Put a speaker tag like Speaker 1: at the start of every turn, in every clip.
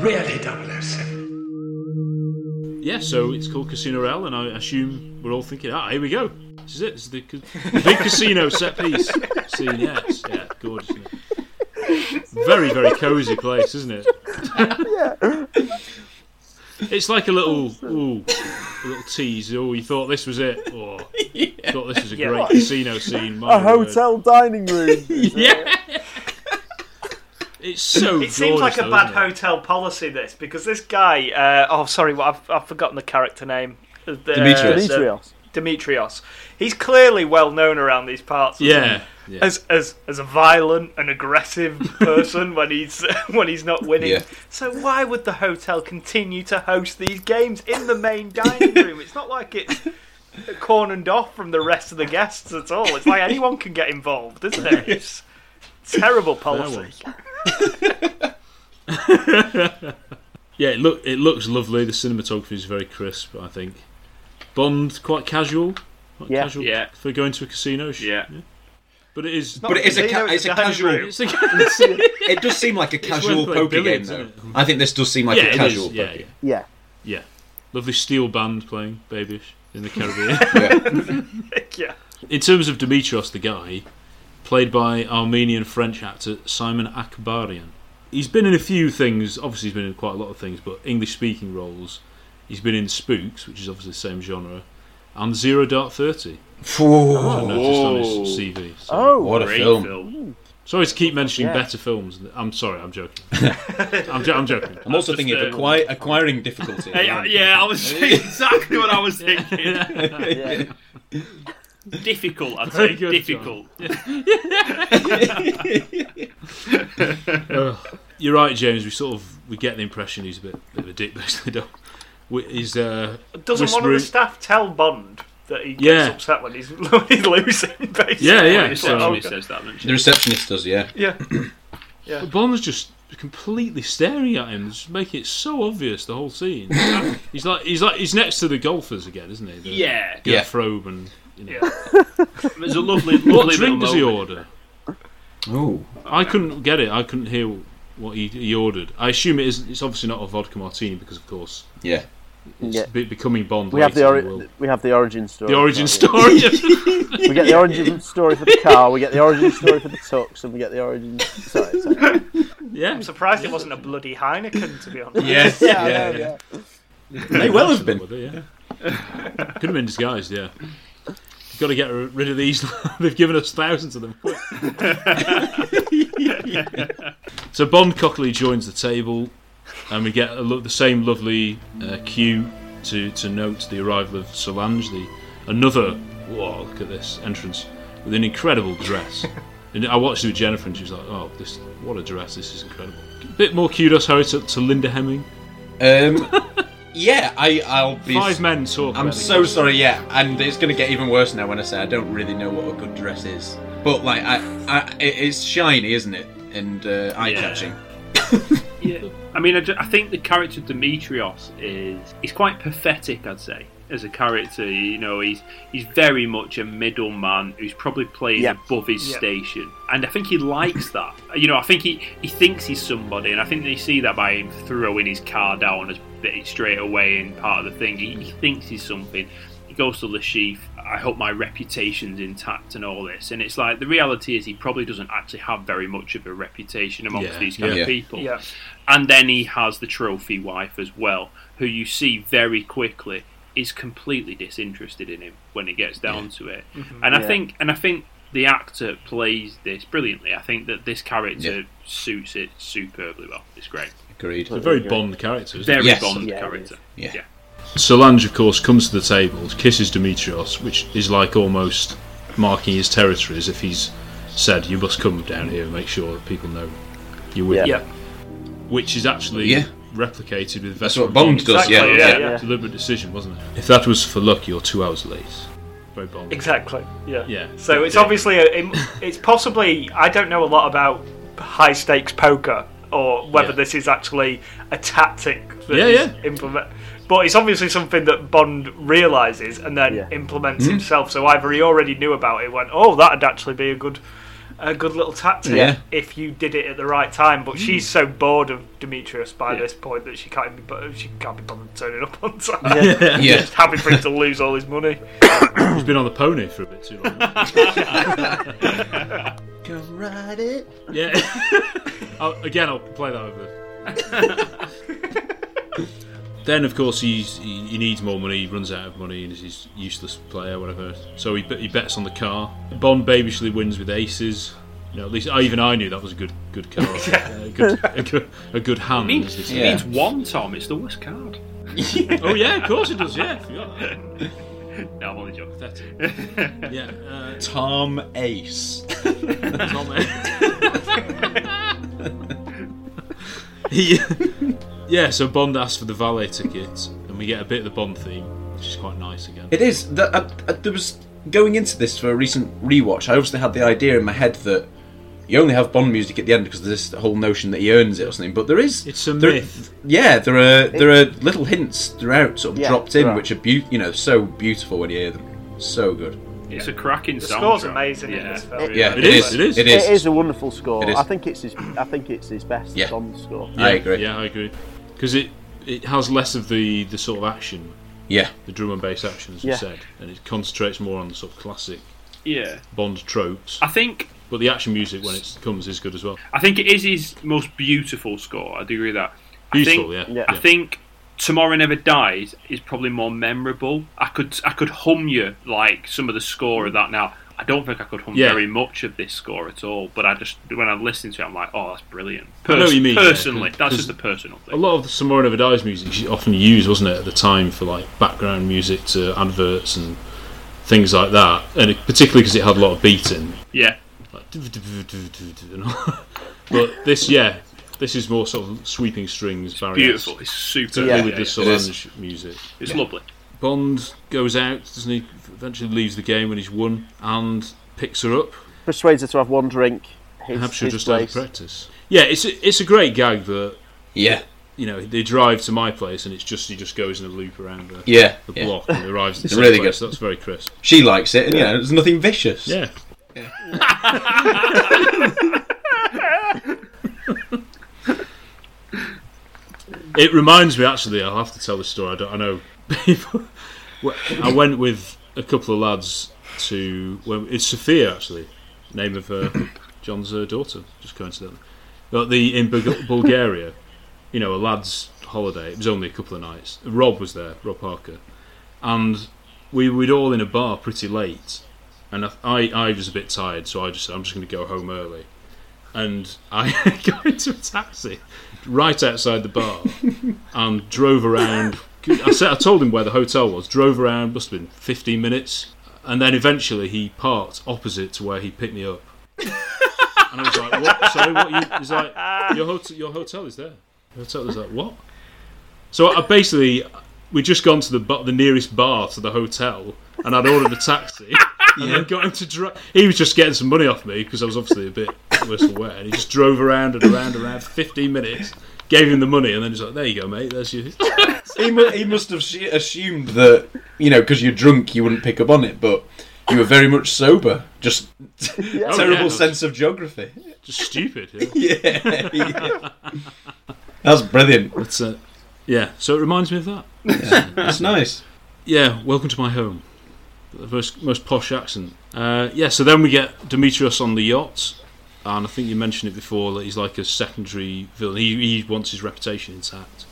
Speaker 1: Really, 007.
Speaker 2: Yeah, so it's called Casino Royale, and I assume we're all thinking, ah, here we go. This is it. This is the, ca- the big casino set piece scene. Yeah, it's- yeah, gorgeous. Isn't it? Very, very cozy place, isn't it? It's like a little, ooh, a little tease. Oh, you thought this was it, or thought this was a great casino scene. My
Speaker 3: A
Speaker 2: word.
Speaker 3: hotel dining room.
Speaker 2: Yeah. It's so.
Speaker 1: It seems like
Speaker 2: gorgeous,
Speaker 1: a
Speaker 2: though,
Speaker 1: bad
Speaker 2: isn't it?
Speaker 1: hotel policy, this, because this guy. Uh, oh, sorry, what I've, I've forgotten the character name. The,
Speaker 4: Demetrius.
Speaker 1: the-
Speaker 3: Demetrios.
Speaker 1: Demetrios. He's clearly well known around these parts. isn't
Speaker 2: Yeah.
Speaker 1: he? As, as as a violent and aggressive person when he's when he's not winning.
Speaker 5: Yeah.
Speaker 1: So why would the hotel continue to host these games in the main dining room? It's not like it's cornered off from the rest of the guests at all. It's like anyone can get involved, isn't it? It's terrible policy.
Speaker 2: Yeah, it look it looks lovely. The cinematography is very crisp. I think Bond quite casual, quite
Speaker 3: Yeah.
Speaker 2: casual
Speaker 6: Yeah.
Speaker 2: for going to a casino. sh-
Speaker 6: Yeah.
Speaker 2: but it is.
Speaker 1: Not
Speaker 6: But it is a,
Speaker 1: casino,
Speaker 6: ca- it's a
Speaker 1: dining
Speaker 6: casual.
Speaker 1: room.
Speaker 2: It's a,
Speaker 6: It does seem like a casual
Speaker 2: playing
Speaker 6: poker game,
Speaker 2: billiards,
Speaker 6: though.
Speaker 2: isn't it?
Speaker 6: I think this does seem like
Speaker 2: yeah,
Speaker 6: a
Speaker 2: it
Speaker 6: casual
Speaker 2: is. Yeah,
Speaker 6: poker
Speaker 2: yeah,
Speaker 6: game.
Speaker 3: Yeah.
Speaker 2: yeah. Lovely steel band playing babyish in the Caribbean.
Speaker 1: Yeah.
Speaker 2: in terms of Dimitrios, the guy played by Armenian French actor Simon Akbarian. He's been in a few things. Obviously, he's been in quite a lot of things, but English-speaking roles. He's been in Spooks, which is obviously the same genre, and Zero Dark Thirty. I noticed on his CV. So.
Speaker 3: Oh.
Speaker 4: What a film.
Speaker 2: Sorry to keep mentioning
Speaker 3: Yeah.
Speaker 2: better films. I'm sorry, I'm joking. I'm, jo- I'm joking.
Speaker 6: I'm also thinking of
Speaker 4: uh,
Speaker 6: acquire, acquiring difficulty.
Speaker 4: Yeah, yeah, I was exactly what I was thinking.
Speaker 3: Yeah.
Speaker 4: Difficult, I'd
Speaker 2: Very
Speaker 4: say.
Speaker 2: good,
Speaker 4: Difficult.
Speaker 2: You're right, James. We sort of we get the impression he's a bit, bit of a dick, basically. Don't. we? He's uh,
Speaker 1: Doesn't one
Speaker 2: whispering-
Speaker 1: of the staff tell Bond that he gets
Speaker 2: Yeah.
Speaker 1: upset when he's, when he's losing, basically?
Speaker 2: yeah, yeah.
Speaker 4: It's
Speaker 2: So,
Speaker 4: actually says that, doesn't
Speaker 6: The
Speaker 4: it?
Speaker 6: receptionist does, yeah.
Speaker 1: Yeah.
Speaker 2: but Bond's just completely staring at him, just making it so obvious the whole scene. he's like he's like he's next to the golfers again, isn't he? The
Speaker 4: Yeah.
Speaker 6: Yeah.
Speaker 2: Frobe and you know.
Speaker 4: It was a lovely, lovely
Speaker 2: What
Speaker 4: little
Speaker 2: drink does he
Speaker 4: moment.
Speaker 2: order?
Speaker 6: Oh.
Speaker 2: I couldn't get it. I couldn't hear what he, he ordered. I assume it is. It's obviously not a vodka martini because, of course,
Speaker 6: Yeah.
Speaker 2: it's
Speaker 3: Yeah.
Speaker 2: be- becoming Bond.
Speaker 3: We have the
Speaker 2: later in
Speaker 3: ori-
Speaker 2: world.
Speaker 3: we have the origin story.
Speaker 2: the origin
Speaker 3: don't we?
Speaker 2: story.
Speaker 3: We get the origin story for the car. We get the origin story for the tux, and we get the origin. Sorry, sorry.
Speaker 2: yeah,
Speaker 1: I'm surprised it wasn't a bloody Heineken, to be honest.
Speaker 6: Yes. yeah, yeah, May well have been.
Speaker 2: Yeah. Could have been disguised. Yeah, got to get r- rid of these. They've given us thousands of them. Quick. so Bond cockily joins the table, and we get a lo- the same lovely uh, cue to to note the arrival of Solange. The another. Whoa! Look at this entrance with an incredible dress. And I watched it with Jennifer, and she was like, "Oh, this what a dress! This is incredible." Bit more kudos, Harry, to, to Linda Hemming.
Speaker 6: Um, yeah, I, I'll be.
Speaker 2: Five men talk.
Speaker 6: I'm
Speaker 2: about the
Speaker 6: so
Speaker 2: costume.
Speaker 6: sorry, yeah, and it's going to get even worse now when I say I don't really know what a good dress is. But, like, I, I, it- it's shiny, isn't it? And uh, eye catching.
Speaker 4: yeah. I mean, I, ju- I think the character of Demetrios is he's quite pathetic, I'd say, as a character. You know, he's he's very much a middleman who's probably playing
Speaker 7: Yeah.
Speaker 4: above his
Speaker 7: Yeah.
Speaker 4: station, and I think he likes that. You know, I think he he thinks he's somebody, and I think they see that by him throwing his car down as bit straight away and part of the thing. He, he thinks he's something. He goes to the chief. I hope my reputation's intact and all this. And it's like the reality is he probably doesn't actually have very much of a reputation amongst
Speaker 2: Yeah.
Speaker 4: these kind
Speaker 2: Yeah.
Speaker 4: of people.
Speaker 2: Yeah.
Speaker 4: And then he has the trophy wife as well, who you see very quickly is completely disinterested in him when it gets down to it.
Speaker 2: Mm-hmm.
Speaker 7: Mhm.
Speaker 4: And I
Speaker 7: Yeah.
Speaker 4: think and I think the actor plays this brilliantly. I think that this character suits it superbly well. It's great.
Speaker 6: Agreed.
Speaker 2: It's a very Bond character. Isn't
Speaker 4: Very
Speaker 2: it?
Speaker 4: Bond character. Yeah.
Speaker 2: Solange, of course, comes to the table, kisses Demetrios, which is like almost marking his territory as if he's said, You must come down here and make sure that people know you're with
Speaker 6: Yeah.
Speaker 2: me."
Speaker 6: Yeah.
Speaker 2: Which is actually
Speaker 6: Yeah.
Speaker 2: replicated with
Speaker 6: That's
Speaker 2: Vesper
Speaker 6: what Bond does, Exactly, yeah, yeah, yeah.
Speaker 2: Deliberate decision, wasn't it? If that was for luck, you're two hours late. Very Bond.
Speaker 1: Exactly. Yeah.
Speaker 2: Yeah.
Speaker 1: So it's
Speaker 2: Yeah.
Speaker 1: obviously a, im- it's possibly I don't know a lot about high stakes poker or whether
Speaker 2: Yeah.
Speaker 1: this is actually a tactic that
Speaker 2: Yeah,
Speaker 1: is
Speaker 2: yeah.
Speaker 1: implement. But it's obviously something that Bond realizes and then implements
Speaker 2: Hmm.
Speaker 6: Mhm.
Speaker 1: himself. So either he already knew about it, went, "Oh, that'd actually be a good, a good little tactic
Speaker 6: Yeah.
Speaker 1: if you did it at the right time." But she's so bored of Demetrius by
Speaker 2: Hmm. Yeah.
Speaker 1: this point that she can't be, bo- she can't be bothered turning up on time.
Speaker 2: Yeah. Yeah.
Speaker 1: Just happy for him to lose all his money.
Speaker 2: He's been on the pony for a bit too long.
Speaker 6: Come ride it.
Speaker 2: Yeah. I'll, again, I'll play that over. then, of course, he's, he, he needs more money. He runs out of money and is his useless player, whatever. So he, bet- he bets on the car. Bond babishly wins with aces. You know, at least I, even I knew that was a good good card, a, good, a, good, a good hand.
Speaker 4: It
Speaker 2: as
Speaker 4: means,
Speaker 2: they
Speaker 4: it
Speaker 2: say.
Speaker 4: means one, Tom. It's the worst card.
Speaker 2: oh yeah, of course it does. Yeah, I forgot that.
Speaker 4: No, I'm only joking.
Speaker 2: That's yeah, uh,
Speaker 6: Tom Ace.
Speaker 2: Tom He- yeah, so Bond asks for the valet ticket, and we get a bit of the Bond theme, which is quite nice again.
Speaker 6: It is. That, I, I, there was going into this for a recent rewatch. I obviously had the idea in my head that you only have Bond music at the end because there's this whole notion that he earns it or something. But there is.
Speaker 2: It's a
Speaker 6: there-
Speaker 2: myth.
Speaker 6: Yeah, there are there are little hints throughout, sort of
Speaker 4: Yeah,
Speaker 6: dropped in,
Speaker 4: there are.
Speaker 6: which are beau- you know so beautiful when you hear them. So good.
Speaker 4: It's a cracking
Speaker 1: The
Speaker 4: soundtrack.
Speaker 1: score's amazing in this film.
Speaker 6: Yeah, it is, it is.
Speaker 3: It is. a wonderful score.
Speaker 2: It is.
Speaker 3: I think it's his. I think it's his best
Speaker 6: Yeah.
Speaker 3: Bond score.
Speaker 6: I agree.
Speaker 2: Yeah, I agree. Because it it has less of the, the sort of action.
Speaker 6: Yeah.
Speaker 2: The drum and bass action, as we
Speaker 4: Yeah.
Speaker 2: said, and it concentrates more on the sort of classic
Speaker 4: Yeah.
Speaker 2: Bond tropes.
Speaker 4: I think.
Speaker 2: But the action music when it comes is good as well.
Speaker 4: I think it is his most beautiful score. I do agree with that.
Speaker 2: Beautiful,
Speaker 4: I think,
Speaker 2: yeah. Yeah.
Speaker 4: I
Speaker 2: Yeah.
Speaker 4: think Tomorrow Never Dies is probably more memorable. I could I could hum you like some of the score of that now. I don't think I could hum
Speaker 2: Yeah.
Speaker 4: very much of this score at all, but I just when I listen to it, I'm like, oh, that's brilliant.
Speaker 2: I know what you mean, yeah,
Speaker 4: Personally,
Speaker 2: 'cause-
Speaker 4: that's
Speaker 2: 'cause-
Speaker 4: just a personal.
Speaker 2: A lot of the Samora Never Dies music she often used, wasn't it, at the time for like background music to adverts and things like that, and it, particularly because it had a lot of beating.
Speaker 4: Yeah.
Speaker 2: Like, and all. but this, yeah, this is more sort of sweeping strings. It's
Speaker 4: beautiful. It's super-
Speaker 2: Particularly
Speaker 4: Yeah,
Speaker 2: with
Speaker 4: yeah,
Speaker 2: the
Speaker 4: yeah. It is.
Speaker 2: Solange music.
Speaker 4: It's lovely.
Speaker 2: Bond goes out, doesn't he? Eventually leaves the game when he's won and picks her up.
Speaker 3: Persuades her to have one drink. His,
Speaker 2: Perhaps you're
Speaker 3: his
Speaker 2: just
Speaker 3: place.
Speaker 2: over practice. Yeah, it's a, it's a great gag that.
Speaker 6: Yeah.
Speaker 2: You know, they drive to my place and it's just he just goes in a loop around the,
Speaker 6: Yeah,
Speaker 2: the
Speaker 6: yeah.
Speaker 2: block and arrives at
Speaker 6: It's
Speaker 2: the really
Speaker 6: really
Speaker 2: place.
Speaker 6: good.
Speaker 2: That's very crisp.
Speaker 6: She likes it, and you know, there's nothing vicious.
Speaker 2: Yeah. It reminds me, actually, I'll have to tell this story. I, don't, I know people. I went with a couple of lads to. Well, it's Sophia, actually, name of uh, John's uh, daughter, just coincidentally. But the in Bul- Bulgaria, you know, a lad's holiday. It was only a couple of nights. Rob was there, Rob Parker, and we were all in a bar pretty late. And I, I, I was a bit tired, so I just said, I'm just going to go home early. And I got into a taxi right outside the bar and drove around. I, said, I told him where the hotel was, drove around, must have been 15 minutes. And then eventually he parked opposite to where he picked me up. And I was like, "What? Sorry, what?" You, he's like, "Your hotel, your hotel is there." Your hotel was like, "What?" So I basically, we'd just gone to the bu- the nearest bar to the hotel, and I'd ordered a taxi. And then got him to drive. He was just getting some money off me because I was obviously a bit worse for wear. And he just drove around and around and around for 15 minutes, gave him the money, and then he's like, "There you go, mate. There's your."
Speaker 6: he, mu- he must have she- assumed that you know because you're drunk you wouldn't pick up on it, but you were very much sober. Just
Speaker 2: Oh,
Speaker 6: terrible
Speaker 2: yeah.
Speaker 6: sense of geography.
Speaker 2: Just stupid. Yeah.
Speaker 6: Yeah, That's brilliant.
Speaker 2: That's uh, yeah. So it reminds me of that.
Speaker 6: That's nice.
Speaker 2: Yeah, welcome to my home. The most, most posh accent. Uh, yeah, so then we get Demetrius on the yacht, and I think you mentioned it before that he's like a secondary villain. He, he wants his reputation intact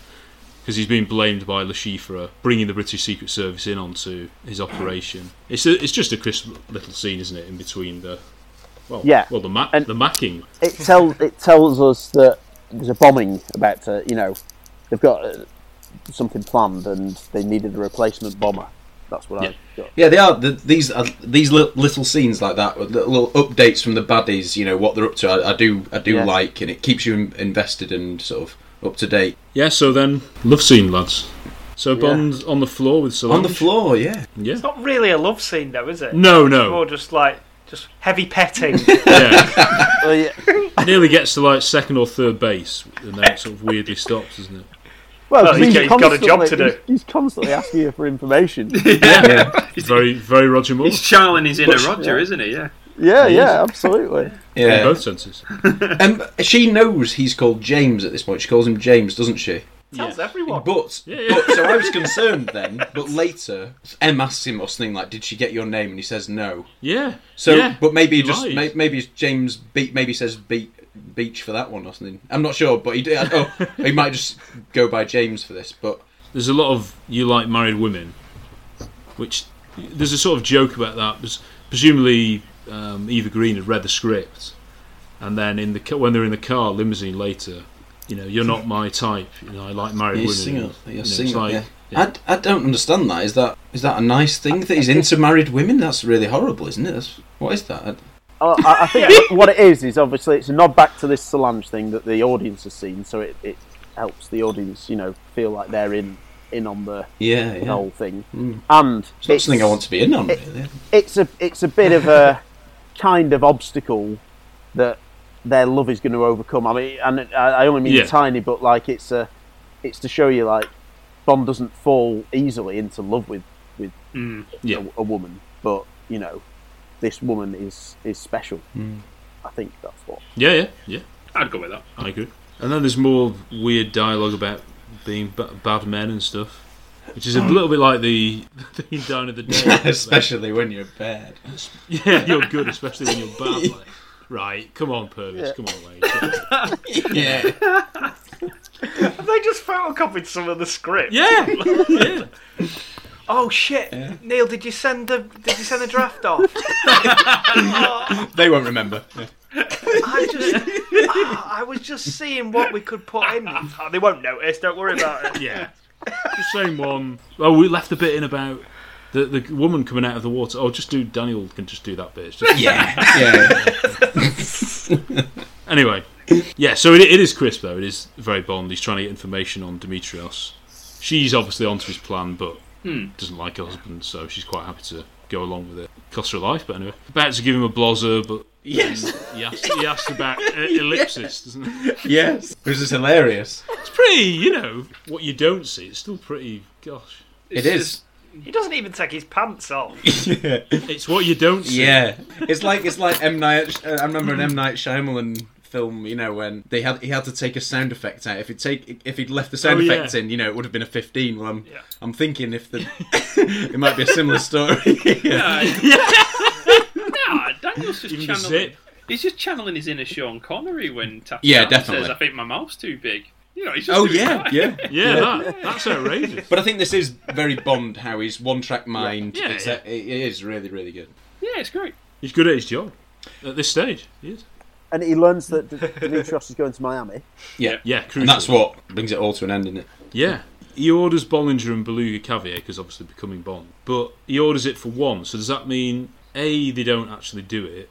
Speaker 2: because he's been blamed by Le Chiffre bringing the British Secret Service in onto his operation. It's a, it's just a crisp little scene, isn't it, in between the well,
Speaker 3: Yeah.
Speaker 2: well the ma-
Speaker 3: And-
Speaker 2: the macking.
Speaker 3: it tells it tells us that there's a bombing about to, you know, they've got uh, something planned and they needed a replacement bomber. That's what I got.
Speaker 6: Yeah, they are. The, these are, these li- little scenes like that, with little updates from the baddies. You know what they're up to. I, I do, I do
Speaker 2: Yeah.
Speaker 6: like, and it keeps you in- invested and sort of up to date.
Speaker 2: Yeah, so then love scene, lads. So Bond's on the floor with Solange.
Speaker 6: the floor, yeah.
Speaker 2: Yeah.
Speaker 1: It's not really a love scene, though, is it?
Speaker 2: No, no.
Speaker 1: It's more just like just heavy petting.
Speaker 2: Yeah.
Speaker 3: Well, yeah.
Speaker 2: Nearly gets to like second or third base, and then it sort of weirdly stops, doesn't it?
Speaker 3: Well, 'cause constantly- He's, he's constantly asking you for information.
Speaker 2: Yeah, very, very Roger Moore.
Speaker 4: He's channeling his inner
Speaker 3: But-
Speaker 4: Roger,
Speaker 3: yeah.
Speaker 4: isn't he? Yeah.
Speaker 3: yeah, yeah, absolutely.
Speaker 6: Yeah,
Speaker 2: In both senses.
Speaker 6: um, she knows he's called James at this point. She calls him James, doesn't she?
Speaker 1: Tells everyone.
Speaker 6: But, but so I was concerned then. But later, M asks him or something like, "Did she get your name?" And he says no.
Speaker 2: Yeah.
Speaker 6: So,
Speaker 2: yeah,
Speaker 6: but maybe he
Speaker 2: he
Speaker 6: just
Speaker 2: lies.
Speaker 6: may, maybe it's James Be- maybe he says Be- Beach for that one or something. I'm not sure, but he did. Oh, he might just go by James for this. But
Speaker 2: There's a lot of you like married women, which there's a sort of joke about that. Because presumably um, Eva Green had read the script, and then in the ca- when they're in the car limousine later, you know, you're not my type. You know, I like married women.
Speaker 6: He's single.
Speaker 2: You
Speaker 6: He's
Speaker 2: know, it's
Speaker 6: single.
Speaker 2: like-
Speaker 6: yeah. I, I don't understand that. Is that is that a nice thing that he's into married women? That's really horrible, isn't it? That's, what is that? I-
Speaker 3: Uh, I, I think what- what it is is obviously it's a nod back to this Solange thing that the audience has seen, so it, it helps the audience, you know, feel like they're in in on the,
Speaker 6: Yeah,
Speaker 3: the
Speaker 6: yeah.
Speaker 3: whole thing.
Speaker 6: Mm.
Speaker 3: And
Speaker 6: It's not something I want to be in on,
Speaker 3: it-
Speaker 6: really.
Speaker 3: it's a it's a bit of a kind of obstacle that their love is going to overcome. I mean, and it- I I only mean
Speaker 2: Yeah.
Speaker 3: tiny, but like it's a it's to show you like Bond doesn't fall easily into love with with
Speaker 2: Mm. yeah.
Speaker 3: a, a woman, but you know, this woman is is special. I think that's what.
Speaker 2: Yeah, yeah, yeah.
Speaker 4: I'd go with that.
Speaker 2: I agree. And then there's more weird dialogue about being b- bad men and stuff, which is a little bit like the the thing down of the day.
Speaker 6: Especially when you're bad.
Speaker 2: yeah, you're good, especially when you're bad. Like, right, come on, Purvis, come on, mate.
Speaker 6: Yeah.
Speaker 1: Have they just photocopied some of the script?
Speaker 2: Yeah, yeah.
Speaker 1: Oh shit, Neil! Did you send the Did you send the draft off? Oh,
Speaker 6: They won't remember.
Speaker 1: I just, ah, I was just seeing what we could put in. Oh, they won't notice. Don't worry about it.
Speaker 2: Yeah. The same one. Oh, we left the bit in about the the woman coming out of the water. Oh, just do Daniel can just do that bit. It's just-
Speaker 6: Yeah. yeah.
Speaker 2: Anyway, yeah. So it, it is crisp though. It is very Bond. He's trying to get information on Demetrios. She's obviously onto his plan, but doesn't like her husband, so she's quite happy to go along with it. Costs her life, but anyway. About to give him a blazer, but yes, he asked, he asked about uh, ellipsis, doesn't he?
Speaker 6: Yes. Which is hilarious.
Speaker 2: It's pretty, you know, what you don't see. It's still pretty. Gosh,
Speaker 6: It is.
Speaker 1: He doesn't even take his pants off.
Speaker 2: it's what you don't see.
Speaker 6: Yeah. It's like it's like M Night. uh, I remember an M Night Shyamalan film. You know when they had he had to take a sound effect out. If he would take if he'd left the sound
Speaker 2: Oh, yeah.
Speaker 6: effects in, you know it would have been a fifteen. Well, I'm
Speaker 1: Yeah.
Speaker 6: I'm thinking if the it might be a similar story. yeah.
Speaker 4: Nah, Daniel's just
Speaker 2: Even the
Speaker 4: channeling.
Speaker 2: zip.
Speaker 4: He's just channeling his inner Sean Connery when Tap
Speaker 6: Yeah,
Speaker 4: Tap
Speaker 6: definitely.
Speaker 4: says, "I think my mouth's too big." You know, he's just
Speaker 6: Oh
Speaker 4: doing
Speaker 6: yeah,
Speaker 4: that.
Speaker 6: yeah.
Speaker 2: yeah, That, that's outrageous.
Speaker 6: But I think this is very Bond. How he's one track mind.
Speaker 2: Yeah,
Speaker 6: It's-
Speaker 2: yeah.
Speaker 6: It it is really really good.
Speaker 4: yeah, it's great.
Speaker 2: He's good at his job at this stage. He is.
Speaker 3: And he learns that D- Dimitrios is going to Miami.
Speaker 6: Yeah.
Speaker 2: Yeah, crucial.
Speaker 6: And that's what brings it all to an end, isn't it?
Speaker 2: Yeah. He orders Bollinger and Beluga Caviar because obviously becoming Bond, but he orders it for one. So does that mean A, they don't actually do it,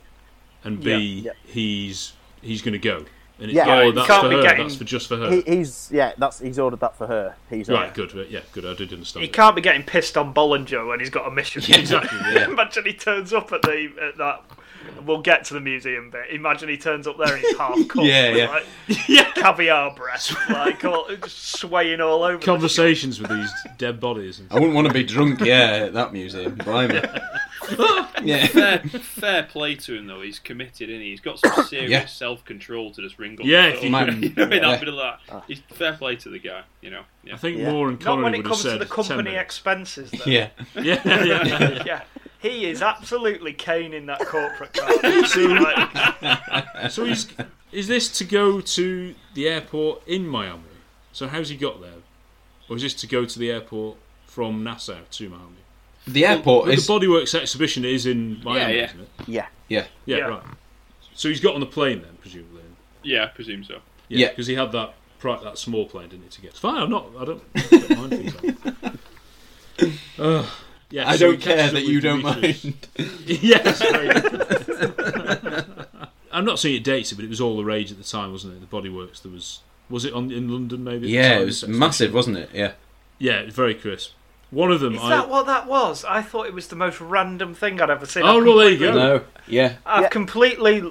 Speaker 2: and B,
Speaker 3: Yeah.
Speaker 2: he's he's going to go. And it's,
Speaker 3: Yeah,
Speaker 2: oh,
Speaker 3: you
Speaker 2: that's
Speaker 3: can't
Speaker 2: for
Speaker 3: be
Speaker 2: her.
Speaker 3: getting-
Speaker 2: That's for just for her.
Speaker 3: He, he's yeah, that's he's ordered that for her. He's uh,
Speaker 2: right, good. right, Yeah, good. I did understand.
Speaker 1: He
Speaker 2: that.
Speaker 1: can't be getting pissed on Bollinger when he's got a mission.
Speaker 2: Yeah, exactly, yeah.
Speaker 1: Imagine he turns up at the at that. We'll get to the museum bit. Imagine he turns up there and he's half cooked.
Speaker 2: Yeah,
Speaker 1: with,
Speaker 2: yeah.
Speaker 1: Like, Caviar breast, like all, just swaying all over. the
Speaker 2: Conversations with these dead bodies. And
Speaker 6: I wouldn't want to be drunk, yeah, at that museum. Blimey. Yeah.
Speaker 4: fair, fair play to him though. He's committed, and he? has got some serious
Speaker 6: Yeah.
Speaker 4: self-control to just ring up.
Speaker 2: Yeah,
Speaker 4: the
Speaker 2: if you
Speaker 4: phone,
Speaker 2: can-
Speaker 4: you know, in
Speaker 2: yeah.
Speaker 4: that bit of that. He's fair play to the guy. You know. Yeah.
Speaker 2: I think Moore and
Speaker 1: Not
Speaker 2: Connery
Speaker 1: when it
Speaker 2: would
Speaker 1: comes
Speaker 2: have
Speaker 1: to
Speaker 2: said
Speaker 1: the
Speaker 2: 10
Speaker 1: company
Speaker 2: minutes.
Speaker 1: expenses, though.
Speaker 2: Yeah. Yeah, yeah, yeah.
Speaker 1: Yeah. He is absolutely Kane in that corporate card.
Speaker 2: So-
Speaker 1: Like-
Speaker 2: so he's, is this to go to the airport in Miami? So how's he got there? Or is this to go to the airport from Nassau to Miami?
Speaker 6: The airport
Speaker 2: Well,
Speaker 6: is.
Speaker 2: the Bodyworks exhibition is in Miami,
Speaker 4: Yeah, yeah.
Speaker 2: isn't it?
Speaker 3: Yeah.
Speaker 6: Yeah.
Speaker 2: yeah.
Speaker 4: Yeah.
Speaker 2: right. So he's got on the plane then, presumably.
Speaker 4: Yeah, I presume so.
Speaker 2: Yeah,
Speaker 6: Yeah.
Speaker 2: because he had that pri- that small plane, didn't he? To get it's fine. I'm not. I don't, I don't mind things like that. Ugh. yeah,
Speaker 6: I
Speaker 2: so
Speaker 6: don't
Speaker 2: he catches
Speaker 6: care
Speaker 2: up
Speaker 6: that
Speaker 2: with
Speaker 6: you don't
Speaker 2: Demetrius.
Speaker 6: mind.
Speaker 2: yes. very good. I'm not saying it dates it, but it was all the rage at the time, wasn't it? The Bodyworks. There was was it on in London maybe? at the
Speaker 6: Yeah,
Speaker 2: time?
Speaker 6: it was massive, wasn't it? Yeah.
Speaker 2: Yeah, it was very crisp. One of them.
Speaker 1: Is
Speaker 2: I,
Speaker 1: that what that was? I thought it was the most random thing I'd ever seen.
Speaker 2: Oh,
Speaker 1: I've
Speaker 2: well, there you
Speaker 1: completely-
Speaker 2: go.
Speaker 6: No. Yeah.
Speaker 1: I've completely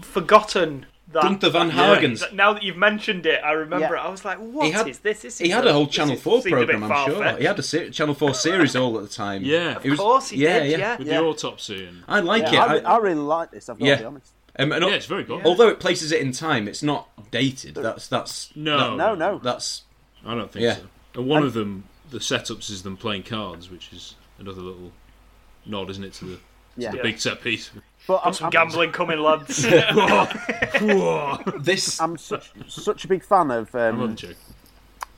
Speaker 1: forgotten that.
Speaker 6: Gunther Van
Speaker 2: Yeah.
Speaker 6: Hagen's.
Speaker 1: that- Now that you've mentioned it, I remember it. I was like, "What is
Speaker 6: had-
Speaker 1: this? This is
Speaker 6: He had a whole
Speaker 1: this
Speaker 6: Channel
Speaker 1: is-
Speaker 6: Four
Speaker 1: seemed a bit
Speaker 6: program, I'm sure.
Speaker 1: far-fetched.
Speaker 6: He had a se- Channel Four series all at the time.
Speaker 2: Yeah. Of
Speaker 6: It was-
Speaker 1: Of course, he
Speaker 6: yeah,
Speaker 1: did.
Speaker 6: yeah.
Speaker 1: Yeah,
Speaker 2: with
Speaker 3: Yeah.
Speaker 2: the autopsy and
Speaker 6: I like
Speaker 3: Yeah, I,
Speaker 6: it.
Speaker 3: re- I really like this. I've got
Speaker 6: Yeah.
Speaker 3: to be honest.
Speaker 6: um, and al-
Speaker 2: yeah, it's very good.
Speaker 6: Although it places it in time, it's not dated. That's that's
Speaker 2: No.
Speaker 3: No, no.
Speaker 6: that's
Speaker 2: I don't think
Speaker 6: Yeah.
Speaker 2: so. And one of them, the setups is them playing cards, which is another little nod, isn't it, to the,
Speaker 3: Yeah.
Speaker 2: the big set piece?
Speaker 3: But I'm,
Speaker 1: Some
Speaker 3: I'm-
Speaker 1: gambling coming, lads.
Speaker 6: this.
Speaker 3: I'm such such a big fan of
Speaker 2: I'm
Speaker 3: um,
Speaker 2: not joking.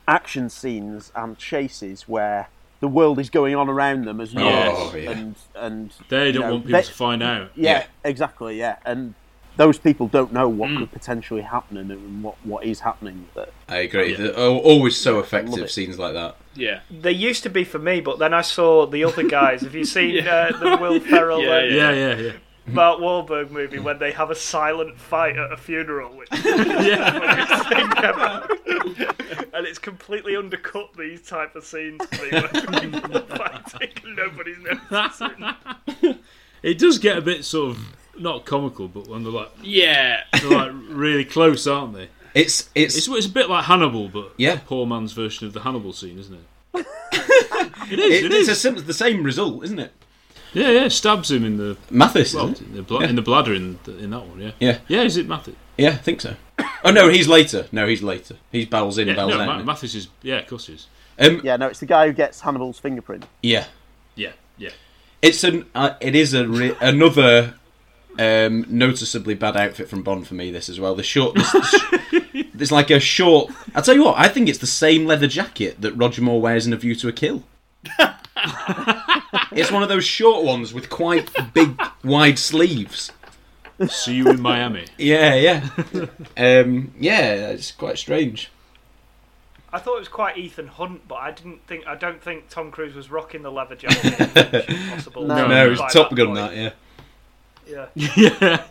Speaker 3: action scenes and chases where the world is going on around them as well.
Speaker 2: Yes.
Speaker 6: Oh, yeah.
Speaker 3: And and
Speaker 2: They
Speaker 3: you
Speaker 2: don't
Speaker 3: know,
Speaker 2: want people
Speaker 3: they-
Speaker 2: to find out.
Speaker 3: Yeah,
Speaker 6: Yeah.
Speaker 3: exactly. Yeah, and those people don't know what
Speaker 6: Hmm.
Speaker 3: could potentially happen and- and what what is happening. But
Speaker 6: I agree.
Speaker 2: Yeah.
Speaker 6: They're al- always so
Speaker 3: love
Speaker 6: effective
Speaker 3: it.
Speaker 6: scenes like that.
Speaker 4: Yeah.
Speaker 1: they used to be for me, but then I saw the other guys. Have you seen uh, the Will Ferrell
Speaker 4: Yeah,
Speaker 1: and
Speaker 2: Yeah, yeah, yeah.
Speaker 1: Mark Wahlberg movie when they have a silent fight at a funeral? Which and it's completely undercut these type of scenes for me where people are fighting and nobody's noticing.
Speaker 2: It does get a bit sort of not comical, but when they're like
Speaker 4: Yeah.
Speaker 2: they're like really close, aren't they?
Speaker 6: It's it's,
Speaker 2: It's it's a bit like Hannibal, but
Speaker 6: Yeah.
Speaker 2: a poor man's version of the Hannibal scene, isn't it? it is. it
Speaker 6: it- it's
Speaker 2: is.
Speaker 6: a sim- the same result, isn't it?
Speaker 2: Yeah, yeah. Stabs him in the
Speaker 6: Mathis,
Speaker 2: well,
Speaker 6: isn't it?
Speaker 2: in the, bla- in the bladder in, the, in that one. Yeah.
Speaker 6: Yeah.
Speaker 2: Yeah. Is it Mathis?
Speaker 6: Yeah, I think so. Oh no, he's later. No, he's later. He barrels in,
Speaker 2: Yeah.
Speaker 6: barrels
Speaker 2: No,
Speaker 6: out.
Speaker 2: Ma-
Speaker 6: isn't it?
Speaker 2: Mathis is. Yeah, of course he is.
Speaker 6: um,
Speaker 3: yeah, no, it's the guy who gets Hannibal's fingerprint.
Speaker 6: yeah,
Speaker 2: Yeah. Yeah.
Speaker 6: it's an uh, it is a re- another um, noticeably bad outfit from Bond for me. This as well. The short. This, it's like a short. I'll tell you what. I think it's the same leather jacket that Roger Moore wears in A View to a Kill. it's one of those short ones with quite big, wide sleeves.
Speaker 2: See you in Miami.
Speaker 6: Yeah, yeah, um, yeah. It's quite strange.
Speaker 1: I thought it was quite Ethan Hunt, but I didn't think I don't think Tom Cruise was rocking the leather jacket. It's Possible.
Speaker 3: No,
Speaker 6: No,
Speaker 1: by
Speaker 6: it's Top Gun.
Speaker 1: point.
Speaker 6: That yeah.
Speaker 1: Yeah.
Speaker 2: yeah,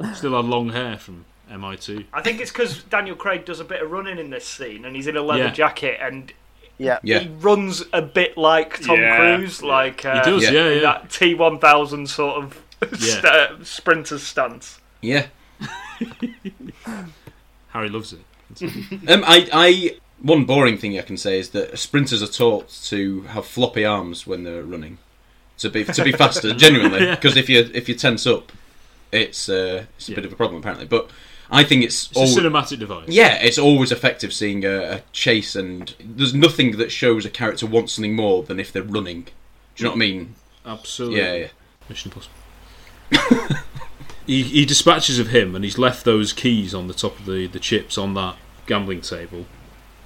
Speaker 2: yeah. Still had long hair from MIT.
Speaker 1: I think it's because Daniel Craig does a bit of running in this scene, and he's in a leather
Speaker 2: Yeah.
Speaker 1: jacket, and
Speaker 3: Yeah,
Speaker 6: Yeah.
Speaker 1: he runs a bit like Tom
Speaker 4: Yeah.
Speaker 1: Cruise, like uh,
Speaker 2: He does,
Speaker 6: yeah.
Speaker 2: yeah, yeah.
Speaker 1: that T one thousand sort of st-
Speaker 2: Yeah.
Speaker 1: uh, sprinter's stance.
Speaker 6: Yeah.
Speaker 2: Harry loves it.
Speaker 6: Um, I, I, one boring thing I can say is that sprinters are taught to have floppy arms when they're running, to be to be faster, genuinely. Because if you if you tense up, it's uh, it's a bit
Speaker 2: Yeah.
Speaker 6: of a problem apparently. But I think it's,
Speaker 2: It's
Speaker 6: al-
Speaker 2: a cinematic device.
Speaker 6: yeah, it's always effective seeing a, a chase, and there's nothing that shows a character wants something more than if they're running. Do you know what I mean?
Speaker 2: Absolutely.
Speaker 6: Yeah, yeah.
Speaker 2: Mission Impossible. he, he dispatches of him, and he's left those keys on the top of the, the chips on that gambling table.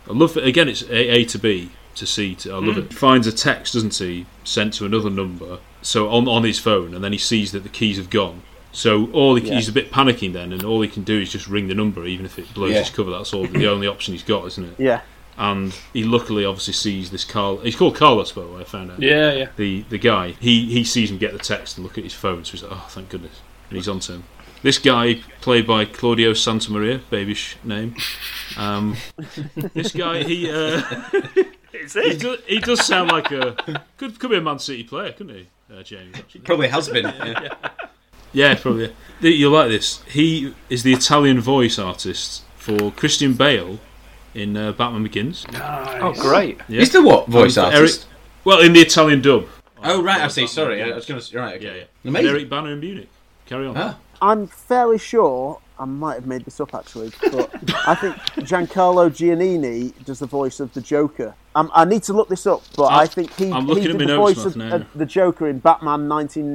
Speaker 2: I love it. Again, it's A, a to B to C. To, I love it. Finds a text, doesn't he? Sent to another number. So on on his phone, and then he sees that the keys have gone. So all he, he's a bit panicking then, and all he can do is just ring the number, even if it blows
Speaker 6: Yeah.
Speaker 2: his cover. That's all the only option he's got, isn't it?
Speaker 3: yeah,
Speaker 2: And he luckily obviously sees this Carl. He's called Carlos, by the way. I found out
Speaker 4: Yeah. Yeah.
Speaker 2: the the guy he he sees him get the text and look at his phone so he's like oh thank goodness and he's on to him This guy, played by Claudio Santamaria, babyish name. Um, this guy, he uh,
Speaker 1: Is
Speaker 2: he,
Speaker 1: it?
Speaker 2: do, he does sound like a could could be a Man City player, couldn't he? Uh, James actually.
Speaker 6: Probably has been. Yeah.
Speaker 2: Yeah, probably. Th- You'll like this. He is the Italian voice artist for Christian Bale in uh, Batman Begins.
Speaker 1: Oh, great.
Speaker 2: Yeah.
Speaker 6: He's the what voice
Speaker 2: And for
Speaker 6: artist?
Speaker 2: Eric- well, in the Italian dub.
Speaker 6: Oh right, I see. Sorry, I was going to. Right, okay.
Speaker 2: Yeah, yeah.
Speaker 6: Amazing.
Speaker 2: And Eric Banner in Munich. Carry on.
Speaker 6: Ah.
Speaker 3: I'm fairly sure I might have made this up actually, but I think Giancarlo Giannini does the voice of the Joker. Um, I need to look this up, but
Speaker 2: I-
Speaker 3: I think he,
Speaker 2: I'm
Speaker 3: he
Speaker 2: looking at my
Speaker 3: did the
Speaker 2: notes
Speaker 3: voice
Speaker 2: right
Speaker 3: of,
Speaker 2: now.
Speaker 3: of the Joker in Batman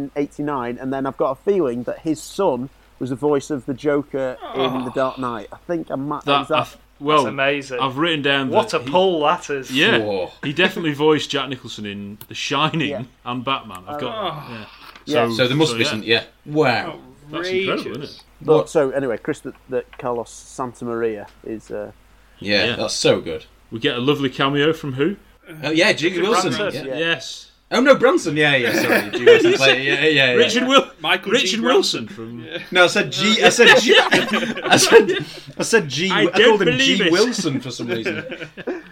Speaker 3: 1989, and then I've got a feeling that his son was the voice of the Joker in The Dark Knight. I think I might.
Speaker 2: That,
Speaker 3: is that-
Speaker 2: I th- well,
Speaker 1: That's amazing.
Speaker 2: I've written down.
Speaker 1: What a
Speaker 2: that he-
Speaker 1: pull that is.
Speaker 2: Yeah,
Speaker 6: Whoa.
Speaker 2: he definitely voiced Jack Nicholson in The Shining
Speaker 3: Yeah.
Speaker 2: and Batman. I've got. yeah.
Speaker 3: Yeah.
Speaker 6: So there must
Speaker 2: so,
Speaker 6: be
Speaker 2: yeah.
Speaker 6: some. Yeah. Wow.
Speaker 2: That's incredible, isn't it?
Speaker 3: but, so anyway, Chris, that, that Carlos Santamaria is. Uh,
Speaker 6: Yeah,
Speaker 2: Yeah.
Speaker 6: that's so good.
Speaker 2: We get a lovely cameo from who?
Speaker 6: Oh yeah, Jiggy Wilson.
Speaker 1: Branson?
Speaker 6: yeah.
Speaker 2: Yes,
Speaker 6: Oh no, Branson. Yeah, yeah. Sorry, Jiggy Wilson. Like, yeah, yeah, yeah.
Speaker 2: Richard Will.
Speaker 4: Michael G.
Speaker 2: Richard
Speaker 4: Branson.
Speaker 2: Wilson from.
Speaker 6: No, I said G. I said G. I said I said G.
Speaker 2: I
Speaker 6: I, called
Speaker 2: don't
Speaker 6: him G.
Speaker 2: believe it.
Speaker 6: Wilson for some reason.
Speaker 2: Yeah.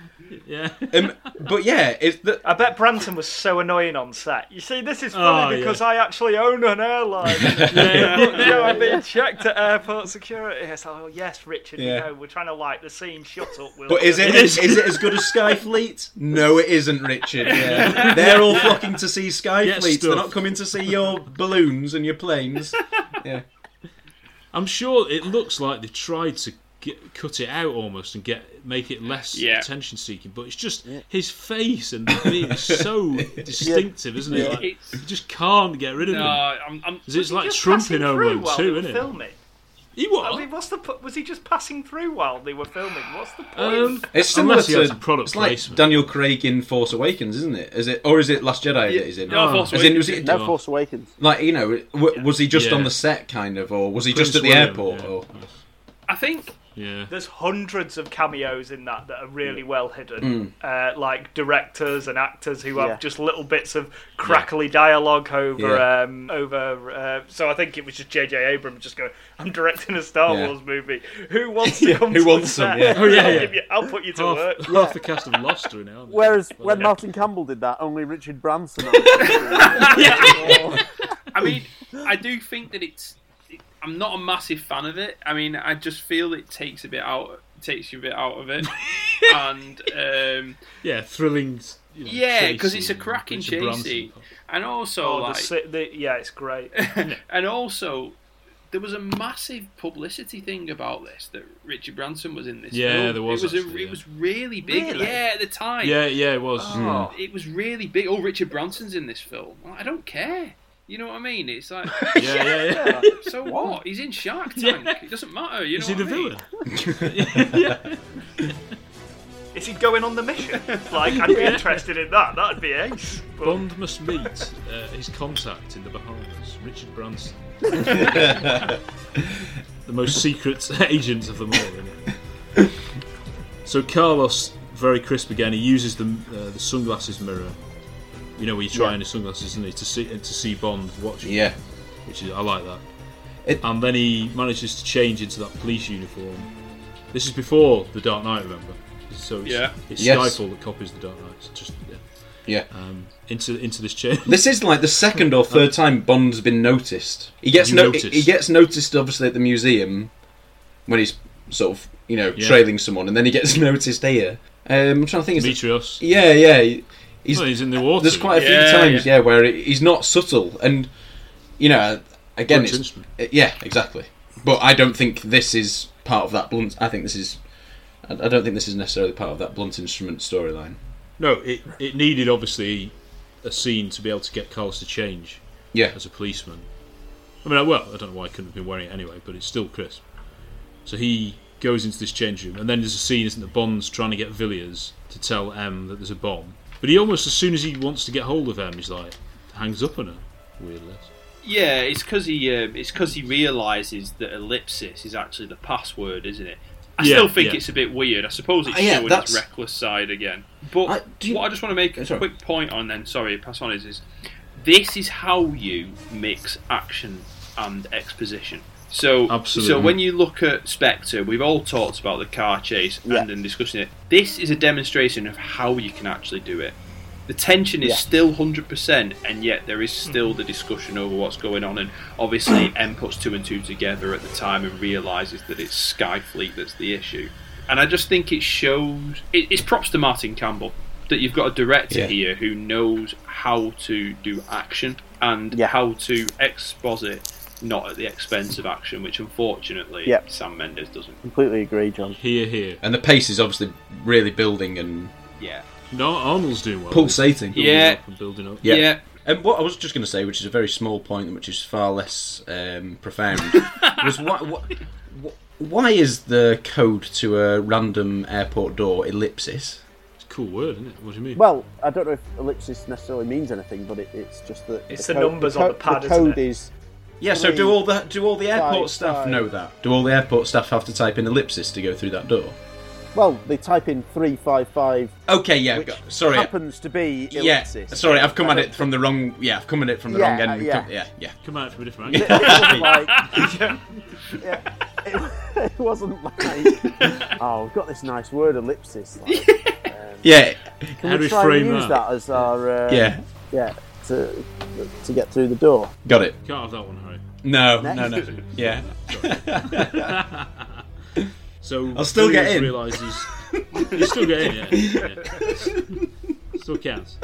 Speaker 6: Um, but yeah, it's the,
Speaker 1: I bet Branton was so annoying on set. You see, this is
Speaker 2: Oh,
Speaker 1: funny
Speaker 2: yeah.
Speaker 1: because I actually own an airline. you know, I'm being checked at airport security. It's like, oh, yes, Richard,
Speaker 6: Yeah.
Speaker 1: you know, we're trying to light the scene. Shut up, Will.
Speaker 6: But is it,
Speaker 2: It is.
Speaker 6: is. it as good as Skyfleet? No, it isn't, Richard. Yeah. They're all flocking to see
Speaker 2: Get
Speaker 6: Skyfleet. They're
Speaker 2: stuffed.
Speaker 6: not coming to see your balloons and your planes. Yeah.
Speaker 2: I'm sure it looks like they tried to get, cut it out almost and get make it less
Speaker 4: Yeah.
Speaker 2: attention seeking, but it's just his face and being so distinctive, isn't it? Like,
Speaker 4: It's-
Speaker 2: you just can't get rid of
Speaker 4: No,
Speaker 2: him.
Speaker 4: I'm, I'm,
Speaker 2: 'Cause it's like
Speaker 1: Just
Speaker 2: Trump
Speaker 1: passing
Speaker 2: in Home
Speaker 1: through
Speaker 2: Alone
Speaker 1: while they
Speaker 2: too,
Speaker 1: were
Speaker 2: isn't it?
Speaker 1: Filming.
Speaker 2: He
Speaker 1: I
Speaker 2: was.
Speaker 1: mean, what's the po- was he just passing through while they were filming? What's the point?
Speaker 2: Um,
Speaker 6: It's similar
Speaker 2: unless he
Speaker 6: to
Speaker 2: has product
Speaker 6: it's like
Speaker 2: placement.
Speaker 6: Daniel Craig in Force Awakens, isn't it? Is it or is it Last Jedi that he's in?
Speaker 4: No, Force
Speaker 6: As in,
Speaker 4: Awakens.
Speaker 6: was it,
Speaker 3: no
Speaker 2: Oh.
Speaker 3: Force Awakens.
Speaker 6: like you know, w- was he just
Speaker 2: Yeah.
Speaker 6: on the set kind of, or was he
Speaker 2: Prince
Speaker 6: just at the
Speaker 2: William,
Speaker 6: airport?
Speaker 2: yeah.
Speaker 6: Or
Speaker 4: I think
Speaker 2: yeah.
Speaker 1: There's hundreds of cameos in that that are really well hidden, uh, like directors and actors who have
Speaker 3: Yeah.
Speaker 1: just little bits of crackly dialogue over
Speaker 6: Yeah.
Speaker 1: um, over. Uh, so I think it was just J.J. Abrams just going, "I'm directing a Star
Speaker 6: Yeah.
Speaker 1: Wars movie. Who wants to come?
Speaker 6: who
Speaker 1: to
Speaker 6: wants
Speaker 1: the set?
Speaker 6: them, yeah.
Speaker 2: Oh, yeah,
Speaker 1: I'll,
Speaker 2: yeah. Oh.
Speaker 1: give you- I'll put you to
Speaker 2: Half,
Speaker 1: work."
Speaker 2: half the cast of Lost are in it. aren't they?
Speaker 3: Whereas when
Speaker 2: yeah.
Speaker 3: Martin Campbell did that, only Richard Branson. actually-
Speaker 4: I mean, I do think that it's. It, I'm not a massive fan of it. I mean, I just feel it takes a bit out, takes you a bit out of it, and um,
Speaker 2: yeah, thrilling. You know,
Speaker 4: yeah,
Speaker 2: chase
Speaker 4: because it's a
Speaker 2: scene,
Speaker 4: cracking
Speaker 2: Richard
Speaker 4: chase
Speaker 2: Branson.
Speaker 4: scene, and also
Speaker 1: Oh, the,
Speaker 4: like,
Speaker 1: si- the, yeah, it's great.
Speaker 4: and also there was a massive publicity thing about this that Richard Branson was in this.
Speaker 2: Yeah,
Speaker 4: film.
Speaker 2: there was
Speaker 4: It was,
Speaker 2: actually,
Speaker 4: a,
Speaker 2: yeah.
Speaker 4: it was really big.
Speaker 1: Really?
Speaker 4: Yeah, at the time.
Speaker 2: Yeah, yeah, it was.
Speaker 4: Oh, it was really big. Oh, Richard Branson's in this film. Well, I don't care. You know what I mean? It's like,
Speaker 2: Yeah, yeah, yeah.
Speaker 4: so what? He's in Shark Tank. It doesn't matter. You
Speaker 2: Is
Speaker 4: know
Speaker 2: he the
Speaker 4: what I mean?
Speaker 2: villain?
Speaker 1: Is he going on the mission? Like, I'd be interested in that. That'd be ace. But
Speaker 2: Bond must meet uh, his contact in the Bahamas, Richard Branson. the most secret agent of them all. Isn't it? So Carlos, very crisp again, he uses the, uh, the sunglasses mirror. You know, where you try on his sunglasses, isn't he, to see, to see Bond watching.
Speaker 6: yeah,
Speaker 2: Which is, I like that.
Speaker 6: It-
Speaker 2: and then he manages to change into that police uniform. This is before The Dark Knight, remember? So it's,
Speaker 4: Yeah.
Speaker 2: it's
Speaker 6: Yes.
Speaker 2: Skyfall that copies The Dark Knight. It's just yeah.
Speaker 6: yeah.
Speaker 2: um, into into this change.
Speaker 6: This is like the second or third time Bond's been noticed. He gets
Speaker 2: You
Speaker 6: no-
Speaker 2: noticed.
Speaker 6: he gets noticed obviously at the museum when he's sort of you know
Speaker 2: Yeah.
Speaker 6: trailing someone, and then he gets noticed here. Um, I'm trying to think. is it-
Speaker 2: Demetrius.
Speaker 6: yeah, yeah. he- He's,
Speaker 2: Well, Oh, he's in the water.
Speaker 6: there's quite a
Speaker 4: Yeah,
Speaker 6: few times, yeah, where it- he's not subtle, and you know, again,
Speaker 2: Blunt
Speaker 6: it's,
Speaker 2: instrument.
Speaker 6: uh, yeah, exactly. But I don't think this is part of that blunt. I think this is. I I don't think this is necessarily part of that blunt instrument storyline.
Speaker 2: no, it it needed obviously a scene to be able to get Carlos to change
Speaker 6: Yeah,
Speaker 2: as a policeman. I mean, I- well, I don't know why I couldn't have been wearing it anyway, but it's still crisp. So he goes into this change room, and then there's a scene, isn't that Bond's trying to get Villiers to tell M that there's a bomb, but he almost as soon as he wants to get hold of M, he's like hangs up on her. Weirdness.
Speaker 4: Yeah, it's because he um, it's because he realizes that ellipsis is actually the password, isn't it? I
Speaker 2: Yeah,
Speaker 4: still think
Speaker 2: yeah.
Speaker 4: it's a bit weird. I suppose it's
Speaker 6: Uh, yeah,
Speaker 4: showing
Speaker 6: that's-
Speaker 4: his reckless side again. But
Speaker 6: I- do you-
Speaker 4: what I just want to make
Speaker 6: Yeah,
Speaker 4: a
Speaker 6: sorry.
Speaker 4: quick point on, then sorry, pass on is, is this is how you mix action and exposition. So,
Speaker 2: Absolutely.
Speaker 4: so when you look at Spectre, we've all talked about the car chase and then discussing it. This is a demonstration of how you can actually do it. The tension is
Speaker 7: Yeah.
Speaker 4: still hundred percent, and yet there is still the discussion over what's going on. And obviously, M puts two and two together at the time and realizes that it's Skyfleet that's the issue. And I just think it shows. It, it's props to Martin Campbell that you've got a director
Speaker 6: Yeah.
Speaker 4: here who knows how to do action and how to exposit not at the expense of action, which unfortunately
Speaker 3: Yep.
Speaker 4: Sam Mendes doesn't.
Speaker 3: Completely agree, John.
Speaker 2: Here, here.
Speaker 6: And the pace is obviously really building and
Speaker 4: Yeah.
Speaker 2: No, Arnold's doing well.
Speaker 6: pulsating.
Speaker 2: Building Yeah. up and building up.
Speaker 6: Yeah.
Speaker 2: Yeah.
Speaker 6: And what I was just going to say, which is a very small point, which is far less um, profound, was why, why, why is the code to a random airport door ellipsis?
Speaker 2: It's a cool word, isn't it? What do you mean?
Speaker 3: Well, I don't know if ellipsis necessarily means anything, but it, it's just that
Speaker 6: It's
Speaker 3: the
Speaker 6: the
Speaker 3: co-
Speaker 6: numbers
Speaker 3: co-
Speaker 6: on the pad,
Speaker 3: The
Speaker 6: isn't
Speaker 3: code
Speaker 6: it?
Speaker 3: is
Speaker 6: Yeah, so do all the do all the airport
Speaker 3: five,
Speaker 6: staff
Speaker 3: five.
Speaker 6: know that? Do all the airport staff have to type in ellipsis to go through that door?
Speaker 3: Well, they type in three five five.
Speaker 6: Okay, yeah,
Speaker 3: which
Speaker 6: go- sorry.
Speaker 3: Happens to be
Speaker 6: Yeah,
Speaker 3: ellipsis.
Speaker 6: sorry, I've come at
Speaker 3: That-
Speaker 6: it from the wrong. Yeah, I've come at it from the
Speaker 3: Yeah,
Speaker 6: wrong end.
Speaker 3: yeah.
Speaker 6: Come- yeah, yeah.
Speaker 2: Come at it from a different
Speaker 3: It wasn't like, yeah, it, it wasn't like, oh, we've got this nice word, ellipsis. Like, um,
Speaker 6: Yeah.
Speaker 3: Can
Speaker 6: How do
Speaker 3: we
Speaker 6: we
Speaker 3: try
Speaker 6: frame
Speaker 3: and use
Speaker 6: that?
Speaker 3: that, as our uh,
Speaker 6: Yeah.
Speaker 3: yeah to to get through the door?
Speaker 6: Got it.
Speaker 2: Can't have that one, Harry.
Speaker 6: No,
Speaker 3: Next.
Speaker 6: no, no. Yeah.
Speaker 2: So
Speaker 6: I'll still get
Speaker 2: Villiers
Speaker 6: in.
Speaker 2: Realizes you still get in, yeah. yeah. still counts.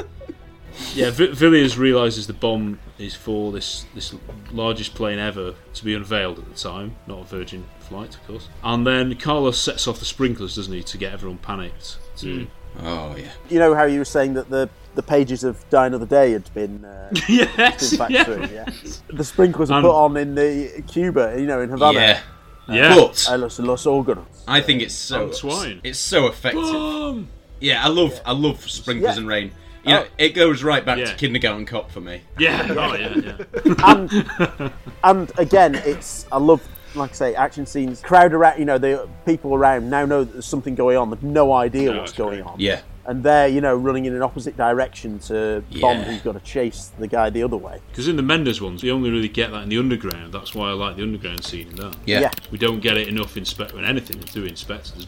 Speaker 2: Yeah, v- Villiers realizes the bomb is for this this largest plane ever to be unveiled at the time, not a Virgin flight, of course. And then Carlos sets off the sprinklers, doesn't he, to get everyone panicked. To,
Speaker 6: Oh yeah.
Speaker 3: You know how you were saying that the the pages of Die Another Day had been uh,
Speaker 2: yes,
Speaker 3: been back
Speaker 2: yeah.
Speaker 3: through. Yeah, the sprinklers were
Speaker 6: And-
Speaker 3: put on in the Cuba, you know, in Havana.
Speaker 6: Yeah.
Speaker 3: Uh,
Speaker 6: Yeah. But-
Speaker 3: I lost Los Órganos.
Speaker 6: I think it's so
Speaker 3: And swine.
Speaker 6: it's so effective.
Speaker 3: Boom!
Speaker 6: Yeah, I love I love sprinklers
Speaker 3: Yeah. Oh.
Speaker 6: and rain. You know, it goes right back
Speaker 2: Yeah.
Speaker 6: to kindergarten cop for me.
Speaker 2: Yeah, oh, yeah, yeah.
Speaker 3: and and again, it's I love like I say action scenes. Crowd around, you know, the people around now know that there's something going on. They've no idea what's going on.
Speaker 6: Yeah.
Speaker 3: And they're, you know, running in an opposite direction to Bond,
Speaker 2: Yeah.
Speaker 3: who's got to chase the guy the other way.
Speaker 2: Because in the Mendes ones, you only really get that in the underground. That's why I like the underground scene in that.
Speaker 3: Yeah. Yeah.
Speaker 2: We don't get it enough in Spectre and anything through Inspector. There's,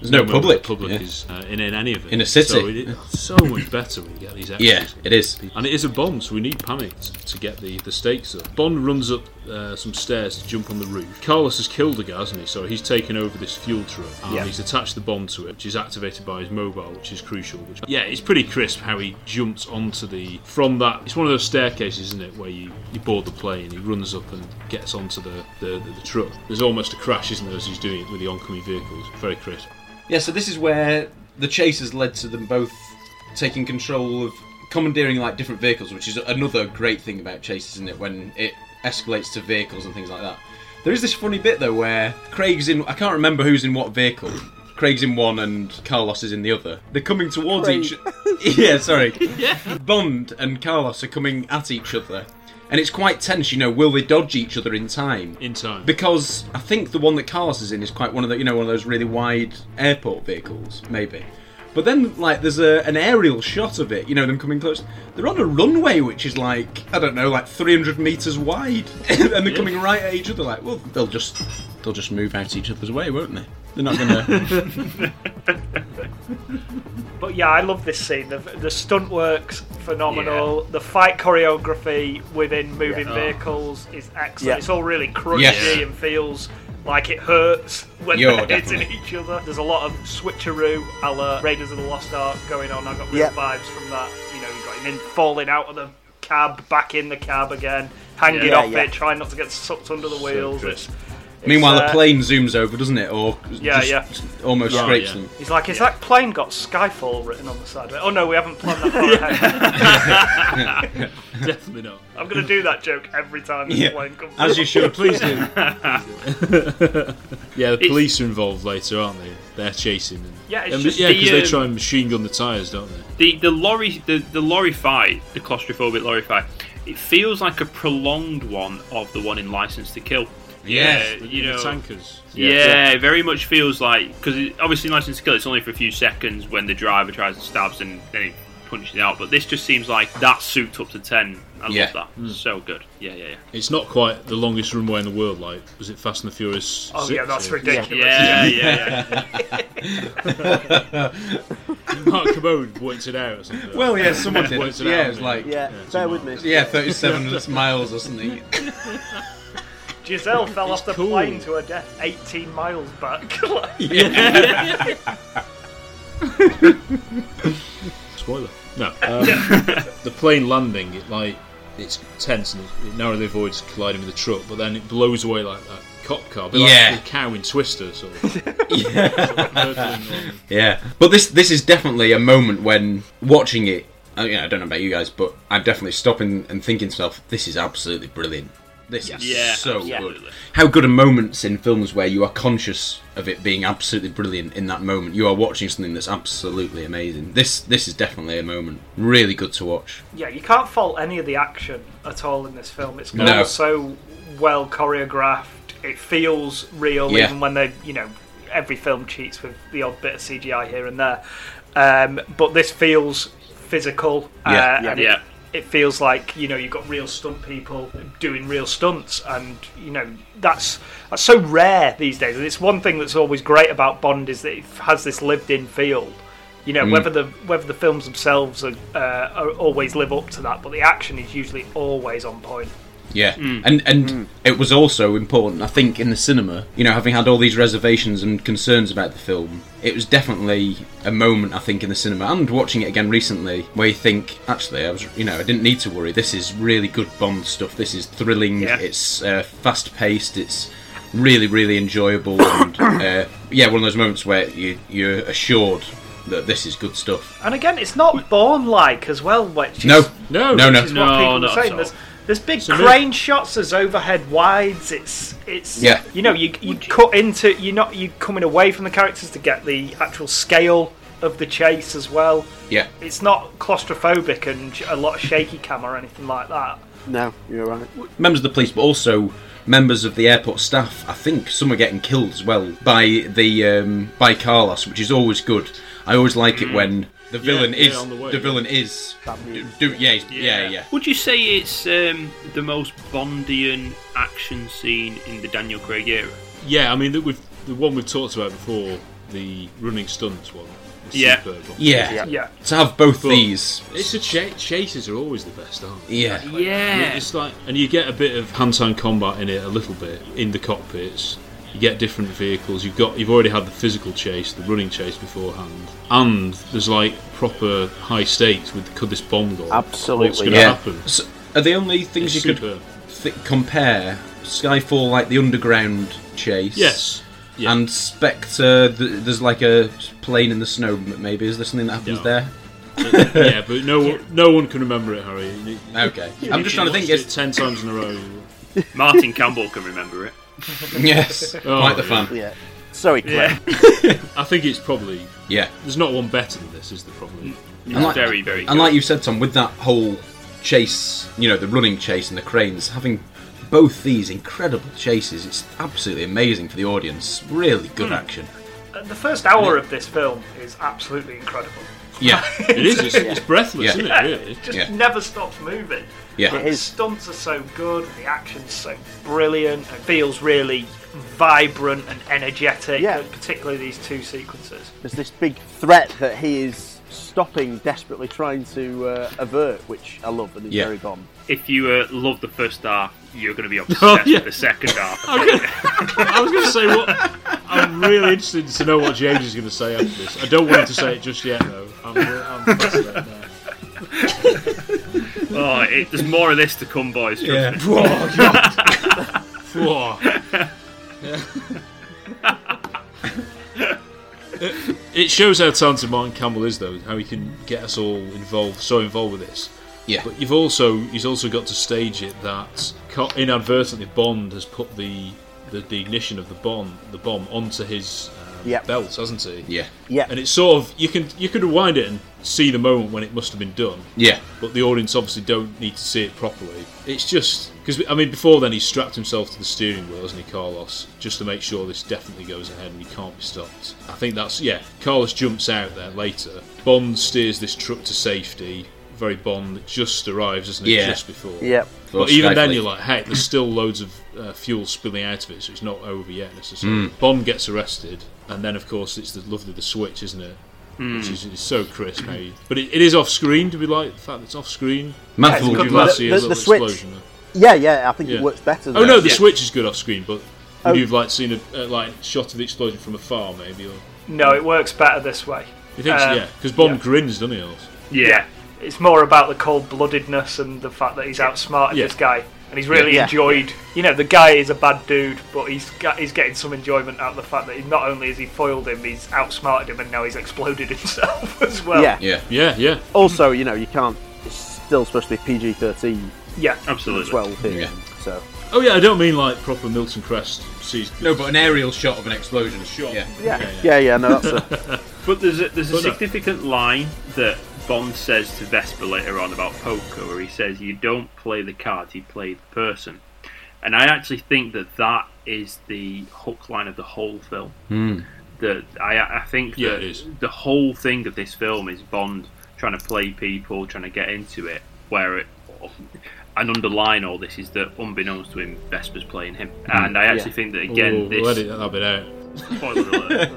Speaker 6: There's no
Speaker 2: moment
Speaker 6: public,
Speaker 2: The public
Speaker 6: yeah.
Speaker 2: is uh, in, in any of it.
Speaker 6: In a city.
Speaker 2: So it- it's so much better when you get these extras.
Speaker 6: Yeah, it is.
Speaker 2: And it is a bomb, so we need panic t- to get the, the stakes up. Bond runs up uh, some stairs to jump on the roof. Carlos has killed the guy, hasn't he? So he's taken over this fuel truck and
Speaker 6: Yeah.
Speaker 2: he's attached the bomb to it, which is activated by his mobile, which is crucial. Which, yeah, it's pretty crisp how he jumps onto the from that. It's one of those staircases, isn't it, where you, you board the plane, he runs up and gets onto the, the, the, the truck. There's almost a crash, isn't there, as he's doing it with the oncoming vehicles. Very crisp.
Speaker 6: Yeah, so this is where the chase has led to them both taking control of commandeering like different vehicles, which is another great thing about chases, isn't it? When it escalates to vehicles and things like that. There is this funny bit though where Craig's in I can't remember who's in what vehicle. Craig's in one and Carlos is in the other. They're coming towards each Yeah, sorry. Bond and Carlos are coming at each other. And it's quite tense, you know, will they dodge each other in time?
Speaker 2: In time.
Speaker 6: Because I think the one that Carlos is in is quite one of the you know, one of those really wide airport vehicles, maybe. But then like there's a, an aerial shot of it, you know, them coming close. They're on a runway which is like I don't know, like three hundred meters wide. and they're
Speaker 2: Yeah.
Speaker 6: coming right at each other like, well they'll just they'll just move out each other's way, won't they? They're not gonna
Speaker 1: But yeah, I love this scene. The, the stunt works phenomenal. The fight choreography within moving
Speaker 4: Yeah. Oh.
Speaker 1: vehicles is excellent.
Speaker 4: Yeah.
Speaker 1: It's all really crunchy
Speaker 4: Yes.
Speaker 1: and feels like it hurts when
Speaker 4: Yeah,
Speaker 1: they're hitting
Speaker 4: definitely.
Speaker 1: each other. There's a lot of switcheroo, a la Raiders of the Lost Ark going on. I got real
Speaker 3: Yeah.
Speaker 1: vibes from that. You know, you got him in falling out of the cab, back in the cab again, hanging
Speaker 6: Yeah.
Speaker 1: off
Speaker 6: Yeah, yeah.
Speaker 1: it, trying not to get sucked under the wheels. It's- it's,
Speaker 6: Meanwhile
Speaker 1: uh,
Speaker 6: a plane zooms over, doesn't it? Or
Speaker 1: yeah,
Speaker 6: just
Speaker 1: yeah.
Speaker 6: almost scrapes them.
Speaker 1: He's like, is that plane got Skyfall written on the side of it? Oh no, we haven't planned that far ahead.
Speaker 2: Definitely not.
Speaker 1: I'm going to do that joke every time this
Speaker 2: Yeah,
Speaker 1: plane comes.
Speaker 2: as you should. Please do. yeah, the
Speaker 1: It's-
Speaker 2: police are involved later, aren't they? They're chasing them.
Speaker 4: Yeah, it's
Speaker 2: And-
Speaker 4: just
Speaker 2: yeah,
Speaker 4: the,
Speaker 2: because they
Speaker 4: um,
Speaker 2: try and machine gun the tires, don't they?
Speaker 4: The the lorry the, the lorry fight, the claustrophobic lorry fight, it feels like a prolonged one of the one in License to Kill.
Speaker 2: Yes,
Speaker 4: Yeah,
Speaker 2: with-
Speaker 4: you
Speaker 2: with
Speaker 4: know
Speaker 2: the tankers.
Speaker 4: Yeah,
Speaker 2: Yeah.
Speaker 4: it very much feels like because obviously in License to Kill, it's only for a few seconds when the driver tries and stabs and then he punching out. But this just seems like that suit up to ten. I
Speaker 2: Yeah.
Speaker 4: love that.
Speaker 2: Mm.
Speaker 4: So good. Yeah, yeah, yeah.
Speaker 2: It's not quite the longest runway in the world. Like, was it Fast and the Furious?
Speaker 4: Oh,
Speaker 2: six
Speaker 4: yeah, that's
Speaker 2: or-
Speaker 4: ridiculous. Yeah, yeah, yeah.
Speaker 2: Mark Commode pointed out. Or something.
Speaker 6: Well, yeah, someone did.
Speaker 2: Pointed out,
Speaker 6: Yeah, it was
Speaker 2: didn't
Speaker 6: like-
Speaker 2: he?
Speaker 6: Yeah,
Speaker 3: bear with me.
Speaker 6: Yeah, 37 miles or something.
Speaker 1: Giselle fell off the plane to her death 18 miles back. Like-
Speaker 2: Spoiler. No. Um, the plane landing, it like it's tense and it, it narrowly avoids colliding with the truck, but then it blows away like that cop car, but
Speaker 6: Yeah.
Speaker 2: like the cow in Twister, sort of.
Speaker 6: Yeah, but this this is definitely a moment when watching it. I, you know, I don't know about you guys, but I'm definitely stopping and thinking to myself, this is absolutely brilliant. This is
Speaker 4: Yeah,
Speaker 6: so
Speaker 4: absolutely.
Speaker 6: good. How good are moments in films where you are conscious of it being absolutely brilliant in that moment? You are watching something that's absolutely amazing. This this is definitely a moment really good to watch.
Speaker 1: yeah, you can't fault any of the action at all in this film. It's
Speaker 6: No.
Speaker 1: all so well choreographed. It feels real,
Speaker 6: Yeah.
Speaker 1: even when they, you know, every film cheats with the odd bit of CGI here and there. Um, but this feels physical.
Speaker 4: Yeah.
Speaker 1: uh,
Speaker 4: Yeah.
Speaker 1: and
Speaker 4: Yeah.
Speaker 1: It, it feels like you know you've got real stunt people doing real stunts, and you know that's that's so rare these days. And it's one thing that's always great about Bond is that it has this lived-in feel. You know,
Speaker 7: Mm.
Speaker 1: whether the whether the films themselves are, uh, are always live up to that, but the action is usually always on point.
Speaker 6: Yeah, and and it was also important, I think, in the cinema. You know, having had all these reservations and concerns about the film, it was definitely a moment I think in the cinema and watching it again recently where you think, actually, I was, you know, I didn't need to worry. This is really good Bond stuff. This is thrilling.
Speaker 4: Yeah.
Speaker 6: It's uh, fast paced. It's really really enjoyable. and uh, yeah, one of those moments where you you're assured that this is good stuff.
Speaker 1: And again, it's not born like as well, which is,
Speaker 6: No. No, no.
Speaker 1: which is what
Speaker 6: No,
Speaker 1: people
Speaker 6: not
Speaker 1: were saying.
Speaker 6: at all.
Speaker 1: There's, there's big
Speaker 6: So maybe-
Speaker 1: crane shots, there's overhead wides. It's it's
Speaker 6: Yeah.
Speaker 1: You know, you you cut into you're not you coming away from the characters to get the actual scale of the chase as well.
Speaker 6: Yeah.
Speaker 1: It's not claustrophobic and a lot of shaky cam or anything like that.
Speaker 3: No, you're right.
Speaker 6: members of the police, but also members of the airport staff. I think some are getting killed as well by the um, by Carlos, which is always good. I always like it when the villain
Speaker 4: yeah,
Speaker 6: is
Speaker 4: on the way,
Speaker 6: the
Speaker 4: yeah.
Speaker 6: villain is do, do- yeah, he's- yeah yeah
Speaker 4: Would you say it's um, the most Bondian action scene in the Daniel Craig era?
Speaker 2: yeah, I mean the, we've, the one we've talked about before, the running stunts one. is
Speaker 4: Yeah.
Speaker 2: superb one.
Speaker 6: yeah To have both these,
Speaker 2: It's a cha- chases are always the best, aren't they?
Speaker 6: Yeah.
Speaker 4: Yeah.
Speaker 2: It's like, and you get a bit of hand-to-hand combat in it, a little bit in the cockpits. You get different vehicles. You've got, you've already had the physical chase, the running chase beforehand, and there's like proper high stakes with could this bomb go? off? What's going to happen?
Speaker 6: So, are the only things
Speaker 2: It's
Speaker 6: you
Speaker 2: superb.
Speaker 6: could th- compare Skyfall, like the underground chase?
Speaker 2: Yes.
Speaker 6: And Spectre, th- there's like a plane in the snow. m- Maybe is there something that happens
Speaker 2: No.
Speaker 6: there?
Speaker 2: yeah, but no, one- no one can remember it, Harry. You-
Speaker 6: Okay.
Speaker 2: you-
Speaker 6: I'm just
Speaker 2: you
Speaker 6: trying to think,
Speaker 2: watched It ten times in a row.
Speaker 4: Martin Campbell can remember it.
Speaker 6: Quite the fan.
Speaker 3: Yeah. Sorry,
Speaker 4: Claire.
Speaker 2: I think it's probably.
Speaker 6: Yeah.
Speaker 2: There's not one better than this. Is the problem?
Speaker 6: And like- And like you said, Tom, with that whole chase, you know, the running chase and the cranes, having both these incredible chases, it's absolutely amazing for the audience. Really good
Speaker 1: Hmm.
Speaker 6: action.
Speaker 1: Uh, The first hour of this film is absolutely incredible.
Speaker 6: Yeah. It is, it's- it's breathless,
Speaker 1: Yeah.
Speaker 6: isn't it,
Speaker 1: Yeah,
Speaker 6: really?
Speaker 1: just
Speaker 6: Yeah.
Speaker 1: never stops moving.
Speaker 6: Yeah.
Speaker 1: And
Speaker 6: It
Speaker 1: the
Speaker 6: is.
Speaker 1: stunts are so good, and the action's so brilliant, it feels really vibrant and energetic, yeah. particularly these two sequences.
Speaker 3: There's this big threat that he is stopping, desperately trying to uh, avert, which I love and is
Speaker 4: Yeah.
Speaker 3: very Bond.
Speaker 4: If you uh, love the first half, you're going to be obsessed
Speaker 2: Oh, yeah.
Speaker 4: with the second half.
Speaker 2: I was going to say what. I'm really interested to know what James is going to say after this. I don't want him to say it just yet, though. I'm, I'm fascinated now.
Speaker 4: oh, it, there's more of this to come, boys.
Speaker 2: Yeah.
Speaker 4: Trust
Speaker 2: Whoa, God.
Speaker 4: me.
Speaker 2: Whoa. It- It shows how talented Martin Campbell is, though, how he can get us all involved, so involved with this.
Speaker 6: Yeah.
Speaker 2: But you've also he's also got to stage it that co- inadvertently Bond has put the the, the ignition of the bomb the bomb onto his um,
Speaker 3: Yep.
Speaker 2: belt, hasn't he?
Speaker 6: Yeah.
Speaker 3: Yeah.
Speaker 2: And it's sort of you can you could rewind it and see the moment when it must have been done.
Speaker 6: Yeah.
Speaker 2: But the audience obviously don't need to see it properly. It's just Because I mean, before then he strapped himself to the steering wheel, hasn't he, Carlos, just to make sure this definitely goes ahead and he can't be stopped. I think that's yeah. Carlos jumps out there later. Bond steers this truck to safety. Very Bond that just arrives, isn't it?
Speaker 6: Yeah.
Speaker 2: Just before.
Speaker 6: Yep.
Speaker 2: But even then,
Speaker 6: Stifling.
Speaker 2: you're like, heck, there's still loads of uh, fuel spilling out of it, so it's not over yet necessarily.
Speaker 3: Hmm.
Speaker 6: Mm.
Speaker 2: Bond gets arrested, and then of course it's the lovely the switch, isn't it?
Speaker 6: Mm.
Speaker 2: Which is, is so crisp. How you, but it, it is off screen. Do we like the fact that it's off screen?
Speaker 3: Yeah,
Speaker 2: Would
Speaker 3: it's
Speaker 2: you
Speaker 3: good.
Speaker 2: like
Speaker 3: The-
Speaker 2: to see a
Speaker 3: the-
Speaker 2: little
Speaker 3: the Switch-
Speaker 2: explosion there?
Speaker 3: Yeah, yeah, I think
Speaker 2: Yeah.
Speaker 3: it works better. Than
Speaker 2: Oh no,
Speaker 3: that.
Speaker 2: the Switch is good off screen, but
Speaker 3: Oh.
Speaker 2: would you've like seen a uh, like shot of the explosion from afar, maybe? Or
Speaker 1: No, it works better this way.
Speaker 2: you think? so?
Speaker 1: Um,
Speaker 2: yeah, because Bond grins, doesn't he? Also?
Speaker 1: Yeah. It's more about the cold bloodedness and the fact that he's outsmarted
Speaker 2: Yeah.
Speaker 1: this guy. And he's really
Speaker 2: Yeah. Yeah.
Speaker 1: enjoyed. You know, the guy is a bad dude, but he's got, he's getting some enjoyment out of the fact that he, not only has he foiled him, he's outsmarted him, and now he's exploded himself as well.
Speaker 3: yeah,
Speaker 2: yeah, yeah.
Speaker 3: Also, you know, you can't. It's still supposed to be PG thirteen.
Speaker 1: Yeah,
Speaker 4: absolutely.
Speaker 3: Twelve here. So
Speaker 2: Oh yeah, I don't mean like proper Milton Crest sees.
Speaker 6: No, but an aerial shot of an explosion.
Speaker 2: Shot.
Speaker 6: Yeah.
Speaker 3: yeah, yeah, yeah. No, that's a,
Speaker 4: But there's a, there's a
Speaker 2: But no.
Speaker 4: significant line that Bond says to Vesper later on about poker, where he says, "You don't play the cards; you play the person." And I actually think that that is the hook line of the whole film. That I I think
Speaker 2: Hmm. Yeah,
Speaker 4: that
Speaker 2: it is.
Speaker 4: the whole thing of this film is Bond trying to play people, trying to get into it. Where it, and underline all this is that unbeknownst to him, Vesper's playing him. And I actually
Speaker 3: Yeah.
Speaker 4: think that again,
Speaker 2: Hmm. Ooh,
Speaker 4: this
Speaker 2: let it that bit out.
Speaker 4: Spoiler alert.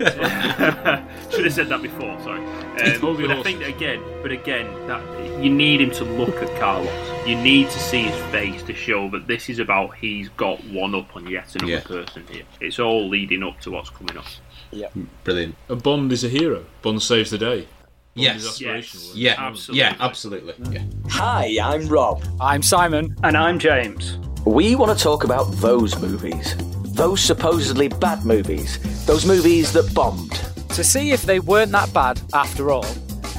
Speaker 4: Should have said that before. Sorry. Um,
Speaker 2: Hold your
Speaker 4: but I think that again, but again, that you need him to look at Carlos. You need to see his face to show that this is about he's got one up on yet another
Speaker 6: Yeah.
Speaker 4: person here. It's all leading up to what's coming up.
Speaker 6: Hmm. Brilliant.
Speaker 2: And Bond is a hero. Bond saves the day. Bond
Speaker 6: Yes.
Speaker 2: Is aspirational.
Speaker 6: Yeah.
Speaker 4: Absolutely.
Speaker 6: Yeah. Absolutely. Yeah.
Speaker 7: Hi, I'm Rob.
Speaker 8: I'm Simon.
Speaker 1: And I'm James.
Speaker 7: We want to talk about those movies. Those supposedly bad movies. Those movies that bombed.
Speaker 8: To see if they weren't that bad after all,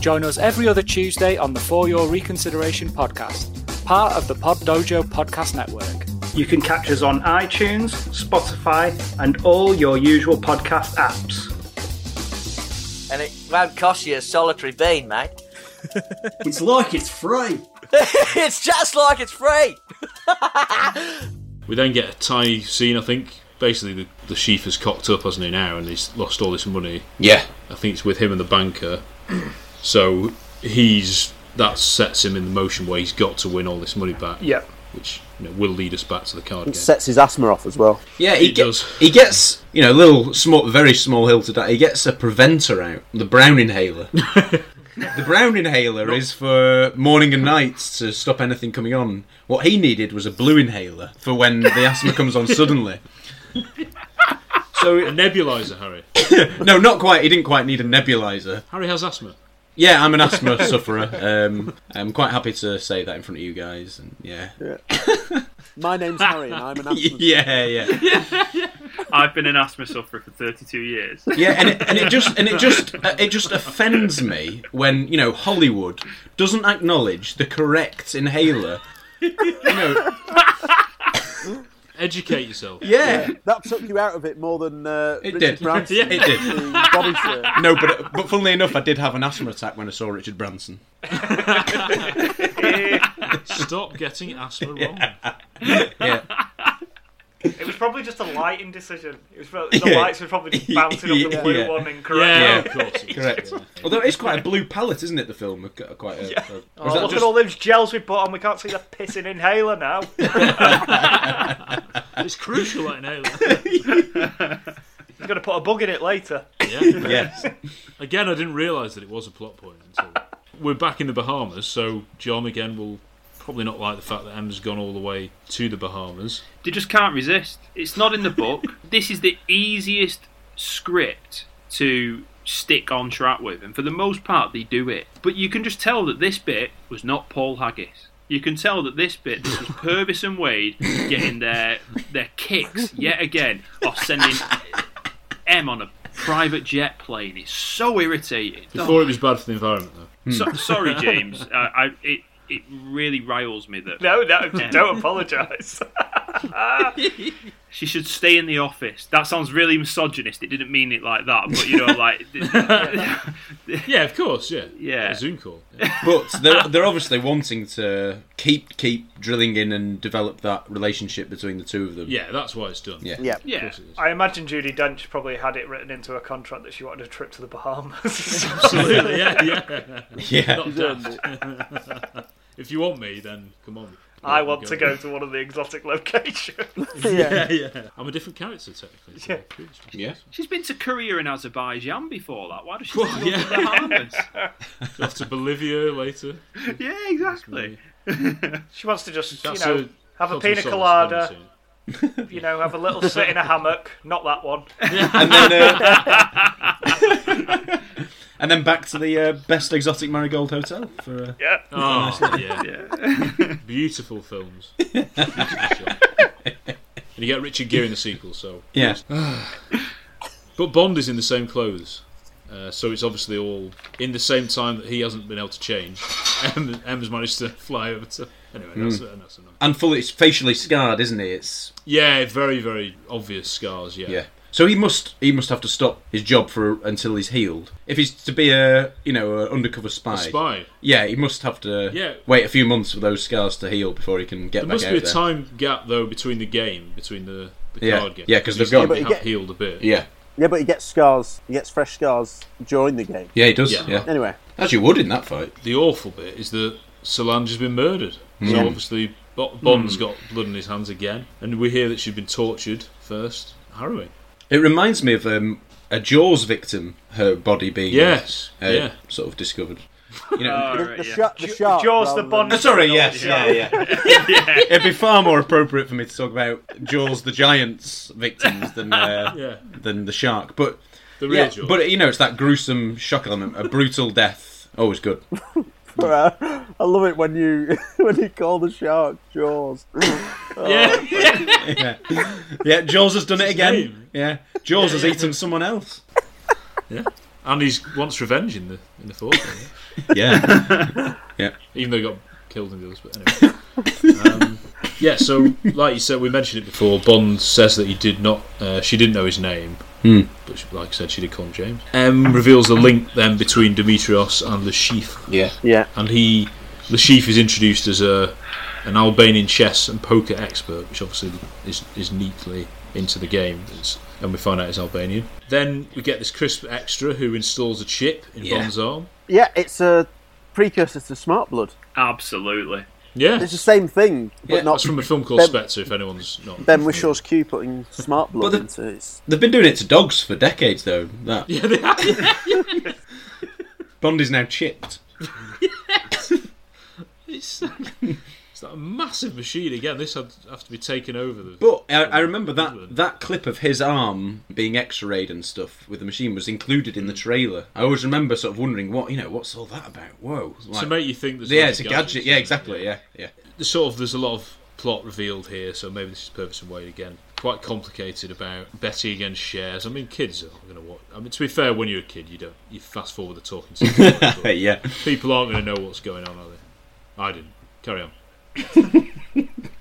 Speaker 8: join us every other Tuesday on the For Your Reconsideration podcast, part of the Pod Dojo Podcast Network.
Speaker 1: You can catch us on iTunes, Spotify, and all your usual podcast apps.
Speaker 9: And it won't cost you a solitary bean, mate.
Speaker 10: It's like it's free.
Speaker 9: it's just like it's free.
Speaker 2: We then get a Thai scene, I think. Basically, the, the chief has cocked up, hasn't he, now, and he's lost all this money.
Speaker 6: Yeah.
Speaker 2: I think it's with him and the banker. so he's. That sets him in the motion where he's got to win all this money back.
Speaker 1: Yeah.
Speaker 2: Which you know, will lead us back to the card game.
Speaker 3: it sets his asthma off as well.
Speaker 6: Yeah, he, ge- he gets you know a little small, very small hill to die. He gets a preventer out, the brown inhaler. the brown inhaler is for morning and nights to stop anything coming on. What he needed was a blue inhaler for when the asthma comes on suddenly.
Speaker 2: So a nebulizer, Harry.
Speaker 6: no, not quite. He didn't quite need a nebulizer.
Speaker 2: Harry has asthma.
Speaker 6: Yeah, I'm an asthma sufferer. Um, I'm quite happy to say that in front of you guys. And yeah,
Speaker 3: My name's Harry, and I'm an asthma.
Speaker 6: yeah, yeah.
Speaker 4: I've been an asthma sufferer for 32 years.
Speaker 6: Yeah, and it, and it just and it just uh, it just offends me when you know Hollywood doesn't acknowledge the correct inhaler.
Speaker 2: Educate yourself.
Speaker 6: Yeah.
Speaker 3: that took you out of it more than uh,
Speaker 6: It
Speaker 3: Richard
Speaker 6: did.
Speaker 3: Branson.
Speaker 6: Yeah, it did.
Speaker 3: the Body shirt.
Speaker 6: No, but but funnily enough, I did have an asthma attack when I saw Richard Branson.
Speaker 2: Stop getting asthma wrong.
Speaker 6: Yeah.
Speaker 1: It was probably just a lighting decision. It was probably, the
Speaker 6: Yeah.
Speaker 1: lights were probably just bouncing off the blue
Speaker 6: Yeah.
Speaker 1: one and
Speaker 6: Yeah,
Speaker 1: correct.
Speaker 2: course.
Speaker 6: Correct. Although it's quite a blue palette, isn't it? The film We've got quite. A, yeah.
Speaker 1: Oh, look at all those gels we put on. We can't see the pissing inhaler now.
Speaker 2: It's crucial right now.
Speaker 1: He's going to put a bug in it later.
Speaker 2: Yeah.
Speaker 6: Yes.
Speaker 2: Again, I didn't realise that it was a plot point until we're back in the Bahamas. So John again will probably not like the fact that Emma's gone all the way to the Bahamas.
Speaker 4: They just can't resist. It's not in the book. this is the easiest script to stick on track with, and for the most part, they do it. But you can just tell that this bit was not Paul Haggis. You can tell that this bit, this was Purvis and Wade getting their their kicks yet again off sending M on a private jet plane. It's so irritating.
Speaker 2: Before it was bad for the environment, though.
Speaker 4: So, sorry, James. I, I it it really riles me that
Speaker 1: No, no, don't apologise.
Speaker 4: She should stay in the office. That sounds really misogynist. It didn't mean it like that, but you know, like
Speaker 2: yeah, of course, yeah,
Speaker 4: yeah.
Speaker 2: A Zoom call.
Speaker 6: but they're, they're obviously wanting to keep keep drilling in and develop that relationship between the two of them.
Speaker 2: Yeah, that's why it's done.
Speaker 6: Yeah.
Speaker 1: yeah.
Speaker 2: I
Speaker 1: imagine Judy Dench probably had it written into her contract that she wanted a trip to the Bahamas.
Speaker 2: Absolutely, yeah, yeah,
Speaker 6: Yeah.
Speaker 2: Not daft. if you want me, then come on.
Speaker 1: I want to go to one of the exotic locations.
Speaker 2: yeah, yeah. I'm a different character technically. so
Speaker 6: Yeah.
Speaker 4: She's been to Korea and Azerbaijan before that. Why does she well, yeah. the Bahamas?
Speaker 2: Off to Bolivia later.
Speaker 4: yeah, exactly.
Speaker 1: she wants to just,
Speaker 2: That's
Speaker 1: you know,
Speaker 2: a-
Speaker 1: have a
Speaker 2: that's
Speaker 1: pina
Speaker 2: a song,
Speaker 1: colada. You know, have a little sit in a hammock. Not that one.
Speaker 6: And then, uh, and then back to the uh, best exotic marigold hotel for uh,
Speaker 1: Yeah.
Speaker 6: for a
Speaker 2: Oh,
Speaker 6: nice little-
Speaker 2: yeah. Beautiful films. Beautiful shot. and you get Richard Gere in the sequel, so.
Speaker 6: Yeah.
Speaker 2: but Bond is in the same clothes. Uh, so it's obviously all in the same time that he hasn't been able to change. M, M has managed to fly over to. Anyway, that's,
Speaker 6: Mm.
Speaker 2: that's enough.
Speaker 6: and fully it's facially scarred, isn't he? It's
Speaker 2: Yeah, very, very obvious scars, yeah.
Speaker 6: yeah. So he must he must have to stop his job for until he's healed. If he's to be a you know an undercover spy,
Speaker 2: spy.
Speaker 6: Yeah, he must have to
Speaker 2: Yeah.
Speaker 6: wait a few months for those scars to heal before he can get
Speaker 2: There
Speaker 6: back
Speaker 2: must
Speaker 6: out
Speaker 2: be a
Speaker 6: there.
Speaker 2: time gap, though, between the game, between the, the
Speaker 6: Yeah.
Speaker 2: card game.
Speaker 6: Yeah, 'cause
Speaker 2: he's
Speaker 6: they've got-
Speaker 2: still
Speaker 6: Yeah,
Speaker 2: have
Speaker 6: but he-
Speaker 2: healed a bit.
Speaker 6: Yeah.
Speaker 3: Yeah, but he gets scars. He gets fresh scars during the game.
Speaker 6: Yeah, he does. Yeah.
Speaker 3: Anyway.
Speaker 6: As you would in that fight.
Speaker 2: The awful bit is that Solange has been murdered. So
Speaker 6: Mm.
Speaker 2: obviously Bo- Bond's
Speaker 6: Mm.
Speaker 2: got blood on his hands again, and we hear that she'd been tortured first. Harrowing.
Speaker 6: It reminds me of um, a Jaws victim, her body being uh,
Speaker 2: Yes, yeah.
Speaker 6: sort of discovered.
Speaker 1: You know,
Speaker 3: the, the, shark- the shark.
Speaker 1: Jaws the
Speaker 3: rather
Speaker 1: Bond.
Speaker 6: Oh, sorry, yes, yeah, yeah. It'd be far more appropriate for me to talk about Jaws the Giant's victims than uh,
Speaker 2: Yeah.
Speaker 6: than the shark, but
Speaker 2: The real
Speaker 6: yeah,
Speaker 2: Jaws.
Speaker 6: But you know, it's that gruesome shock element, a brutal death. Always good.
Speaker 3: than- uh, I love it when you when you call the shark Jaws.
Speaker 2: Yeah.
Speaker 6: yeah. yeah, Jaws has done it again. Yeah, Jaws has eaten someone else.
Speaker 2: Yeah. And he's wants revenge in the in the fourth. one,
Speaker 6: Yeah. Yeah.
Speaker 2: Even though he got killed in the others, but anyway. um, yeah. So, like you said, we mentioned it before. Bond says that he did not. Uh, she didn't know his name,
Speaker 6: Hmm. Um,
Speaker 2: but she, like I said, she did call him James. M reveals the link then between Demetrios and the Sheaf.
Speaker 6: Yeah.
Speaker 3: Yeah.
Speaker 2: And he, the Sheaf, is introduced as a an Albanian chess and poker expert, which obviously is is neatly into the game. It's, and we find out it's Albanian. Then we get this crisp extra who installs a chip in
Speaker 3: Yeah.
Speaker 2: Bond's arm.
Speaker 3: Yeah, it's a precursor to Smart Blood.
Speaker 4: Absolutely.
Speaker 2: Yeah.
Speaker 3: It's the same thing, but
Speaker 2: Yeah,
Speaker 3: not.
Speaker 2: that's from a film called
Speaker 3: Ben,
Speaker 2: Spectre. If anyone's not
Speaker 3: Ben Whishaw's Q putting Smart Blood into it.
Speaker 6: They've been doing it to dogs for decades, though. That
Speaker 2: Yeah, they have.
Speaker 6: Bond is now chipped.
Speaker 2: It's, it's that massive machine again. This had have to be taken over. The,
Speaker 6: But I, I remember that that clip of his arm being X-rayed and stuff with the machine was included in the trailer. I always remember sort of wondering what you know what's all that about. Whoa!
Speaker 2: to make you think there's
Speaker 6: yeah,
Speaker 2: like
Speaker 6: it's a gadget. Yeah, exactly. Yeah, yeah.
Speaker 2: There's sort of there's a lot of plot revealed here, so maybe this is Purvis and Wade again. Quite complicated about Betty against shares. I mean, kids are going to watch. I mean, to be fair, when you're a kid, you don't you fast forward the talking. scenes, but
Speaker 6: Yeah.
Speaker 2: people aren't going to know what's going on, are they? I didn't. Carry on.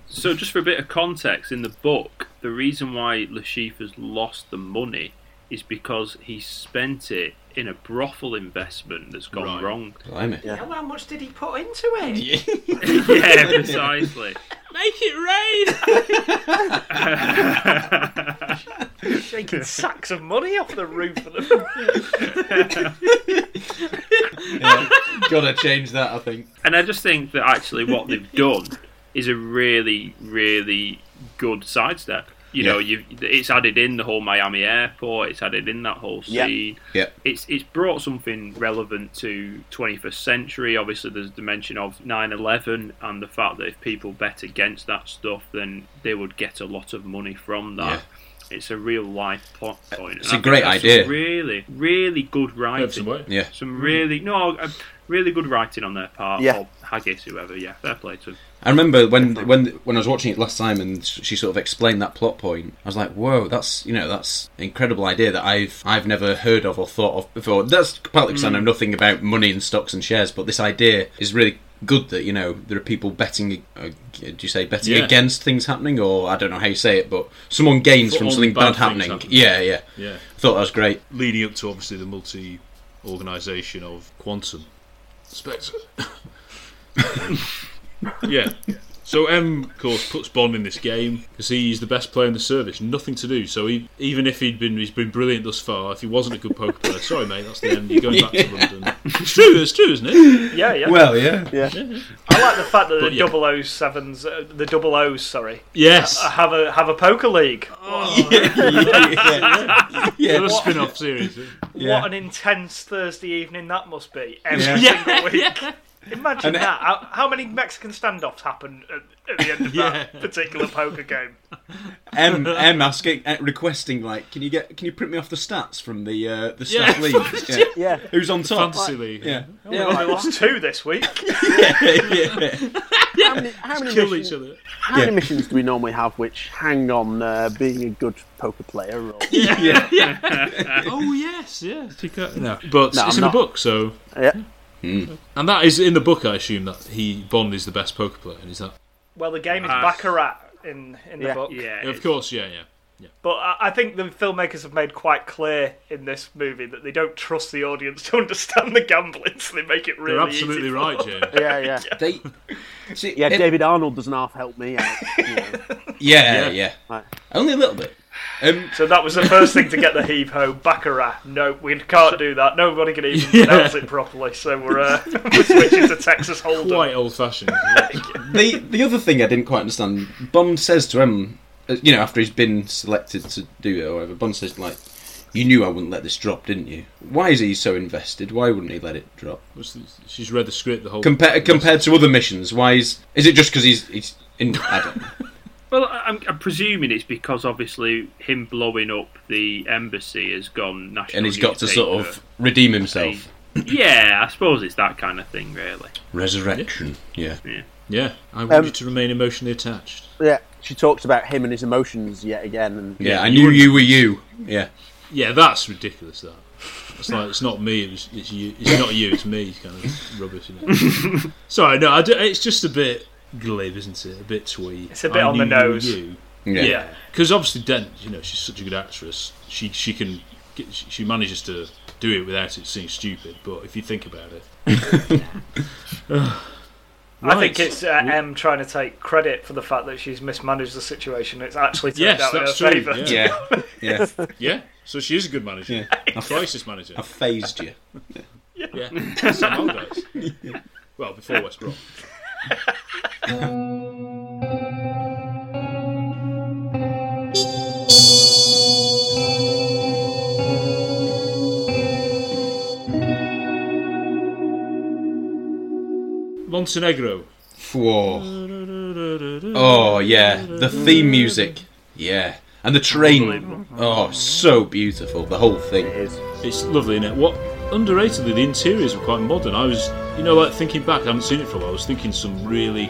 Speaker 4: So, just for a bit of context, in the book, the reason why Lashif has lost the money is because he spent it in a brothel investment that's gone wrong.
Speaker 6: Blimey.
Speaker 1: Now, How much did he put into it?
Speaker 4: yeah, precisely.
Speaker 1: Make it rain. Shaking sacks of money off the roof of the.
Speaker 6: yeah. Gotta change that, I think.
Speaker 4: And I just think that actually what they've done is a really, really good sidestep. You know, you it's added in the whole Miami airport. It's added in that whole
Speaker 6: Yeah.
Speaker 4: scene.
Speaker 6: Yeah.
Speaker 4: It's it's brought something relevant to 21st century. Obviously, there's the mention of 9/11 and the fact that if people bet against that stuff, then they would get a lot of money from that. It's a real life plot point.
Speaker 6: It's
Speaker 4: And I
Speaker 6: a
Speaker 4: think
Speaker 6: great
Speaker 4: that's
Speaker 6: idea.
Speaker 4: just Really, really good writing.
Speaker 6: way. Yeah.
Speaker 4: Some really no, uh, really good writing on their part.
Speaker 6: Yeah.
Speaker 4: Or Haggis, whoever. Yeah, fair play to them.
Speaker 6: I remember when when when I was watching it last time, and sh- she sort of explained that plot point. I was like, "Whoa, that's you know that's an incredible idea that I've I've never heard
Speaker 2: Hmm.
Speaker 6: of or thought of before." That's partly because I know
Speaker 4: Mm.
Speaker 6: nothing about money and stocks and shares, but this idea is really good that you know there are people betting. Uh, do you say betting
Speaker 2: Yeah.
Speaker 6: against things happening, or I don't know how you say it, but someone gains
Speaker 2: For
Speaker 6: from
Speaker 2: all
Speaker 6: something
Speaker 2: the bad
Speaker 6: bad,
Speaker 2: things
Speaker 6: happening.
Speaker 2: happening.
Speaker 6: Yeah, yeah,
Speaker 2: Yeah.
Speaker 6: I thought that was great.
Speaker 2: leading up to obviously the multi organisation of Quantum Spectre. yeah. So M, of course, puts Bond in this game because he's the best player in the service. Nothing to do. So he, even if he'd been, he's been brilliant thus far. If he wasn't a good poker player, sorry mate, that's the end. You're going back to London. It's true. It's true, isn't it?
Speaker 1: Yeah, yeah. I like the fact that the double O sevens, uh, the double O's, sorry.
Speaker 2: Yes.
Speaker 1: uh, have a have a poker league.
Speaker 2: yeah. Another
Speaker 1: What-
Speaker 2: spin-off series, yeah. Yeah.
Speaker 1: What an intense Thursday evening that must be every
Speaker 2: Yeah.
Speaker 1: single week.
Speaker 2: Yeah.
Speaker 1: Imagine
Speaker 2: And it-
Speaker 1: that. How, how many Mexican standoffs happen at, at the end of that particular poker game?
Speaker 6: M M asking, uh, requesting like, can you get, can you print me off the stats from the uh, the
Speaker 1: Yeah.
Speaker 6: staff league?
Speaker 1: Yeah.
Speaker 6: who's on
Speaker 1: The
Speaker 6: top?
Speaker 1: fantasy league.
Speaker 6: Yeah,
Speaker 1: Oh, I lost two this week.
Speaker 3: How many, how many
Speaker 2: kill
Speaker 3: missions,
Speaker 2: each other.
Speaker 3: How many missions do we normally have which hang on uh, being a good poker player? Or...
Speaker 2: Yeah. oh yes, yeah. Pick up- No, but
Speaker 3: No,
Speaker 2: it's
Speaker 3: I'm
Speaker 2: in
Speaker 3: not.
Speaker 2: the book, so
Speaker 3: yeah.
Speaker 2: And that is in the book. I assume that he Bond is the best poker player, and is that?
Speaker 1: Well, the game is
Speaker 2: Ah.
Speaker 1: Baccarat in in the book.
Speaker 2: of course, yeah, yeah.
Speaker 1: But I I think the filmmakers have made quite clear in this movie that they don't trust the audience to understand the gambling, so they make it really.
Speaker 2: You're absolutely right, James.
Speaker 3: Yeah, yeah.
Speaker 6: They,
Speaker 3: yeah,
Speaker 6: it-
Speaker 3: David Arnold doesn't half help me out.
Speaker 6: Yeah, yeah. Only a little bit. Um,
Speaker 1: so that was the first thing to get the heave ho Baccarat. No, we can't do that. Nobody can even pronounce it properly. So we're, uh, we're switching to Texas Hold'em.
Speaker 2: Quite old-fashioned.
Speaker 6: the the other thing I didn't quite understand, Bond says to M, uh, you know, after he's been selected to do it or whatever, Bond says like, "You knew I wouldn't let this drop, didn't you? Why is he so invested? Why wouldn't he let it drop?"
Speaker 2: What's this? She's read the script the whole.
Speaker 6: Compared compared to other missions, why is is it just because he's he's in? I don't know.
Speaker 4: Well, I- I'm, I'm presuming it's because obviously him blowing up the embassy has gone national.
Speaker 6: and he's got to sort
Speaker 4: newspaper.
Speaker 6: of redeem himself.
Speaker 4: Yeah, I suppose it's that kind of thing, really.
Speaker 6: Resurrection. Yeah.
Speaker 4: Yeah.
Speaker 2: Yeah, I want
Speaker 3: Um,
Speaker 2: you to remain emotionally attached.
Speaker 3: Yeah, she talks about him and his emotions yet again. And
Speaker 6: Yeah, I knew you were you. Yeah.
Speaker 2: Yeah, that's ridiculous. That. It's like it's not me. It was, it's you. It's not you. It's me. Kind of rubbish. Isn't it? Sorry, no. I do, it's just a bit glib, isn't it? A bit twee.
Speaker 1: It's a bit
Speaker 2: I
Speaker 1: on the
Speaker 2: knew you were
Speaker 1: nose.
Speaker 2: You.
Speaker 1: Yeah.
Speaker 2: Yeah, because obviously Dent, you know, she's such a good actress. She she can get, she she manages to do it without it seeming stupid. But if you think about it,
Speaker 1: I think
Speaker 2: Right.
Speaker 1: it's uh, M trying to take credit for the fact that she's mismanaged the situation. It's actually turned
Speaker 2: yes,
Speaker 1: out in her
Speaker 2: that's true.
Speaker 1: favour.
Speaker 2: Yeah. Yeah. So she is a good manager. Crisis manager.
Speaker 6: I phased you.
Speaker 2: Yeah. Somehow, guys. Well, before West Brom. Montenegro.
Speaker 6: Whoa. Oh yeah, the theme music. Yeah, and the train. Oh, so beautiful. The whole thing. It
Speaker 3: is.
Speaker 2: It's lovely, innit? What underratedly, the interiors were quite modern. I was, you know, like thinking back, I haven't seen it for a while. I was thinking some really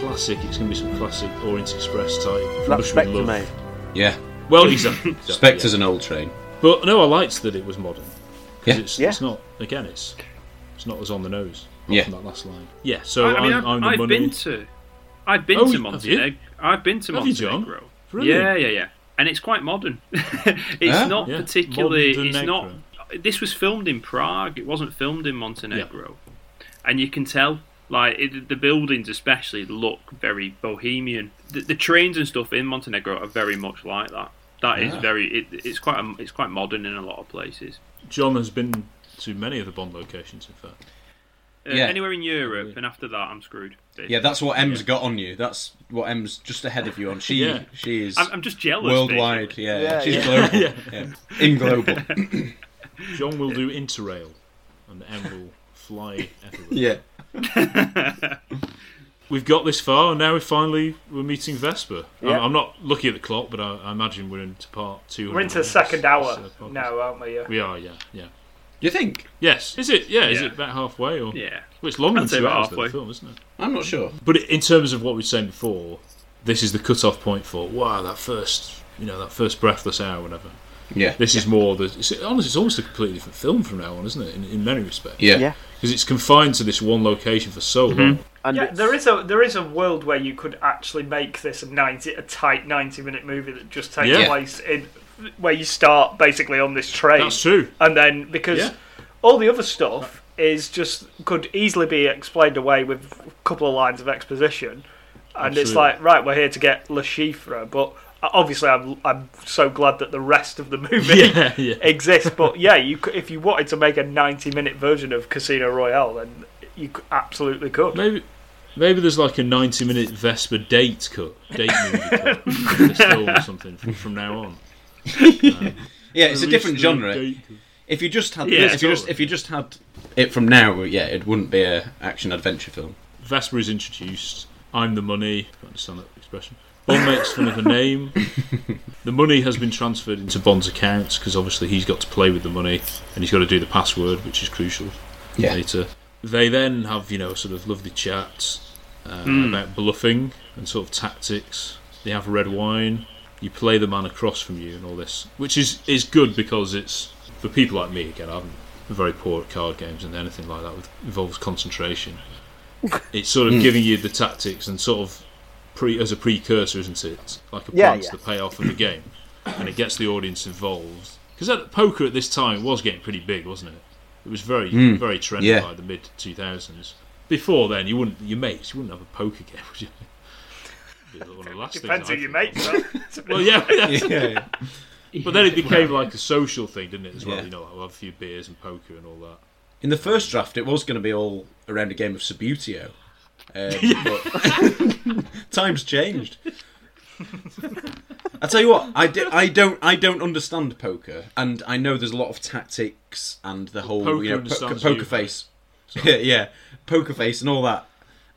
Speaker 2: classic. It's gonna be some classic Orient Express type.
Speaker 3: That's
Speaker 2: Rush with
Speaker 3: Spectre,
Speaker 2: Love.
Speaker 3: mate.
Speaker 6: Yeah.
Speaker 2: Well, exactly. exactly,
Speaker 6: Spectre's
Speaker 2: yeah.
Speaker 6: an old train.
Speaker 2: But no, I liked that it was modern
Speaker 6: Yeah.
Speaker 2: because it's, it's not again it's it's not as on the nose. apart
Speaker 6: Yeah.
Speaker 2: from that last line. Yeah. So
Speaker 4: I, I mean,
Speaker 2: I'm, I'm the
Speaker 4: I've
Speaker 2: money.
Speaker 4: been to, I've been
Speaker 2: Oh,
Speaker 4: to
Speaker 2: have you?
Speaker 4: Montenegro. I've been to
Speaker 2: Have you, John?
Speaker 4: Montenegro.
Speaker 2: Brilliant.
Speaker 4: yeah, yeah, yeah, and it's quite modern. it's
Speaker 2: Yeah?
Speaker 4: not
Speaker 2: Yeah.
Speaker 4: particularly. It's not.
Speaker 2: Montenegro.
Speaker 4: This was filmed in Prague. It wasn't filmed in Montenegro, and you can tell. Like it, the buildings, especially, look very bohemian. The, the trains and stuff in Montenegro are very much like that. That is
Speaker 2: Yeah.
Speaker 4: very. It, it's quite. A, it's quite modern in a lot of places.
Speaker 2: John has been to many of the Bond locations, in fact.
Speaker 4: Uh,
Speaker 6: Yeah.
Speaker 4: Anywhere in Europe, and after that, I'm screwed.
Speaker 6: Yeah, that's what M's got on you. That's what M's just ahead of you on. She
Speaker 4: Yeah.
Speaker 6: she is.
Speaker 4: I'm- I'm just jealous,
Speaker 6: Worldwide,
Speaker 4: basically.
Speaker 6: yeah,
Speaker 4: Yeah,
Speaker 6: She's
Speaker 4: yeah.
Speaker 6: global.
Speaker 4: Yeah.
Speaker 6: Yeah. In global.
Speaker 2: John will do interrail, and M will fly everywhere.
Speaker 6: Yeah.
Speaker 2: We've got this far, and now we finally we're meeting Vesper. I'm-
Speaker 1: Yeah.
Speaker 2: I'm, not looking at the clock, but I, I imagine we're into part two.
Speaker 1: We're into the second hour now, aren't we? Yeah.
Speaker 2: uh, We are, yeah, yeah.
Speaker 6: You think?
Speaker 2: Yes. Is it? Yeah. Is
Speaker 4: Yeah.
Speaker 2: it about halfway or?
Speaker 4: Yeah.
Speaker 2: Well, it's longer
Speaker 4: I'd say
Speaker 2: than two
Speaker 4: about
Speaker 2: hours than
Speaker 4: halfway.
Speaker 2: the film, isn't it?
Speaker 6: I'm not sure.
Speaker 2: But in terms of what we were saying before, this is the cut-off point for wow that first you know that first breathless hour, whatever.
Speaker 6: Yeah.
Speaker 2: This is more the. It's, honestly, it's almost a completely different film from now on, isn't it? In, in many respects.
Speaker 6: Yeah. Yeah.
Speaker 2: because it's confined to this one location for so long.
Speaker 1: yeah, there is a there is a world where you could actually make this a ninety a tight ninety minute movie that just takes
Speaker 2: Yeah.
Speaker 1: place in where you start basically on this train.
Speaker 2: That's true.
Speaker 1: And then because
Speaker 2: Yeah.
Speaker 1: all the other stuff is just could easily be explained away with a couple of lines of exposition, and it's
Speaker 2: Absolutely.
Speaker 1: like right, we're here to get Le Chiffre, but obviously I'm I'm so glad that the rest of the movie
Speaker 2: Yeah, yeah.
Speaker 1: exists. But yeah, you c- if you wanted to make a ninety minute version of Casino Royale, then you c- absolutely could.
Speaker 2: Maybe maybe there's like a 90 minute Vespa date cut, date movie cut, of this film or something from, from now on.
Speaker 6: Yeah, it's a
Speaker 2: Release
Speaker 6: different
Speaker 2: the
Speaker 6: genre.
Speaker 2: date.
Speaker 6: If you just had,
Speaker 2: Yeah,
Speaker 6: if you just if you just had it from now, yeah, it wouldn't be a action adventure film.
Speaker 2: Vespa is introduced. I'm the money. I understand that expression. Bond makes fun of the name. The money has been transferred into Bond's account because obviously he's got to play with the money and he's got to do the password, which is crucial
Speaker 6: Yeah.
Speaker 2: later. They then have you know sort of lovely chats uh,
Speaker 6: Hmm.
Speaker 2: about bluffing and sort of tactics. They have red wine. You play the man across from you and all this, which is is good because it's for people like me again. I'm very poor at card games and anything like that with, involves concentration. It's sort of
Speaker 6: Hmm.
Speaker 2: giving you the tactics and sort of pre as a precursor, isn't it? It's Like a
Speaker 6: Yeah,
Speaker 2: plan
Speaker 6: yeah.
Speaker 2: to the payoff of the game, and it gets the audience involved. Because poker at this time was getting pretty big, wasn't it? It was very
Speaker 6: Hmm.
Speaker 2: very trendy
Speaker 6: Yeah.
Speaker 2: by the mid two thousands. Before then, you wouldn't your mates you wouldn't have a poker game, would you? Be one of the last
Speaker 1: Depends who
Speaker 2: things I
Speaker 1: you
Speaker 2: think
Speaker 1: make. though.
Speaker 2: of. Well, yeah,
Speaker 1: Yeah.
Speaker 2: But then it became like a social thing, didn't it? As well,
Speaker 6: Yeah.
Speaker 2: you know, like, we'll have a few beers and poker and all that.
Speaker 6: In the first draft, it was going to be all around a game of Subutio. Um, but times changed. I tell you what, I, di- I don't I don't understand poker, and I know there's a lot of tactics and the whole
Speaker 2: poker
Speaker 6: you know po-
Speaker 2: understands
Speaker 6: poker
Speaker 2: you.
Speaker 6: face, yeah, poker face and all that,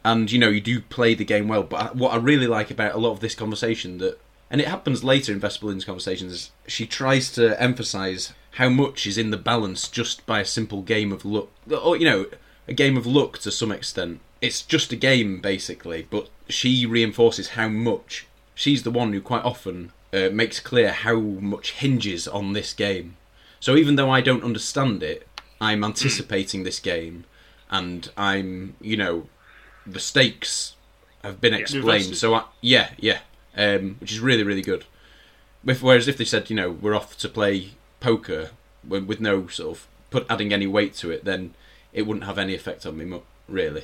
Speaker 6: and you know you do play the game well. But I, what I really like about a lot of this conversation that, and it happens later in Vespalin's conversations, is she tries to emphasise how much is in the balance just by a simple game of luck, or you know, a game of luck to some extent. It's just a game basically, but she reinforces how much she's the one who quite often uh, makes clear how much hinges on this game. So even though I don't understand it, I'm anticipating this game, and I'm you know, the stakes have been
Speaker 2: Yeah.
Speaker 6: explained.
Speaker 2: Invested.
Speaker 6: So I, yeah, yeah, um, which is really really good. If, whereas if they said you know we're off to play poker with, with no sort of put adding any weight to it, then it wouldn't have any effect on me mu- really.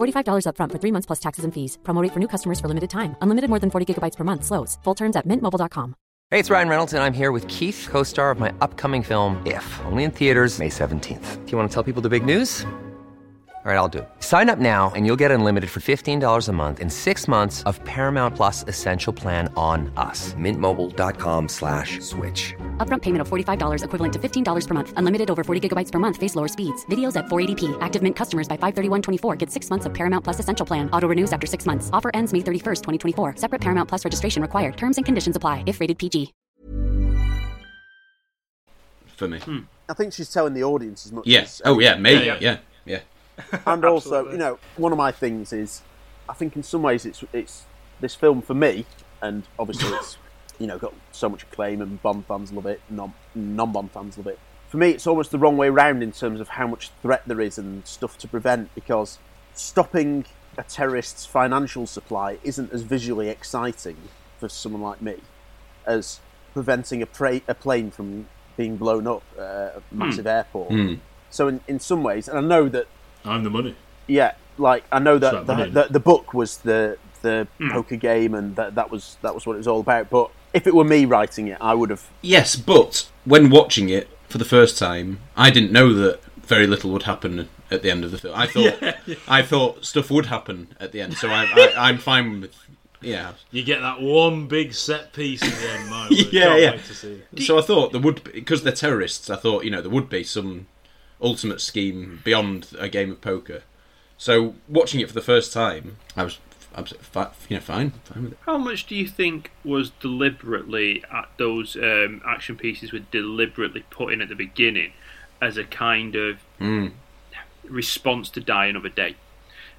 Speaker 11: $45 upfront for three months plus taxes and fees. Promo rate for new customers for limited time. Unlimited more than 40 gigabytes per month. Slows. Full terms at mintmobile.com.
Speaker 12: Hey, it's Ryan Reynolds, and I'm here with Keith, co star of my upcoming film, If, only in theaters, May 17th. Do you want to tell people the big news? All right, I'll do. it. Sign up now and you'll get unlimited for $15 a month in six months of Paramount Plus Essential Plan on us.
Speaker 13: Mintmobile.com slash switch.
Speaker 11: Upfront payment of $45 equivalent to $15 per month. Unlimited over 40 gigabytes per month. Face lower speeds. Videos at 480p. Active Mint customers by 531.24 get six months of Paramount Plus Essential Plan. Auto renews after six months. Offer ends May 31st, 2024. Separate Paramount Plus registration required. Terms and conditions apply if rated PG.
Speaker 6: for me.
Speaker 3: I think she's telling the audience as much.
Speaker 6: Yeah.
Speaker 3: as
Speaker 6: Oh yeah, maybe.
Speaker 3: Yeah,
Speaker 6: Yeah,
Speaker 3: yeah.
Speaker 6: yeah.
Speaker 3: and also, you know, one of my things is, I think in some ways it's it's this film for me, and obviously it's you know got so much acclaim and Bond fans love it, non non Bond fans love it. For me, it's almost the wrong way round in terms of how much threat there is and stuff to prevent because stopping a terrorist's financial supply isn't as visually exciting for someone like me as preventing a, pra- a plane from being blown up uh, at a massive airport.
Speaker 2: Hmm.
Speaker 3: So in, in some ways, and I know that
Speaker 2: I'm the money.
Speaker 3: yeah, like I know that
Speaker 2: It's like
Speaker 3: the,
Speaker 2: Minion.
Speaker 3: the, the book was the the poker game, and that that was that was what it was all about. But if it were me writing it, I would have.
Speaker 6: Yes, but when watching it for the first time, I didn't know that very little would happen at the end of the film. I thought
Speaker 2: Yeah, yeah.
Speaker 6: I thought stuff would happen at the end, so I, I, I'm fine with yeah.
Speaker 2: You get that one big set piece at the end, my word.
Speaker 6: yeah,
Speaker 2: Can't
Speaker 6: yeah.
Speaker 2: wait to see.
Speaker 6: So I thought there would because they're terrorists. I thought you know there would be some ultimate scheme beyond a game of poker. So watching it for the first time, I was, I was fi- you know, fine, fine with it.
Speaker 4: How much do you think was deliberately at those um, action pieces were deliberately put in at the beginning as a kind of
Speaker 6: Mm.
Speaker 4: response to Die Another Day?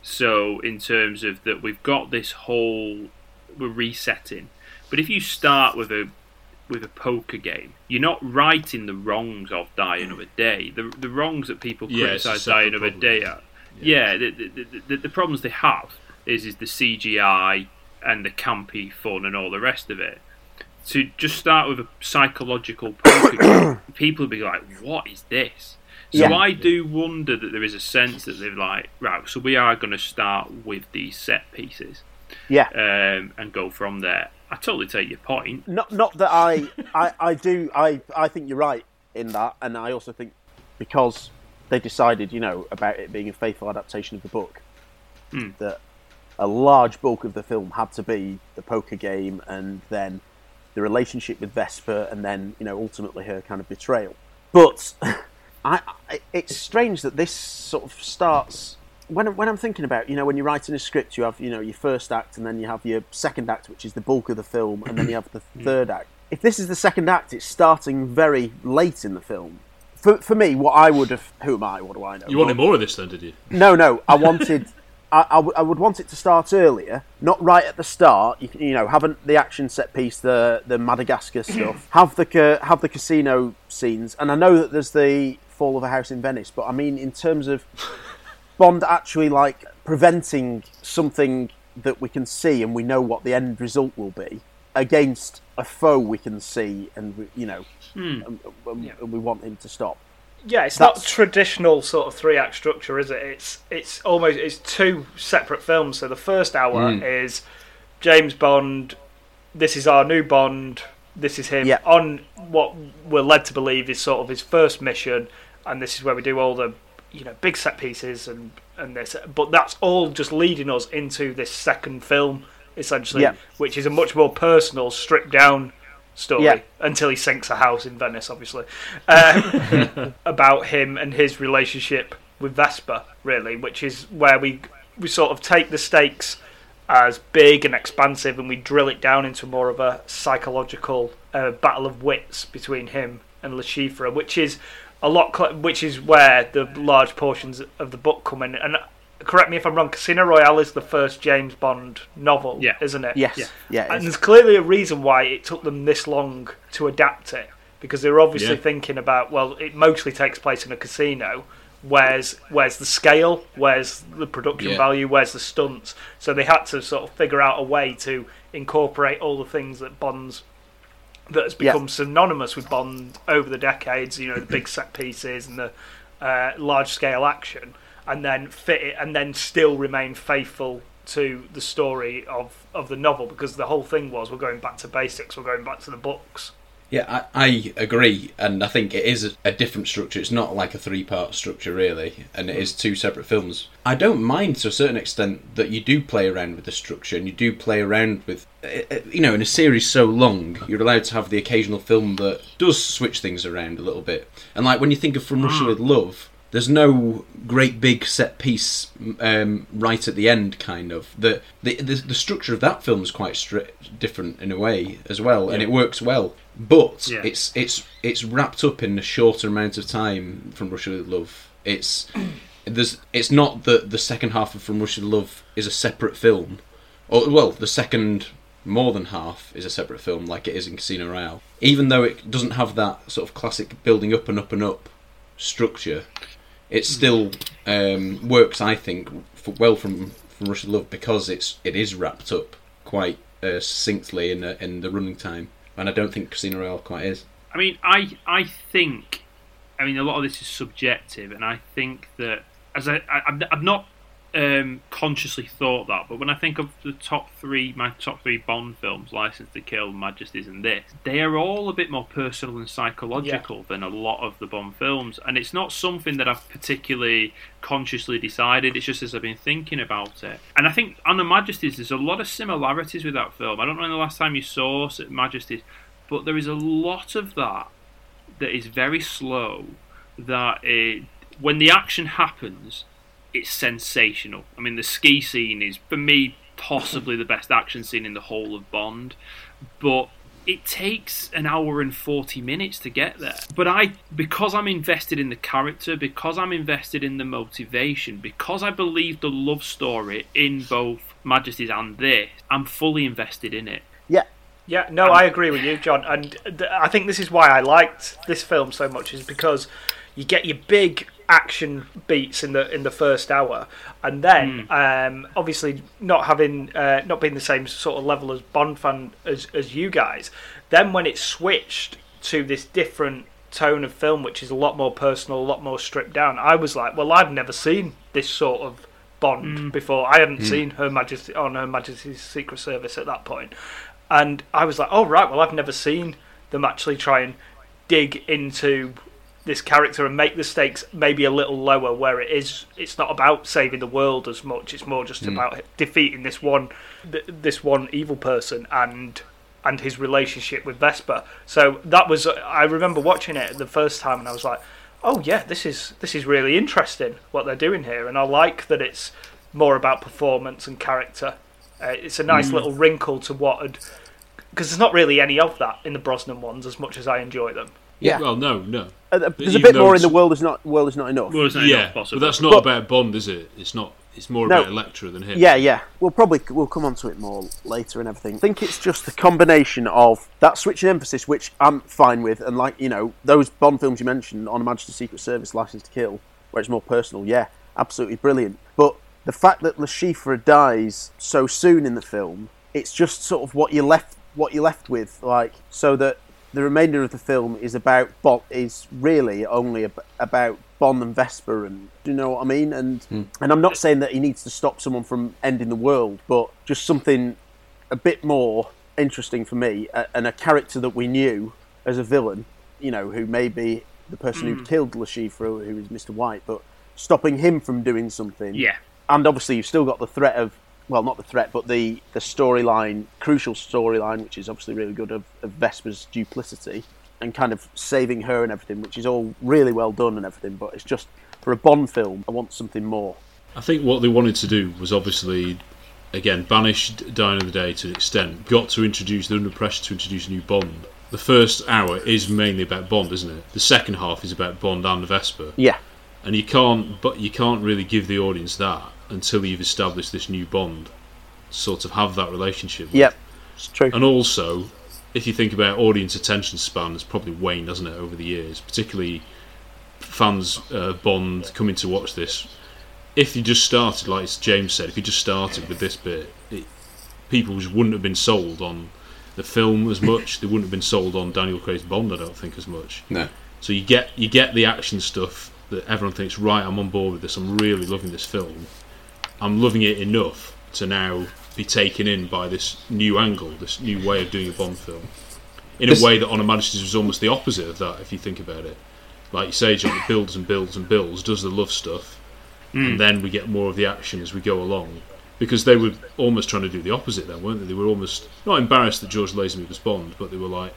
Speaker 4: So in terms of that, we've got this whole we're resetting, but if you start with a with a poker game, you're not righting the wrongs of Die Another Day. The the wrongs that people
Speaker 2: Yeah, it's a
Speaker 4: criticize Die
Speaker 2: separate
Speaker 4: Another
Speaker 2: problem.
Speaker 4: Day at. Yeah, the, the, the, the, the problems they have is is the CGI and the campy fun and all the rest of it. To just start with a psychological poker game, people would be like, "What is this?" So
Speaker 9: Yeah.
Speaker 4: I do wonder that there is a sense that they're like, right, so we are going to start with these set pieces,
Speaker 3: Yeah.
Speaker 4: um, and go from there. I totally take your point.
Speaker 3: Not not that I, I I do I I think you're right in that, and I also think because they decided you know about it being a faithful adaptation of the book that a large bulk of the film had to be the poker game and then the relationship with Vesper and then you know ultimately her kind of betrayal. But I, I it's strange that this sort of starts when I'm- when I'm thinking about you know when you're writing a script you have you know your first act and then you have your second act which is the bulk of the film and then you have the third act. If this is the second act, it's starting very late in the film. For, for me, what I would have, who am I? What do I know?
Speaker 2: You wanted more of this, then, did you?
Speaker 3: No, no. I wanted. I, I, w- I would want it to start earlier, not right at the start. You, can- you know, haven't the action set piece, the the Madagascar stuff, have the ca- have the casino scenes, and I know that there's the fall of a house in Venice, but I mean in terms of Bond actually like preventing something that we can see and we know what the end result will be against a foe we can see and we, you know
Speaker 1: Hmm.
Speaker 3: and, and- and we want him to stop.
Speaker 1: Yeah, it's not
Speaker 3: That's-
Speaker 1: traditional sort of three act structure, is it? It's it's almost it's two separate films. So the first hour
Speaker 3: Mm.
Speaker 1: is James Bond. This is our new Bond. This is him on what we're led to believe is sort of his first mission, and this is where we do all the you know big set pieces and and this. But that's all just leading us into this second film essentially,
Speaker 3: Yeah.
Speaker 1: which is a much more personal, stripped down story
Speaker 3: Yeah.
Speaker 1: until he sinks a house in Venice, obviously, um, about him and his relationship with Vespa, really, which is where we we sort of take the stakes as big and expansive, and we drill it down into more of a psychological uh, battle of wits between him and Lashifra, which is a lot, cl- which is where the large portions of the book come in. And uh, correct me if I'm wrong, Casino Royale is the first James Bond novel,
Speaker 4: Yeah.
Speaker 1: isn't it?
Speaker 3: Yes. Yeah. Yeah, it
Speaker 1: and
Speaker 3: is.
Speaker 1: there's clearly a reason why it took them this long to adapt it because they were obviously
Speaker 2: Yeah.
Speaker 1: thinking about well, it mostly takes place in a casino. Where's where's the scale? Where's the production
Speaker 2: Yeah.
Speaker 1: value? Where's the stunts? So they had to sort of figure out a way to incorporate all the things that Bond's that has
Speaker 3: Yeah.
Speaker 1: become synonymous with Bond over the decades. You know, the big set pieces and the uh, large scale action, and then fit it, and then still remain faithful to the story of of the novel because the whole thing was we're going back to basics, we're going back to the books.
Speaker 6: Yeah, I, I agree, and I think it is a, a different structure. It's not like a three-part structure really, and it is two separate films. I don't mind to a certain extent that you do play around with the structure and you do play around with, eh, eh, you know, in a series so long, you're allowed to have the occasional film that does switch things around a little bit. And like when you think of From Russia with Love, there's no great big set piece um, right at the end, kind of. The, the the the structure of that film is quite stri- different in a way as well, and
Speaker 2: Yeah.
Speaker 6: it works well. But
Speaker 2: Yeah.
Speaker 6: it's it's it's wrapped up in a shorter amount of time from Russia with Love. It's there's it's not that the second half of From Russia with Love is a separate film, or well, the second more than half is a separate film, like it is in Casino Royale. Even though it doesn't have that sort of classic building up and up and up structure, it still um, works, I think, f well from from Rush of Love because it's it is wrapped up quite uh, succinctly in the, in the running time, and I don't think Casino Royale quite is.
Speaker 4: I mean, I I think, I mean, a lot of this is subjective, and I think that as I, I I've- I've not um, consciously thought that, but when I think of the top three, my top three Bond films, License to Kill, Majesties, and this, they are all a bit more personal and psychological than a lot of the Bond films, and it's not something that I've particularly consciously decided. It's just as I've been thinking about it, and I think on the Majesties, there's a lot of similarities with that film. I don't know when the last time you saw Majesties, but there is a lot of that that is very slow. That it, when the action happens, it's sensational. I mean, the ski scene is for me possibly the best action scene in the whole of Bond, but it takes an hour and 40 minutes to get there. But I, because I'm invested in the character, because I'm invested in the motivation, because I believe the love story in both Majesty's and this, I'm fully invested in it.
Speaker 3: Yeah.
Speaker 1: Yeah, no, I agree with you, John. And th- I think this is why I liked this film so much, is because you get your big action beats in the in the first hour, and then
Speaker 4: Mm.
Speaker 1: um, obviously not having uh, not being the same sort of level as Bond fan as as you guys. Then when it switched to this different tone of film, which is a lot more personal, a lot more stripped down, I was like, well, I've never seen this sort of Bond before. I hadn't
Speaker 3: Mm.
Speaker 1: seen Her Majesty on Her Majesty's Secret Service at that point, and I was like, oh right, well, I've never seen them actually try and dig into this character and make the stakes maybe a little lower where it is it's not about saving the world as much it's more just
Speaker 3: Mm.
Speaker 1: about defeating this one th- this one evil person and and his relationship with Vesper so that was I remember watching it the first time and I was like oh yeah this is this is really interesting what they're doing here and I like that it's more about performance and character uh, it's a nice
Speaker 4: Mm.
Speaker 1: little wrinkle to what had because there's not really any of that in the Brosnan ones as much as I enjoy them
Speaker 3: Yeah.
Speaker 2: Well, no, no.
Speaker 3: Uh, there's a bit more in the world is not world is not enough.
Speaker 2: yeah, but that's not
Speaker 3: But-
Speaker 2: about Bond, is it? It's not. It's more
Speaker 3: No.
Speaker 2: about Electra than him.
Speaker 3: Yeah, yeah. We'll probably we'll come onto it more later and everything. I think it's just the combination of that switch in emphasis, which I'm fine with, and like you know those Bond films you mentioned on a Manchester Secret Service, License to Kill, where it's more personal. Yeah, absolutely brilliant. But the fact that Lashifra dies so soon in the film, it's just sort of what you're left what you're left with, like so that the remainder of the film is about Bond is really only ab- about Bond and Vesper, and do you know what I mean? And and I'm not saying that he needs to stop someone from ending the world, but just something a bit more interesting for me, a- and a character that we knew as a villain, you know, who may be the person who
Speaker 4: Mm.
Speaker 3: killed Lashifra, who is Mr. White, but stopping him from doing something.
Speaker 4: Yeah.
Speaker 3: And obviously, you've still got the threat of, well, not the threat, but the, the storyline, crucial storyline, which is obviously really good, of, of Vesper's duplicity and kind of saving her and everything, which is all really well done and everything, but it's just for a Bond film, I want something more.
Speaker 2: I think what they wanted to do was obviously, again, banish Dine of the Day to an extent. Got to introduce, they're under pressure to introduce a new Bond. The first hour is mainly about Bond, isn't it? The second half is about Bond and Vesper.
Speaker 3: Yeah.
Speaker 2: And you can't, but you can't really give the audience that until you've established this new Bond. Sort of have that relationship. with.
Speaker 3: Yep, it's true.
Speaker 2: And also, if you think about audience attention span, it's probably waned, hasn't it, over the years, particularly fans uh, Bond coming to watch this. If you just started, like James said, if you just started with this bit, it, people just wouldn't have been sold on the film as much. they wouldn't have been sold on Daniel Craig's Bond, I don't think, as much.
Speaker 6: No.
Speaker 2: So you get you get the action stuff that everyone thinks, right, I'm on board with this. I'm really loving this film. I'm loving it enough to now be taken in by this new angle, this new way of doing a Bond film. In
Speaker 6: This-
Speaker 2: a way that on a Majesty's was almost the opposite of that, if you think about it. Like you say, John, it builds and builds and builds, does the love stuff,
Speaker 6: Mm.
Speaker 2: and then we get more of the action as we go along. Because they were almost trying to do the opposite then, weren't they? They were almost not embarrassed that George Lazenby was Bond, but they were like,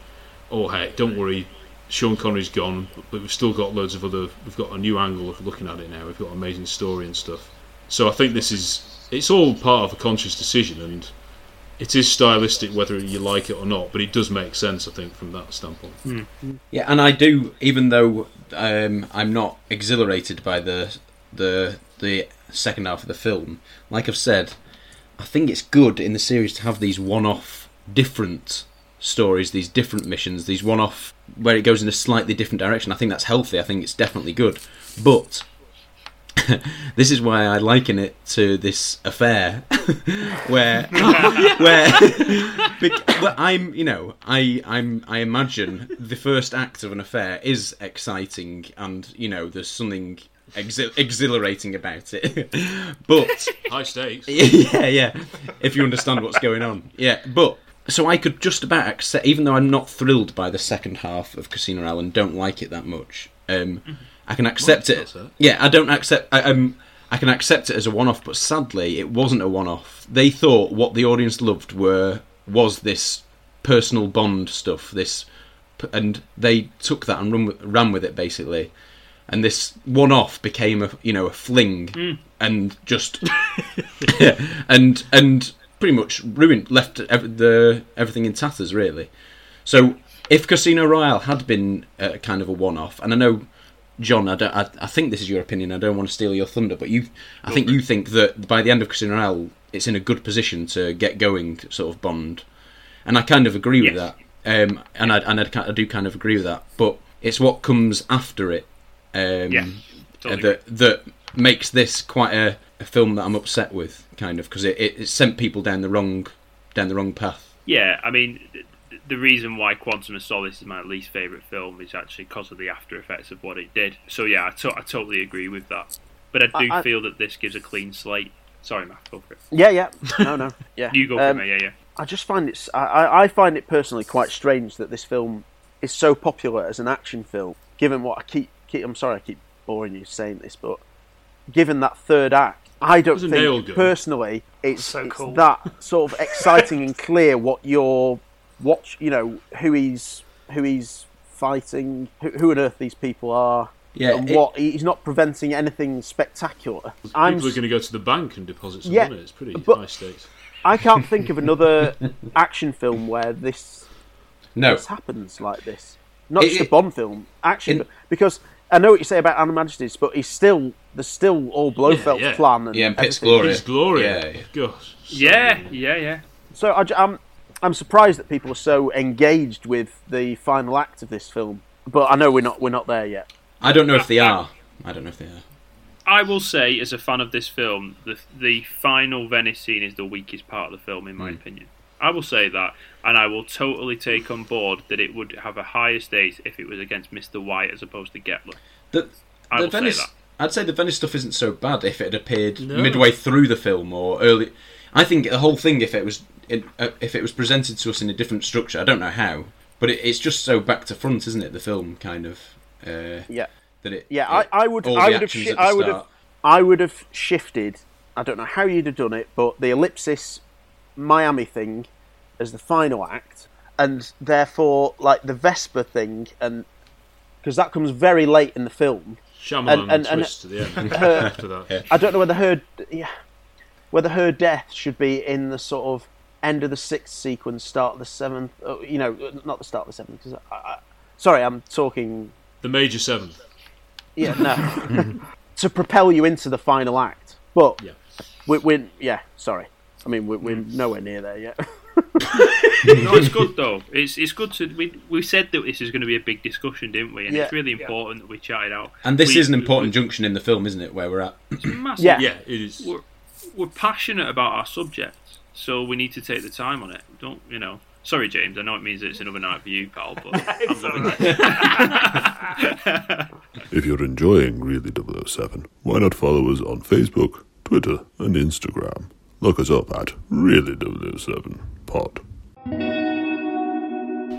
Speaker 2: oh hey, don't worry, Sean Connery's gone, but we've still got loads of other. We've got a new angle of looking at it now. We've got an amazing story and stuff. So I think this is. It's all part of a conscious decision, and it is stylistic whether you like it or not. But it does make sense, I think, from that standpoint.
Speaker 6: Yeah, and I do, even though um, I'm not exhilarated by the the the second half of the film. Like I've said, I think it's good in the series to have these one-off, different stories, these different missions, these one-off where it goes in a slightly different direction. I think that's healthy. I think it's definitely good, but. this is why I liken it to this affair, where where, bec- well, I'm you know I I'm I imagine the first act of an affair is exciting and you know there's something exhi- exhilarating about it, but
Speaker 2: High stakes.
Speaker 6: yeah, yeah. If you understand what's going on, yeah. But so I could just about accept, even though I'm not thrilled by the second half of Casino Island, don't like it that much. Um, I can accept
Speaker 2: Well,
Speaker 6: it.
Speaker 2: that's it.
Speaker 6: Yeah, I don't accept. I, um, I can accept it as a one-off, but sadly, it wasn't a one-off. They thought what the audience loved were was this personal bond stuff. This, p- and they took that and run, with- ran with it basically. And this one-off became a you know a fling
Speaker 4: Mm.
Speaker 6: and just and and pretty much ruined, left ev- the everything in tatters really. So if Casino Royale had been uh, kind of a one-off, and I know John, I, don't, I, I think this is your opinion. I don't want to steal your thunder, but you, I think you think that by the end of Casino Royale, it's in a good position to get going, sort of Bond, and I kind of agree with that. Um, and I and I, ki- I do kind of agree with that, but it's what comes after it um,
Speaker 4: Yeah,
Speaker 6: uh, that that makes this quite a, a film that I'm upset with, kind of, because it, it, it sent people down the wrong down the wrong path.
Speaker 4: Yeah, I mean, th- th- the reason why Quantum of Solace is my least favourite film is actually because of the after effects of what it did. So, yeah, I, to- I totally agree with that. But I do
Speaker 3: I- I-
Speaker 4: feel that this gives a clean slate. Sorry, Matt, go for it.
Speaker 3: Yeah, yeah. No, no. Yeah.
Speaker 4: You go for
Speaker 3: Um,
Speaker 4: me, yeah, yeah.
Speaker 3: I just find it's I- I, I find it personally quite strange that this film is so popular as an action film, given what I keep, keep I'm sorry I keep boring you saying this, but given that third act, I don't
Speaker 2: It's a
Speaker 3: think
Speaker 2: nail gun.
Speaker 3: personally it's,
Speaker 1: So
Speaker 3: it's
Speaker 1: cool.
Speaker 3: that sort of exciting and clear what you're watch you know, who he's who he's fighting, who, who on earth these people are.
Speaker 2: Yeah,
Speaker 3: and
Speaker 2: it-
Speaker 3: what he's not preventing anything spectacular. I'm
Speaker 2: People are going to go to the bank and deposit some
Speaker 3: Yeah,
Speaker 2: money. It's pretty
Speaker 3: but-
Speaker 2: high stakes.
Speaker 3: I can't think of another action film where this
Speaker 2: No.
Speaker 3: this happens like this. Not
Speaker 2: It-
Speaker 3: just a
Speaker 2: it-
Speaker 3: Bond film, action film. because I know what you say about Anna Majesties, but he's still there's still all Blofeld's
Speaker 4: yeah.
Speaker 3: plan and
Speaker 6: Yeah, and Pitt's
Speaker 3: everything.
Speaker 6: Glory. Pitt's Glory.
Speaker 2: Yeah, yeah. Gosh.
Speaker 4: Yeah, yeah, yeah.
Speaker 3: So I, am I'm surprised that people are so engaged with the final act of this film, but I know we're not we're not there yet.
Speaker 6: I don't know if they are. I don't know if they are.
Speaker 4: I will say, as a fan of this film, the the final Venice scene is the weakest part of the film, in my
Speaker 6: Hmm.
Speaker 4: opinion. I will say that, and I will totally take on board that it would have a higher stakes if it was against Mr. White as opposed to Getler.
Speaker 6: The,
Speaker 4: I
Speaker 6: the
Speaker 4: will say
Speaker 6: Venice,
Speaker 4: that.
Speaker 6: I'd say the Venice stuff isn't so bad if it had appeared
Speaker 4: No.
Speaker 6: midway through the film or early. I think the whole thing, if it was in, uh, if it was presented to us in a different structure, I don't know how, but it, it's just so back to front, isn't it? The film kind of. Uh,
Speaker 3: yeah.
Speaker 6: That it.
Speaker 3: Yeah,
Speaker 6: it-
Speaker 3: I, I would.
Speaker 6: all the
Speaker 3: I would have.
Speaker 6: actions
Speaker 3: shi-
Speaker 6: at the
Speaker 3: I would have.
Speaker 6: start.
Speaker 3: I would have shifted. I don't know how you'd have done it, but the ellipsis Miami thing as the final act, and therefore like the Vesper thing, and because that comes very late in the film.
Speaker 2: Shyamalan twist at the end,
Speaker 3: her-
Speaker 2: after that. Yeah.
Speaker 3: I don't know whether her yeah, whether her death should be in the sort of end of the sixth sequence, start of the seventh. uh, You know, not the start of the seventh. Cause I, I, sorry, I'm talking
Speaker 2: The Major Seven.
Speaker 3: yeah, no. to propel you into the final act. But
Speaker 2: yeah,
Speaker 3: we're, we're yeah. Sorry, I mean we're, we're nowhere near there yet.
Speaker 4: no, it's good though. It's it's good to we we said that this is going to be a big discussion, didn't we? And it's
Speaker 3: Yeah.
Speaker 4: really important that we chat it out.
Speaker 6: And this
Speaker 4: We-
Speaker 6: is an important junction in the film, isn't it? Where we're at.
Speaker 4: massive.
Speaker 6: Yeah. Yeah, it is.
Speaker 4: We're, we're passionate about our subjects, so we need to take the time on it. Don't you know? Sorry, James. I know it means it's another night for you, pal, but I'm loving it.
Speaker 14: If you're enjoying Really 007, why not follow us on Facebook, Twitter, and Instagram? Look us up at Really 007 Pod.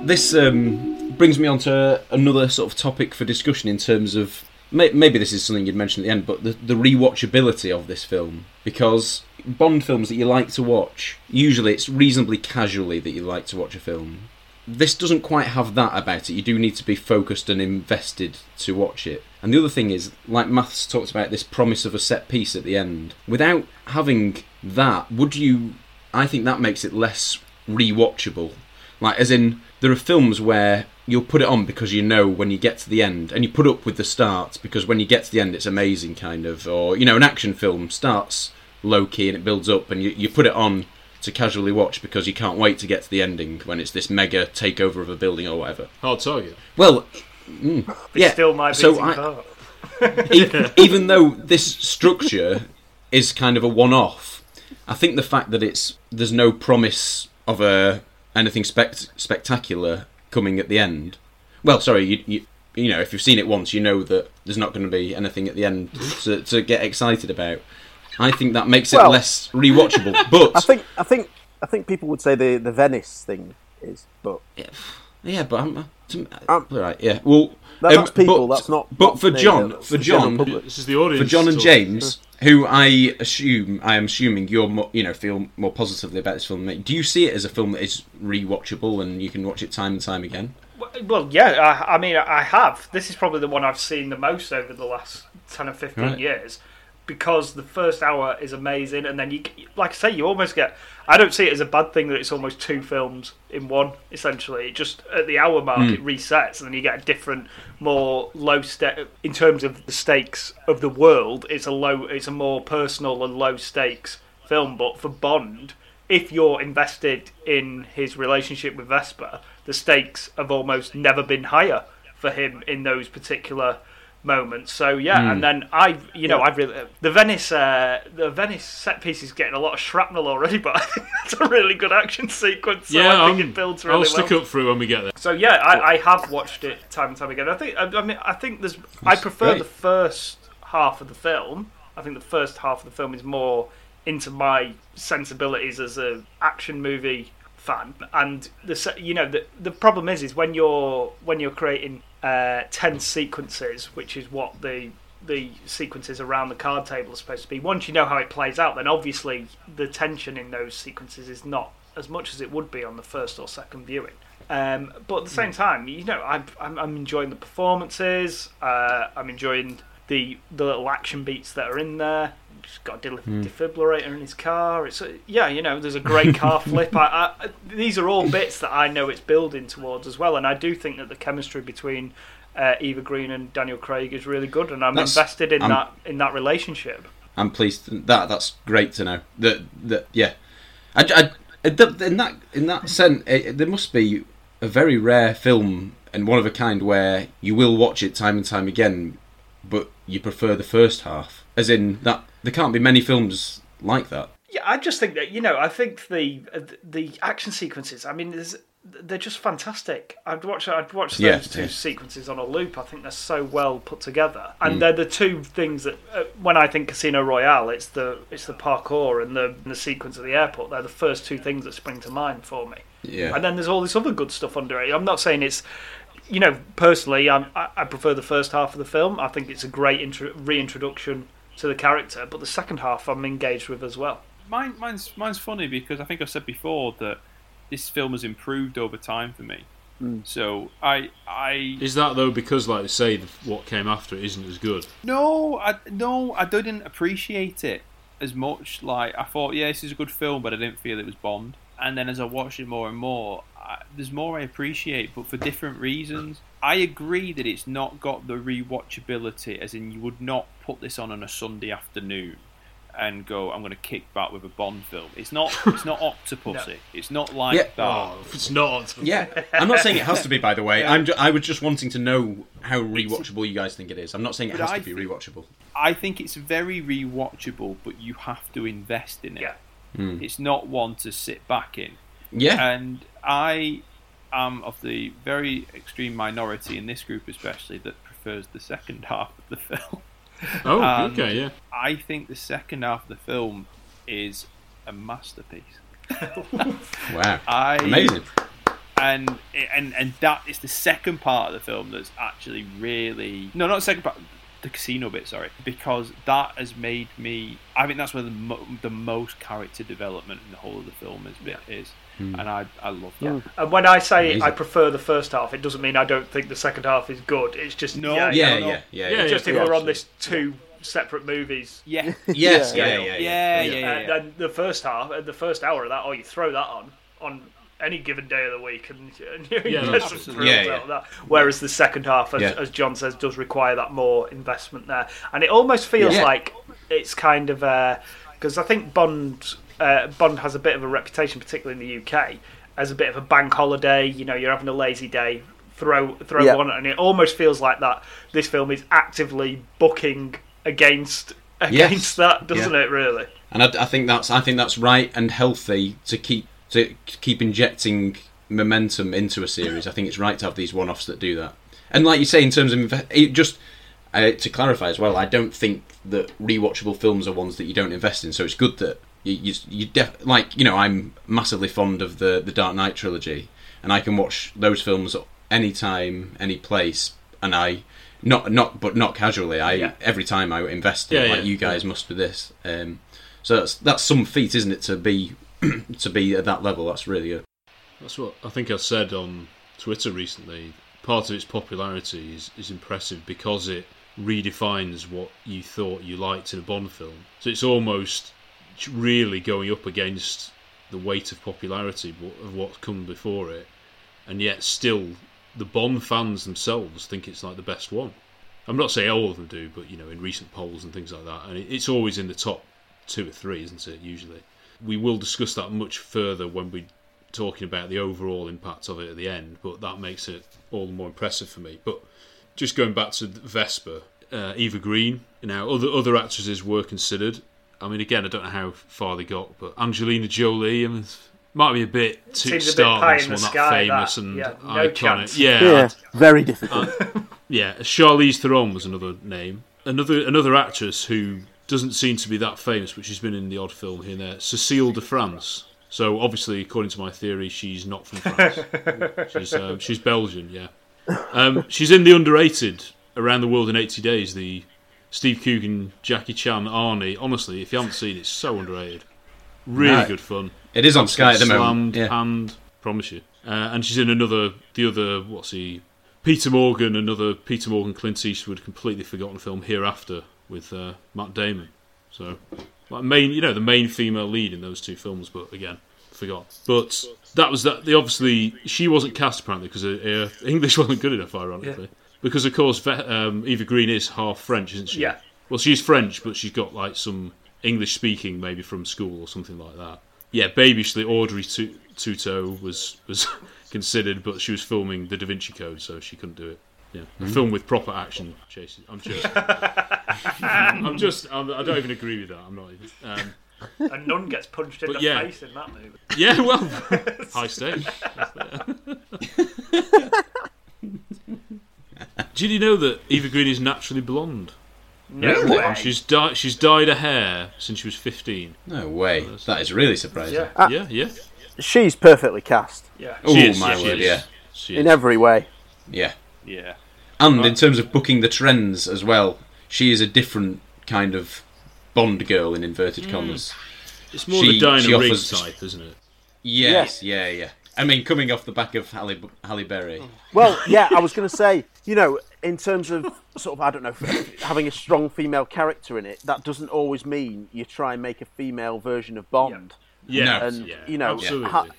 Speaker 6: This um, brings me on to another sort of topic for discussion in terms of may- maybe this is something you'd mentioned at the end, but the, the rewatchability of this film because Bond films that you like to watch usually it's reasonably casually that you like to watch a film. This doesn't quite have that about it. You do need to be focused and invested to watch it. And the other thing is, like Maths talked about, this promise of a set piece at the end. Without having that, would you? I think that makes it less rewatchable. Like, as in, there are films where you'll put it on because you know when you get to the end, and you put up with the start because when you get to the end, it's amazing, kind of. Or, you know, an action film starts low key and it builds up, and you, you put it on to casually watch because you can't wait to get to the ending when it's this mega takeover of a building or whatever.
Speaker 2: Hard target.
Speaker 6: Well, mm,
Speaker 1: It's
Speaker 6: yeah.
Speaker 1: still my
Speaker 6: so
Speaker 1: beating
Speaker 6: I-
Speaker 1: heart.
Speaker 6: e- even though this structure is kind of a one-off, I think the fact that it's there's no promise of a anything spect- spectacular coming at the end. Well, sorry, you, you you know if you've seen it once, you know that there's not going to be anything at the end to, to get excited about. I think that makes it
Speaker 3: Well-
Speaker 6: less rewatchable. But
Speaker 3: I think I think I think people would say the the Venice thing is, but
Speaker 6: yeah, but I'm, right, yeah. Well, um,
Speaker 3: That- Um, that's people,
Speaker 6: But,
Speaker 3: that's not-
Speaker 6: But for
Speaker 3: that's me,
Speaker 6: John,
Speaker 3: that's
Speaker 6: for
Speaker 3: the general
Speaker 6: John,
Speaker 3: public. This is the audience
Speaker 6: For John and
Speaker 3: talking.
Speaker 6: James, who I assume, I am assuming you're more, you know, feel more positively about this film. than me. Do you see it as a film that is rewatchable and you can watch it time and time again?
Speaker 1: Well, yeah, I, I mean, I have. This is probably the one I've seen the most over the last 10 or 15
Speaker 6: Right.
Speaker 1: years. because the first hour is amazing, and then you, like I say, you almost get. I don't see it as a bad thing that it's almost two films in one. Essentially, it just at the hour mark
Speaker 15: Mm.
Speaker 1: it resets, and then you get a different, more low step in terms of the stakes of the world. It's a low, it's a more personal and low stakes film. But for Bond, if you're invested in his relationship with Vesper, the stakes have almost never been higher for him in those particular moments. So yeah,
Speaker 15: Mm.
Speaker 1: and then I, you know,
Speaker 15: Yeah.
Speaker 1: I really the Venice, uh, the Venice set piece is getting a lot of shrapnel already, but I think that's a really good action sequence. So I think
Speaker 2: I'm-
Speaker 1: it builds
Speaker 2: um, I'll
Speaker 1: really
Speaker 2: stick
Speaker 1: well.
Speaker 2: up for it when we get there.
Speaker 1: So yeah, I, I have watched it time and time again. I think I, I mean I think there's I
Speaker 2: That's
Speaker 1: prefer
Speaker 2: great.
Speaker 1: the first half of the film. I think the first half of the film is more into my sensibilities as a action movie fan. And the se- you know the the problem is is when you're when you're creating uh, ten sequences, which is what the the sequences around the card table are supposed to be. Once you know how it plays out, then obviously the tension in those sequences is not as much as it would be on the first or second viewing. Um, but at the
Speaker 6: Hmm.
Speaker 1: same time, you know, I'm I'm, I'm enjoying the performances. Uh, I'm enjoying the the little action beats that are in there. He's got a def-
Speaker 15: Hmm.
Speaker 1: defibrillator in his car. It's a, yeah, you know, there's a great car flip. I, I, these are all bits that I know it's building towards as well, and I do think that the chemistry between uh, Eva Green and Daniel Craig is really good, and I'm
Speaker 6: That's-
Speaker 1: invested in
Speaker 6: I'm-
Speaker 1: that in that relationship.
Speaker 6: I'm pleased to- that that's great to know that that yeah, I, I- I- th- in that in that sense it, it- there must be a very rare film and one of a kind where you will watch it time and time again, but you prefer the first half, as in that there can't be many films like that.
Speaker 1: Yeah, I just think that you know, I think the uh, the action sequences. I mean, there's, they're just fantastic. I'd watch I'd watch those
Speaker 6: Yeah,
Speaker 1: two
Speaker 6: yeah.
Speaker 1: sequences on a loop. I think they're so well put together, and
Speaker 6: Mm.
Speaker 1: they're the two things that uh, when I think Casino Royale, it's the it's the parkour and the and the sequence at the airport. They're the first two things that spring to mind for me.
Speaker 6: Yeah.
Speaker 1: And then there's all this other good stuff under it. I'm not saying it's, you know, personally, I'm, I, I prefer the first half of the film. I think it's a great intro, reintroduction to the character, but the second half I'm engaged with as well.
Speaker 4: Mine, mine's mine's funny because I think I said before that this film has improved over time for me. So I I
Speaker 2: Is that though because, like I say, the- what came after it isn't as good?
Speaker 4: no I no I didn't appreciate it as much. Like I thought, yeah, this is a good film, but I didn't feel it was Bond. And then as I watched it more and more, I, there's more I appreciate, but for different reasons. I agree that it's not got the rewatchability, as in you would not put this on on a Sunday afternoon and go, I'm going to kick back with a Bond film. It's not. It's not Octopussy. It's not like
Speaker 6: Yeah.
Speaker 4: that.
Speaker 6: Oh,
Speaker 2: it's not.
Speaker 6: Yeah, I'm not saying it has to be. By the way,
Speaker 4: Yeah.
Speaker 6: I'm ju- I was just wanting to know how rewatchable you guys think it is. I'm not saying it
Speaker 4: But
Speaker 6: has
Speaker 4: I
Speaker 6: to be
Speaker 4: think-
Speaker 6: rewatchable.
Speaker 4: I think it's very rewatchable, but you have to invest in it.
Speaker 6: Hmm.
Speaker 4: It's not one to sit back in.
Speaker 6: Yeah.
Speaker 4: And I am of the very extreme minority in this group, especially, that prefers the second half of the film.
Speaker 2: Oh, okay, yeah.
Speaker 4: I think the second half of the film is a masterpiece.
Speaker 6: Wow.
Speaker 4: I,
Speaker 6: Amazing.
Speaker 4: And and and
Speaker 16: uh,
Speaker 4: that is the second part of the film that's actually really no, not the second part. The casino bit, sorry, because that has made me. I think that's where the mo- the most character development in the whole of the film is. is
Speaker 1: Hmm.
Speaker 4: and I I love that.
Speaker 1: And when I say
Speaker 4: Amazing.
Speaker 1: I prefer the first half, it doesn't mean I don't think the second half is good. It's just
Speaker 4: No.
Speaker 1: yeah,
Speaker 4: Yeah,
Speaker 1: no, no.
Speaker 4: yeah, yeah,
Speaker 1: It's
Speaker 4: yeah,
Speaker 1: just
Speaker 4: yeah,
Speaker 1: if
Speaker 4: yeah.
Speaker 1: we're on this two separate movies.
Speaker 4: Yeah.
Speaker 6: Yes, yeah, yeah, yeah, yeah. Yeah, yeah,
Speaker 1: And then the first half, and the first hour of that, oh, you throw that on on any given day of the week, and, and you
Speaker 6: Yeah,
Speaker 1: get some
Speaker 6: absolutely.
Speaker 1: thrills
Speaker 6: Yeah, yeah.
Speaker 1: out of that. Whereas the second half, as,
Speaker 6: Yeah.
Speaker 1: as John says, does require that more investment there, and it almost feels
Speaker 6: Yeah.
Speaker 1: like it's kind of because I think Bond uh, Bond has a bit of a reputation, particularly in the UK, as a bit of a bank holiday. You know, you're having a lazy day, throw throw
Speaker 15: Yeah.
Speaker 1: one, and it almost feels like that. This film is actively booking against
Speaker 6: Yes.
Speaker 1: against that, doesn't
Speaker 6: Yeah.
Speaker 1: it? Really.
Speaker 6: and I, I think that's I think that's right and healthy to keep to keep injecting momentum into a series. I think it's right to have these one-offs that do that. And like you say, in terms of inve- it just uh, to clarify as well, I don't think that rewatchable films are ones that you don't invest in. So it's good that you you, you def- like you know I'm massively fond of the the Dark Knight trilogy, and I can watch those films any time, any place, and I. Not, not, but not casually. I every time I invest in, it,
Speaker 2: Yeah,
Speaker 6: like
Speaker 2: yeah.
Speaker 6: you guys must do this. Um, so that's that's some feat, isn't it, to be to be at that level? That's really good.
Speaker 2: That's what I think I said on Twitter recently. Part of its popularity is, is impressive because it redefines what you thought you liked in a Bond film. So it's almost really going up against the weight of popularity of what's come before it, and yet still the Bond fans themselves think it's like the best one. I'm not saying all of them do, but you know, in recent polls and things like that, and it's always in the top two or three, isn't it? Usually, we will discuss that much further when we talking about the overall impact of it at the end, but that makes it all the more impressive for me. But just going back to Vesper, uh, Eva Green. Now, other other actresses were considered. I mean, again, I don't know how far they got, but Angelina Jolie. I mean, might be a bit too
Speaker 1: Seems a bit pie in
Speaker 2: starless,
Speaker 1: the
Speaker 2: one that
Speaker 1: sky,
Speaker 2: famous
Speaker 1: that.
Speaker 2: and
Speaker 1: Yeah, no
Speaker 2: iconic.
Speaker 1: chance.
Speaker 2: Yeah,
Speaker 3: Yeah, very difficult.
Speaker 2: Uh, yeah, Charlize Theron was another name. Another another actress who doesn't seem to be that famous, but she's been in the odd film here and there. Cecile de France. So obviously, according to my theory, she's not from France. she's um, she's Belgian. Yeah, um, she's in the underrated Around the World in 80 Days. The Steve Coogan, Jackie Chan, Arnie. Honestly, if you haven't seen it, it's so underrated. Really
Speaker 6: Right.
Speaker 2: good fun.
Speaker 6: It is on
Speaker 2: It's
Speaker 6: Sky at the
Speaker 2: slammed,
Speaker 6: moment, yeah.
Speaker 2: panned, promise you. Uh, and she's in another, the other, what's he? Peter Morgan, another Peter Morgan, Clint Eastwood, completely forgotten film, Hereafter, with uh, Matt Damon. So, like main, you know, the main female lead in those two films, but again, forgot. But that was that. They obviously she wasn't cast apparently because her, her English wasn't good enough, ironically. Because of course, Ve- um, Eva Green is half French, isn't she?
Speaker 1: Yeah.
Speaker 2: Well, she's French, but she's got like some English speaking, maybe from school or something like that. Yeah, babyishly, Audrey Tu- Tuto was was considered, but she was filming The Da Vinci Code, so she couldn't do it. Yeah, a
Speaker 6: Mhm.
Speaker 2: film with proper action chases. I'm joking. I'm just. I'm, I don't even agree with that. I'm not even. Um,
Speaker 1: A nun gets punched in
Speaker 2: But
Speaker 1: the
Speaker 2: yeah.
Speaker 1: face in that movie.
Speaker 2: yeah, well, high stakes. Did you know that Eva Green is naturally blonde?
Speaker 1: No Really? way.
Speaker 2: She's dyed. She's dyed her hair since she was fifteen.
Speaker 6: No way. That is really surprising.
Speaker 2: Yeah,
Speaker 3: Ah.
Speaker 2: yeah. yeah.
Speaker 3: She's perfectly cast.
Speaker 1: Yeah.
Speaker 6: Oh,
Speaker 2: She is,
Speaker 6: my
Speaker 2: yeah, she
Speaker 6: word,
Speaker 2: is.
Speaker 6: yeah.
Speaker 2: She
Speaker 3: In
Speaker 2: is.
Speaker 3: every way.
Speaker 6: Yeah.
Speaker 1: Yeah.
Speaker 6: And in terms of booking the trends as well, she is a different kind of Bond girl in
Speaker 2: Mm.
Speaker 6: inverted commas.
Speaker 2: It's more the Diana Rigg type, isn't it?
Speaker 6: Yes, yeah, yeah. I mean, coming off the back of Halle, Halle Berry.
Speaker 3: Well, yeah, I was going to say, you know, in terms of sort of, I don't know, having a strong female character in it, that doesn't always mean you try and make a female version of Bond.
Speaker 2: Yeah. Yeah.
Speaker 3: and
Speaker 2: Yeah,
Speaker 3: you know,
Speaker 2: absolutely.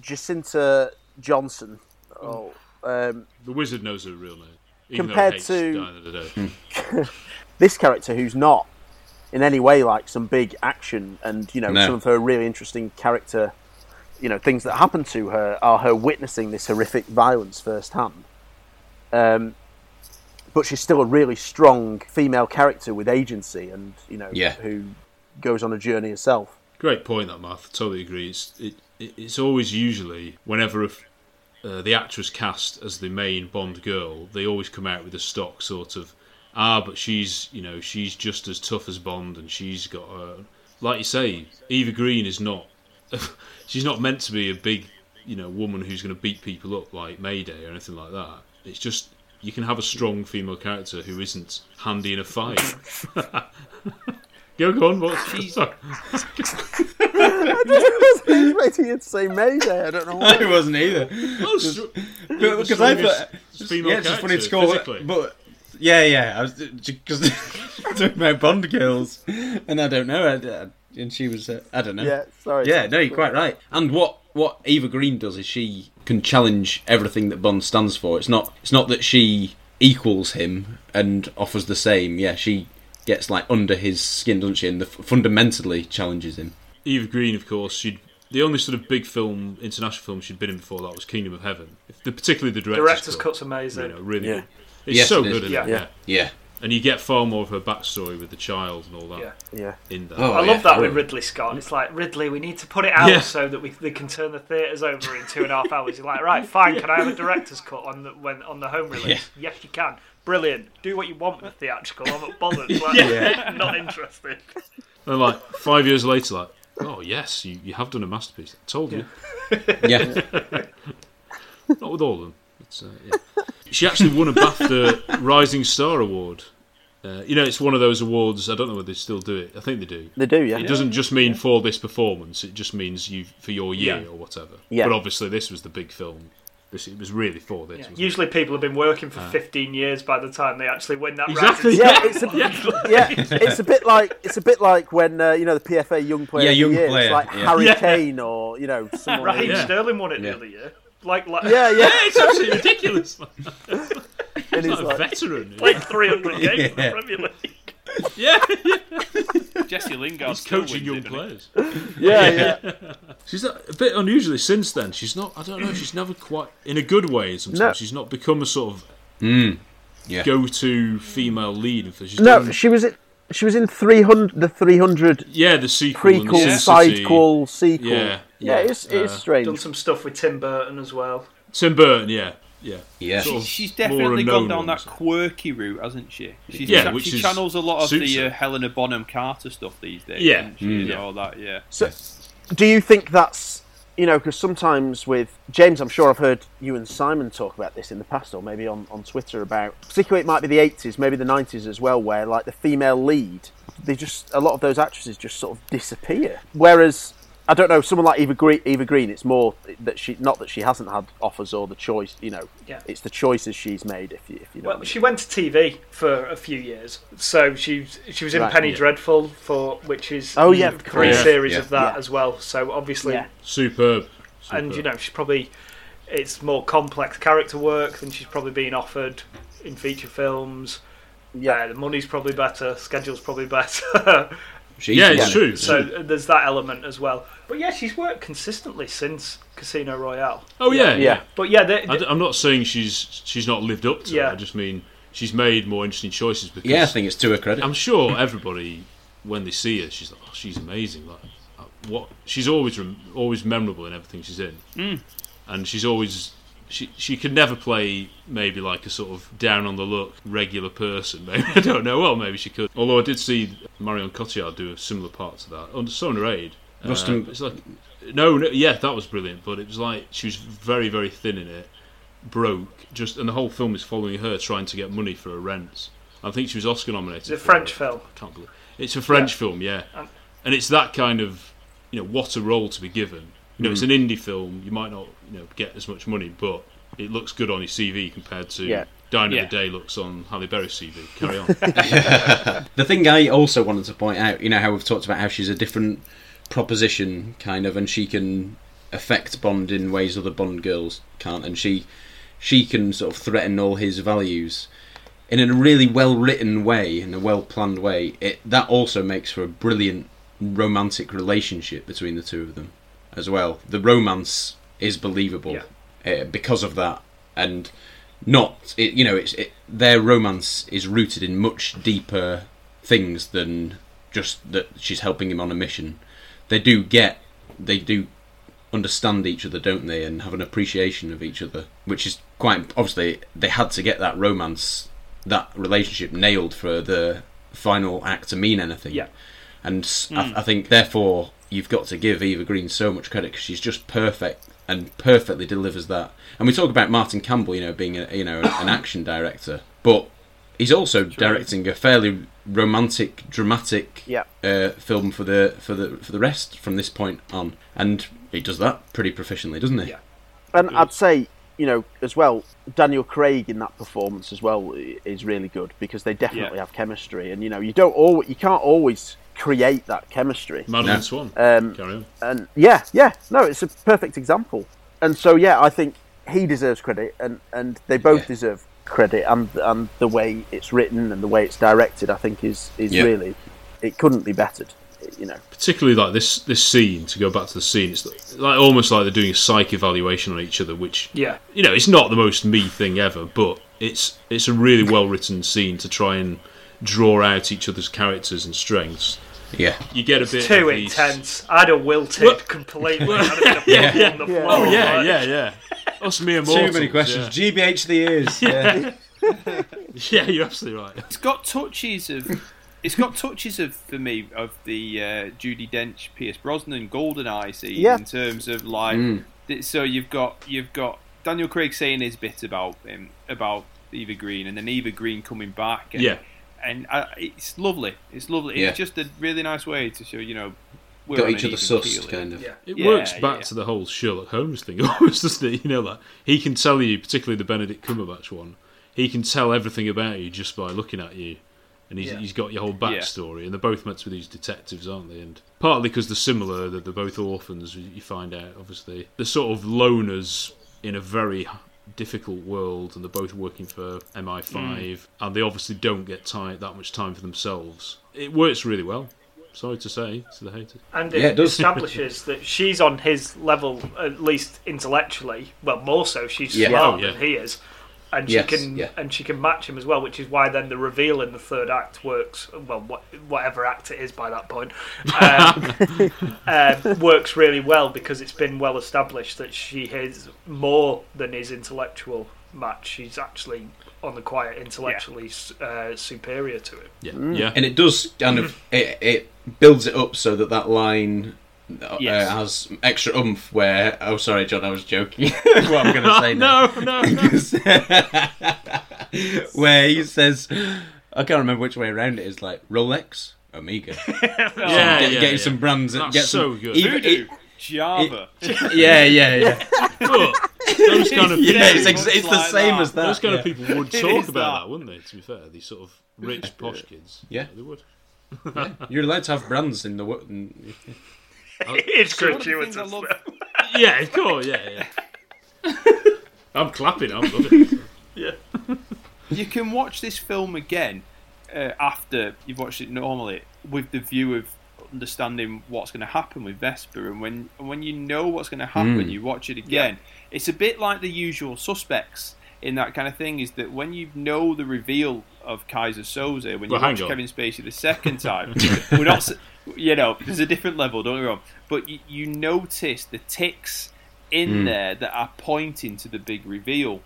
Speaker 3: Jacinta Johnson. Oh, um,
Speaker 2: The wizard knows her real name. Even though
Speaker 3: compared
Speaker 2: he hates
Speaker 3: to
Speaker 2: Diana Rigg.
Speaker 3: this character who's not in any way like some big action and you know
Speaker 6: No.
Speaker 3: some of her really interesting character you know things that happen to her are her witnessing this horrific violence firsthand um, but she's still a really strong female character with agency and you know
Speaker 2: Yeah.
Speaker 3: who goes on a journey herself
Speaker 2: Great point, that Math. Totally agree. It's it, it, it's always usually whenever a f uh, the actress cast as the main Bond girl, they always come out with a stock sort of ah, but she's you know she's just as tough as Bond, and she's got a like you say, Eva Green is not she's not meant to be a big you know woman who's going to beat people up like Mayday or anything like that. It's just you can have a strong female character who isn't handy in a fight. go, go on, what's sorry.
Speaker 3: I just wasn't expecting you to say Mayday. I don't
Speaker 2: Oh.
Speaker 3: know why.
Speaker 6: I wasn't either. Just- but- Because I thought. yeah, it's just funny to call it. But, yeah, yeah. I was because talking about Bond girls, and I don't know. I, I- and she was. Uh, I don't know.
Speaker 3: Yeah, sorry.
Speaker 6: Yeah, no, you're quite right. And what what Eva Green does is she can challenge everything that Bond stands for. It's not it's not that she equals him and offers the same. Yeah, she gets like under his skin, doesn't she? And the, fundamentally challenges him.
Speaker 2: Eva Green, of course, she'd the only sort of big film, international film she'd been in before that was Kingdom of Heaven. If the, particularly the director's,
Speaker 1: Director's
Speaker 2: cut.
Speaker 1: cut's amazing.
Speaker 2: You know, really
Speaker 1: Yeah.
Speaker 2: good. It's
Speaker 6: Yes,
Speaker 2: so
Speaker 6: it is.
Speaker 2: good, isn't
Speaker 1: Yeah.
Speaker 2: it?
Speaker 1: Yeah.
Speaker 6: Yeah.
Speaker 2: And you get far more of her backstory with the child and all that.
Speaker 3: Yeah.
Speaker 2: In that.
Speaker 6: Oh.
Speaker 1: I love that with Ridley Scott. It's like Ridley, we need to put it out
Speaker 2: Yeah.
Speaker 1: so that we they can turn the theaters over in two and a half hours. You're like, right, fine. Can I have a director's cut on the when on the home release? Yes, you can. Brilliant. Do what you want with the theatrical. I'm not bothered. Like,
Speaker 2: Yeah.
Speaker 1: Not interested.
Speaker 2: And like five years later, like, oh yes, you, you have done a masterpiece. I told you.
Speaker 6: Yeah.
Speaker 2: Not with all of them. It's, uh, yeah. She actually won a BAFTA Rising Star Award. Uh, you know, it's one of those awards. I don't know whether they still do it. I think they do.
Speaker 3: They do, yeah.
Speaker 2: It doesn't just mean for this performance. It just means you for your year
Speaker 3: Yeah.
Speaker 2: or whatever.
Speaker 3: Yeah.
Speaker 2: But obviously, this was the big film This it was really for this. wasn't it?
Speaker 1: Usually, people have been working for
Speaker 6: Uh.
Speaker 2: Ah.
Speaker 1: 15 years by the time they actually win that.
Speaker 2: Exactly.
Speaker 1: round.
Speaker 2: Yeah,
Speaker 3: it's a- yeah, it's a bit like it's a bit like when uh, you know the PFA Young
Speaker 6: Yeah,
Speaker 3: Player of the
Speaker 6: Young
Speaker 3: Year.
Speaker 6: Player,
Speaker 3: It's like
Speaker 6: yeah.
Speaker 3: Harry
Speaker 6: Yeah.
Speaker 3: Kane or you know someone.
Speaker 1: Raheem
Speaker 3: who-
Speaker 1: Sterling won it the other year. Like, like
Speaker 3: Yeah, yeah.
Speaker 2: it's absolutely ridiculous.
Speaker 3: And
Speaker 2: He's
Speaker 3: he's
Speaker 2: not
Speaker 3: like-
Speaker 2: a veteran.
Speaker 1: Played 300 games in the
Speaker 2: Yeah.
Speaker 1: Premier League.
Speaker 2: Yeah,
Speaker 16: Jesse Lingard.
Speaker 2: He's coaching young players.
Speaker 16: Yeah, Yeah. yeah.
Speaker 2: She's a a bit unusually since then. She's not. I don't know. She's never quite in a good way. Sometimes
Speaker 3: No.
Speaker 2: she's not become a sort of
Speaker 6: Mm. Yeah.
Speaker 2: go-to female lead. In fact, she's
Speaker 3: No,
Speaker 2: done-
Speaker 3: she was in, she was in three hundred the three hundred
Speaker 2: yeah, the sequel, and
Speaker 3: prequel,
Speaker 2: the
Speaker 3: sidequel, sequel.
Speaker 2: Yeah,
Speaker 3: yeah, it's it's
Speaker 2: Uh,
Speaker 3: strange.
Speaker 1: Done some stuff with Tim Burton as well.
Speaker 2: Tim Burton. Yeah, yeah,
Speaker 16: She,
Speaker 2: Sort of
Speaker 16: she's
Speaker 2: more
Speaker 16: definitely
Speaker 2: unknown
Speaker 16: gone down
Speaker 2: ones.
Speaker 16: that quirky route, hasn't she? She's
Speaker 2: Yeah,
Speaker 16: cha-
Speaker 2: which
Speaker 16: she
Speaker 2: is-
Speaker 16: channels a lot of
Speaker 2: suits
Speaker 16: the
Speaker 2: her.
Speaker 16: uh, Helena Bonham Carter stuff these days.
Speaker 3: Yeah.
Speaker 16: doesn't she?
Speaker 3: Mm.
Speaker 16: Yeah, all that. Yeah.
Speaker 3: So, do you think that's you know because sometimes with James, I'm sure I've heard you and Simon talk about this in the past, or maybe on on Twitter about particularly it might be the 80s, maybe the 90s as well, where like the female lead, they just a lot of those actresses just sort of disappear. Whereas I don't know someone like Eva Green, Eva Green, it's more that she not that she hasn't had offers or the choice, you know,
Speaker 1: Yeah.
Speaker 3: it's the choices she's made. If you if you know, what I
Speaker 1: Well,
Speaker 3: mean.
Speaker 1: she went to TV for a few years, so she she was in
Speaker 3: Right,
Speaker 1: Penny
Speaker 3: yeah.
Speaker 1: Dreadful for which is
Speaker 3: Oh, yeah, of
Speaker 1: three
Speaker 3: course.
Speaker 1: series
Speaker 3: Yeah.
Speaker 1: of that
Speaker 3: Yeah.
Speaker 1: as well. So obviously,
Speaker 2: superb.
Speaker 1: and you know she's probably it's more complex character work than she's probably being offered in feature films. Uh,
Speaker 3: Yeah,
Speaker 1: the money's probably better, schedule's probably better.
Speaker 6: She's Yeah, it's done it. true.
Speaker 1: So
Speaker 3: Hmm.
Speaker 1: uh, there's that element as well. But yeah, she's worked consistently since Casino Royale.
Speaker 2: Oh yeah,
Speaker 1: But yeah, they,
Speaker 2: I, am not saying she's she's not lived up to.
Speaker 1: Yeah.
Speaker 2: it. I just mean she's made more interesting choices. Because
Speaker 6: Yeah, I think it's to her credit.
Speaker 2: I'm sure everybody, when they see her, she's like, oh, she's amazing. Like, uh, what? She's always rem- always memorable in everything she's in,
Speaker 16: Mm.
Speaker 2: and she's always. She, she could never play maybe like a sort of down on the look regular person. Maybe I don't know. Well, maybe she could. Although I did see Marion Cotillard do a similar part to that under so under aid. Uh,
Speaker 6: Rustin-
Speaker 2: it's like no, no, yeah, that was brilliant. But it was like she was very very thin in it broke just and the whole film is following her trying to get money for her rents i think she was oscar nominated
Speaker 1: it's a
Speaker 2: for
Speaker 1: French
Speaker 2: it.
Speaker 1: film.
Speaker 2: I can't believe it's a french film yeah and it's that kind of you know what a role to be given you know it's an
Speaker 6: Mhm.
Speaker 2: indie film you might not you know get as much money but it looks good on your cv compared to
Speaker 6: Yeah.
Speaker 2: Dine
Speaker 6: Yeah.
Speaker 2: of the Day looks on Halle Berry's CV. Carry on.
Speaker 6: the thing I also wanted to point out, you know, how we've talked about how she's a different proposition, kind of, and she can affect Bond in ways other Bond girls can't, and she she can sort of threaten all his values in a really well written way, in a well planned way. It that also makes for a brilliant romantic relationship between the two of them, as well. The romance is believable uh, because of that, and not it, you know it's it, their romance is rooted in much deeper things than just that she's helping him on a mission they do get they do understand each other don't they and have an appreciation of each other which is quite obviously they had to get that romance that relationship nailed for the final act to mean anything
Speaker 1: Yeah.
Speaker 6: and s I I
Speaker 1: Mm.
Speaker 6: I, think therefore you've got to give Eva Green so much credit because she's just perfect and perfectly delivers that. And we talk about Martin Campbell, you know, being a, you know an action director, but he's also directing a fairly romantic, dramatic
Speaker 3: Yeah.
Speaker 6: uh, film for the for the for the rest from this point on, and he does that pretty proficiently, doesn't he?
Speaker 3: And
Speaker 2: Hmm.
Speaker 3: I'd say, you know, as well, Daniel Craig in that performance as well i- is really good because they definitely have chemistry. And you know, you don't always, you can't always create that chemistry.
Speaker 2: Madeline Swan.
Speaker 3: Um,
Speaker 2: Carry on.
Speaker 3: And yeah, yeah, no, it's a perfect example. And so yeah, I think he deserves credit, and and they both deserve credit. And and the way it's written and the way it's directed, I think is is
Speaker 2: Yeah.
Speaker 3: really, it couldn't be bettered. You know.
Speaker 2: particularly like this this scene to go back to the scene it's like almost like they're doing a psych evaluation on each other which
Speaker 1: Yeah.
Speaker 2: you know it's not the most me thing ever but it's it's a really well written scene to try and draw out each other's characters and strengths
Speaker 6: yeah
Speaker 2: you get a
Speaker 1: It's
Speaker 2: bit
Speaker 1: too
Speaker 2: of these-
Speaker 1: intense. I'd have wilted completely. I'd have been a
Speaker 2: yeah,
Speaker 1: ball
Speaker 2: yeah.
Speaker 1: on the floor.
Speaker 2: oh yeah
Speaker 1: like-
Speaker 2: yeah yeah us mere
Speaker 6: Too
Speaker 2: mortals
Speaker 6: many questions. GBH the ears.
Speaker 2: yeah.
Speaker 6: Yeah.
Speaker 2: yeah you're absolutely right
Speaker 16: It's got touches of. It's got touches of for me of the uh, Judy Dench, Pierce Brosnan, Golden Eye scene
Speaker 3: Yeah.
Speaker 16: in terms of like.
Speaker 3: Mm.
Speaker 16: th- So you've got you've got Daniel Craig saying his bit about him about Eva Green, and then Eva Green coming back. And,
Speaker 2: Yeah.
Speaker 16: And I, it's lovely. It's lovely.
Speaker 2: Yeah.
Speaker 16: It's just a really nice way to show you know
Speaker 4: we're
Speaker 6: Got
Speaker 4: on
Speaker 6: each
Speaker 4: an
Speaker 6: other
Speaker 4: even
Speaker 6: sussed,
Speaker 4: keel here.
Speaker 6: kind of.
Speaker 2: It
Speaker 4: Yeah,
Speaker 2: works
Speaker 4: yeah,
Speaker 2: back to the whole Sherlock Holmes thing, almost, doesn't it? You know, like he can tell you, particularly the Benedict Cumberbatch one, he can tell everything about you just by looking at you, and he's,
Speaker 4: Yeah.
Speaker 2: he's got your whole
Speaker 4: Yeah.
Speaker 2: backstory. And they're both meant to be these detectives, aren't they? And partly because they're similar, that they're both orphans. You find out, obviously, they're sort of loners in a very difficult world, and they're both working for MI5,
Speaker 4: Mm.
Speaker 2: and they obviously don't get time that much time for themselves. It works really well. Sorry to say to the haters.
Speaker 1: And it, establishes that she's on his level, at least intellectually. Well, more so, she's
Speaker 2: Yeah.
Speaker 6: Oh,
Speaker 1: smart
Speaker 2: Yeah.
Speaker 1: than he is, and
Speaker 2: Yes,
Speaker 1: she can
Speaker 2: yeah.
Speaker 1: and she can match him as well. Which is why then the reveal in the third act works. Well, what, whatever act it is by that point, um, um, works really well because it's been well established that she is more than his intellectual match. She's actually on the quiet intellectually s uh, superior to him.
Speaker 4: Mm.
Speaker 6: And it does kind of it, it builds it up so that that line uh,
Speaker 1: Yes.
Speaker 6: has extra oomph. Where oh, sorry, John, I was joking. Oh, what I'm going to say now.
Speaker 2: no,
Speaker 6: no. where he says, I can't remember which way around it is. Like Rolex, Omega. yeah,
Speaker 4: Yeah,
Speaker 6: get,
Speaker 4: yeah,
Speaker 6: get
Speaker 4: yeah.
Speaker 6: some brands.
Speaker 4: That's
Speaker 6: get
Speaker 4: so
Speaker 6: some, e-,
Speaker 4: good. Voodoo, Java.
Speaker 6: yeah, yeah, yeah.
Speaker 2: those kind of
Speaker 6: yeah,
Speaker 2: people-
Speaker 6: it's, ex- it's the same as that.
Speaker 2: Those kind
Speaker 6: yeah.
Speaker 2: of people would talk about that. wouldn't they? To be fair, these sort of rich posh kids.
Speaker 6: Yeah.
Speaker 2: they would.
Speaker 6: Yeah. You're allowed to have brands in the world.
Speaker 1: It's
Speaker 2: So one of the
Speaker 1: gratuitous.
Speaker 2: things I
Speaker 1: though.
Speaker 2: yeah, of course. Yeah, yeah. I'm clapping. I'm loving it.
Speaker 1: Yeah.
Speaker 4: you can watch this film again uh, after you've watched it normally with the view of understanding what's going to happen with Vesper. And when, and when you know what's going to happen,
Speaker 2: Hmm.
Speaker 6: Mm.
Speaker 4: you watch it again. It's a bit like the usual suspects in that kind of thing is that when you know the reveal of Kaiser Soze, when you
Speaker 2: Well, hang
Speaker 4: watch
Speaker 2: on.
Speaker 4: Kevin Spacey the second time, we're not, s- you know, there's a different level, don't get me wrong, but you, you notice the ticks in
Speaker 2: Hmm.
Speaker 6: Mm.
Speaker 4: there that are pointing to the big reveal.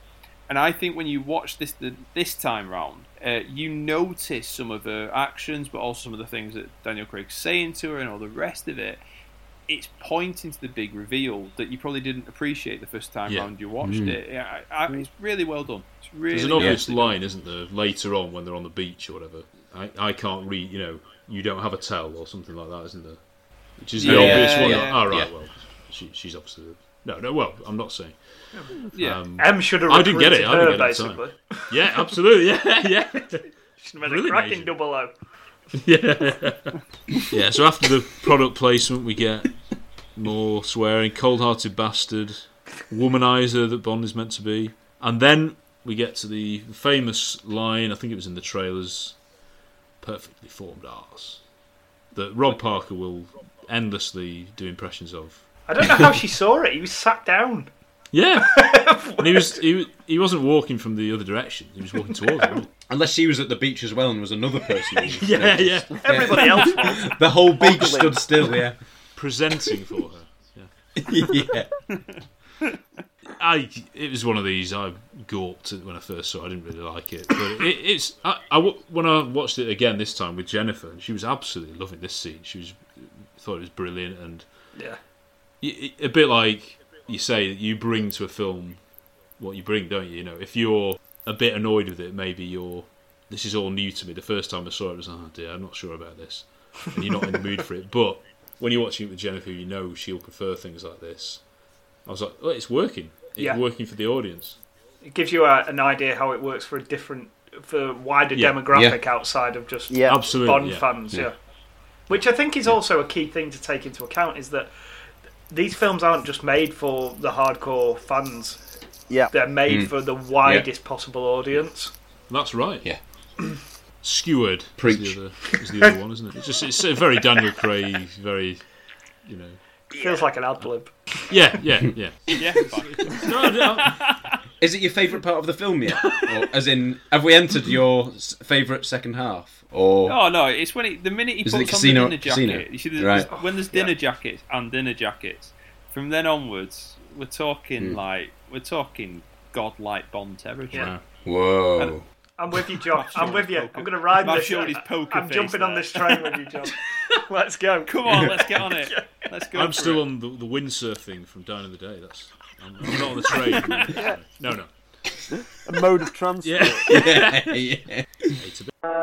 Speaker 4: And I think when you watch this the, this time round, uh, you notice some of her actions, but also some of the things that Daniel Craig's saying to her and all the rest of it. It's pointing to the big reveal that you probably didn't appreciate the first time
Speaker 2: Yeah.
Speaker 4: round you watched
Speaker 2: Mm.
Speaker 4: it. Yeah, I, I, it's really well done. It's really
Speaker 2: There's an
Speaker 4: well
Speaker 2: obvious
Speaker 4: done.
Speaker 2: line, isn't there? Later on, when they're on the beach or whatever, I, I can't read. You know, you don't have a towel or something like that, isn't there? Which is the
Speaker 4: Yeah,
Speaker 2: obvious Oh, one.
Speaker 4: yeah.
Speaker 2: All right,
Speaker 4: Yeah.
Speaker 2: well, she, she's obviously the- no, no. Well, I'm not saying.
Speaker 4: Yeah.
Speaker 1: M should have
Speaker 2: um, I didn't get it.
Speaker 1: recruited
Speaker 2: I didn't
Speaker 1: her,
Speaker 2: get it. at the time.
Speaker 1: basically.
Speaker 2: Yeah, absolutely. Yeah, yeah.
Speaker 1: She's made
Speaker 2: Really
Speaker 1: a cracking
Speaker 2: amazing.
Speaker 1: double O.
Speaker 2: yeah. yeah, so after the product placement, we get more swearing, cold hearted bastard, womanizer that Bond is meant to be. And then we get to the famous line, I think it was in the trailers perfectly formed arse, that Rob Parker will endlessly do impressions of.
Speaker 1: I don't know how she saw it. He was sat down.
Speaker 2: Yeah. and he, was, he, was- he wasn't walking from the other direction, he was walking towards it. wasn't he?
Speaker 6: Unless she was at the beach as well and was another person. who
Speaker 2: Yeah,
Speaker 6: noticed.
Speaker 2: yeah. Everybody else was.
Speaker 6: The whole beach
Speaker 2: Oddly.
Speaker 6: stood still. Yeah.
Speaker 2: Presenting for her.
Speaker 6: yeah.
Speaker 2: I it was one of these I gawped at when I first saw. it. I didn't really like it, but it, it's I, I wa- when I watched it again this time with Jennifer, and she was absolutely loving this scene. She was thought it was brilliant, and
Speaker 1: Yeah.
Speaker 2: y- y- a bit like you say that you bring to a film what you bring, don't you? You know, if you're a bit annoyed with it, maybe you're this is all new to me. The first time I saw it, I was oh dear, I'm not sure about this, and you're not in the mood for it. But when you're watching it with Jennifer, you know she'll prefer things like this. I was like, oh, it's working. It's
Speaker 1: Yeah.
Speaker 2: working for the audience.
Speaker 1: It gives you a, an idea how it works for a different, for a wider
Speaker 2: Yeah,
Speaker 1: demographic outside of just
Speaker 2: Yeah. Absolutely,
Speaker 1: Bond
Speaker 2: yeah,
Speaker 1: fans.
Speaker 2: yeah.
Speaker 1: Yeah. Which I think is also a key thing to take into account is that these films aren't just made for the hardcore fans.
Speaker 3: Yeah.
Speaker 1: They're made
Speaker 4: Hmm.
Speaker 2: Mm.
Speaker 1: for the
Speaker 2: Yeah.
Speaker 1: widest possible audience.
Speaker 2: That's right. Yeah. Skewered
Speaker 6: Preach.
Speaker 2: is the, other, is the other one, isn't it? It's just it's a very Daniel Craig, very you know.
Speaker 1: Feels like an ad lib.
Speaker 2: Yeah, yeah, yeah.
Speaker 4: Yeah.
Speaker 6: Is it your favourite part of the film yet? Or, as in, have we entered your s- favourite second half? Or
Speaker 4: Oh no! It's when he, the minute he
Speaker 6: Is
Speaker 4: puts
Speaker 6: it
Speaker 4: on
Speaker 6: casino-
Speaker 4: the dinner jacket.
Speaker 6: casino?
Speaker 4: You see, there's,
Speaker 6: Right.
Speaker 4: there's- when there's dinner jackets and dinner jackets, from then onwards, we're talking
Speaker 6: Hmm.
Speaker 4: like we're talking godlike Bond territory.
Speaker 1: Yeah.
Speaker 6: whoa,
Speaker 1: I'm with you, John.
Speaker 4: Matt
Speaker 1: I'm with you.
Speaker 4: Shorty's
Speaker 1: I'm going to ride
Speaker 4: Matt
Speaker 1: this.
Speaker 4: Shorty's poker
Speaker 1: I'm
Speaker 4: face
Speaker 1: jumping on
Speaker 4: there.
Speaker 1: this train with you, John. Let's go.
Speaker 4: Come on, let's get on it. Let's go.
Speaker 2: I'm
Speaker 4: for
Speaker 2: still
Speaker 4: it.
Speaker 2: on the, the windsurf thing from Down in the Day. That's I'm, I'm not on the train. no, no.
Speaker 3: A mode of transport.
Speaker 2: Yeah. Yeah, yeah. It's a bit-
Speaker 3: yeah.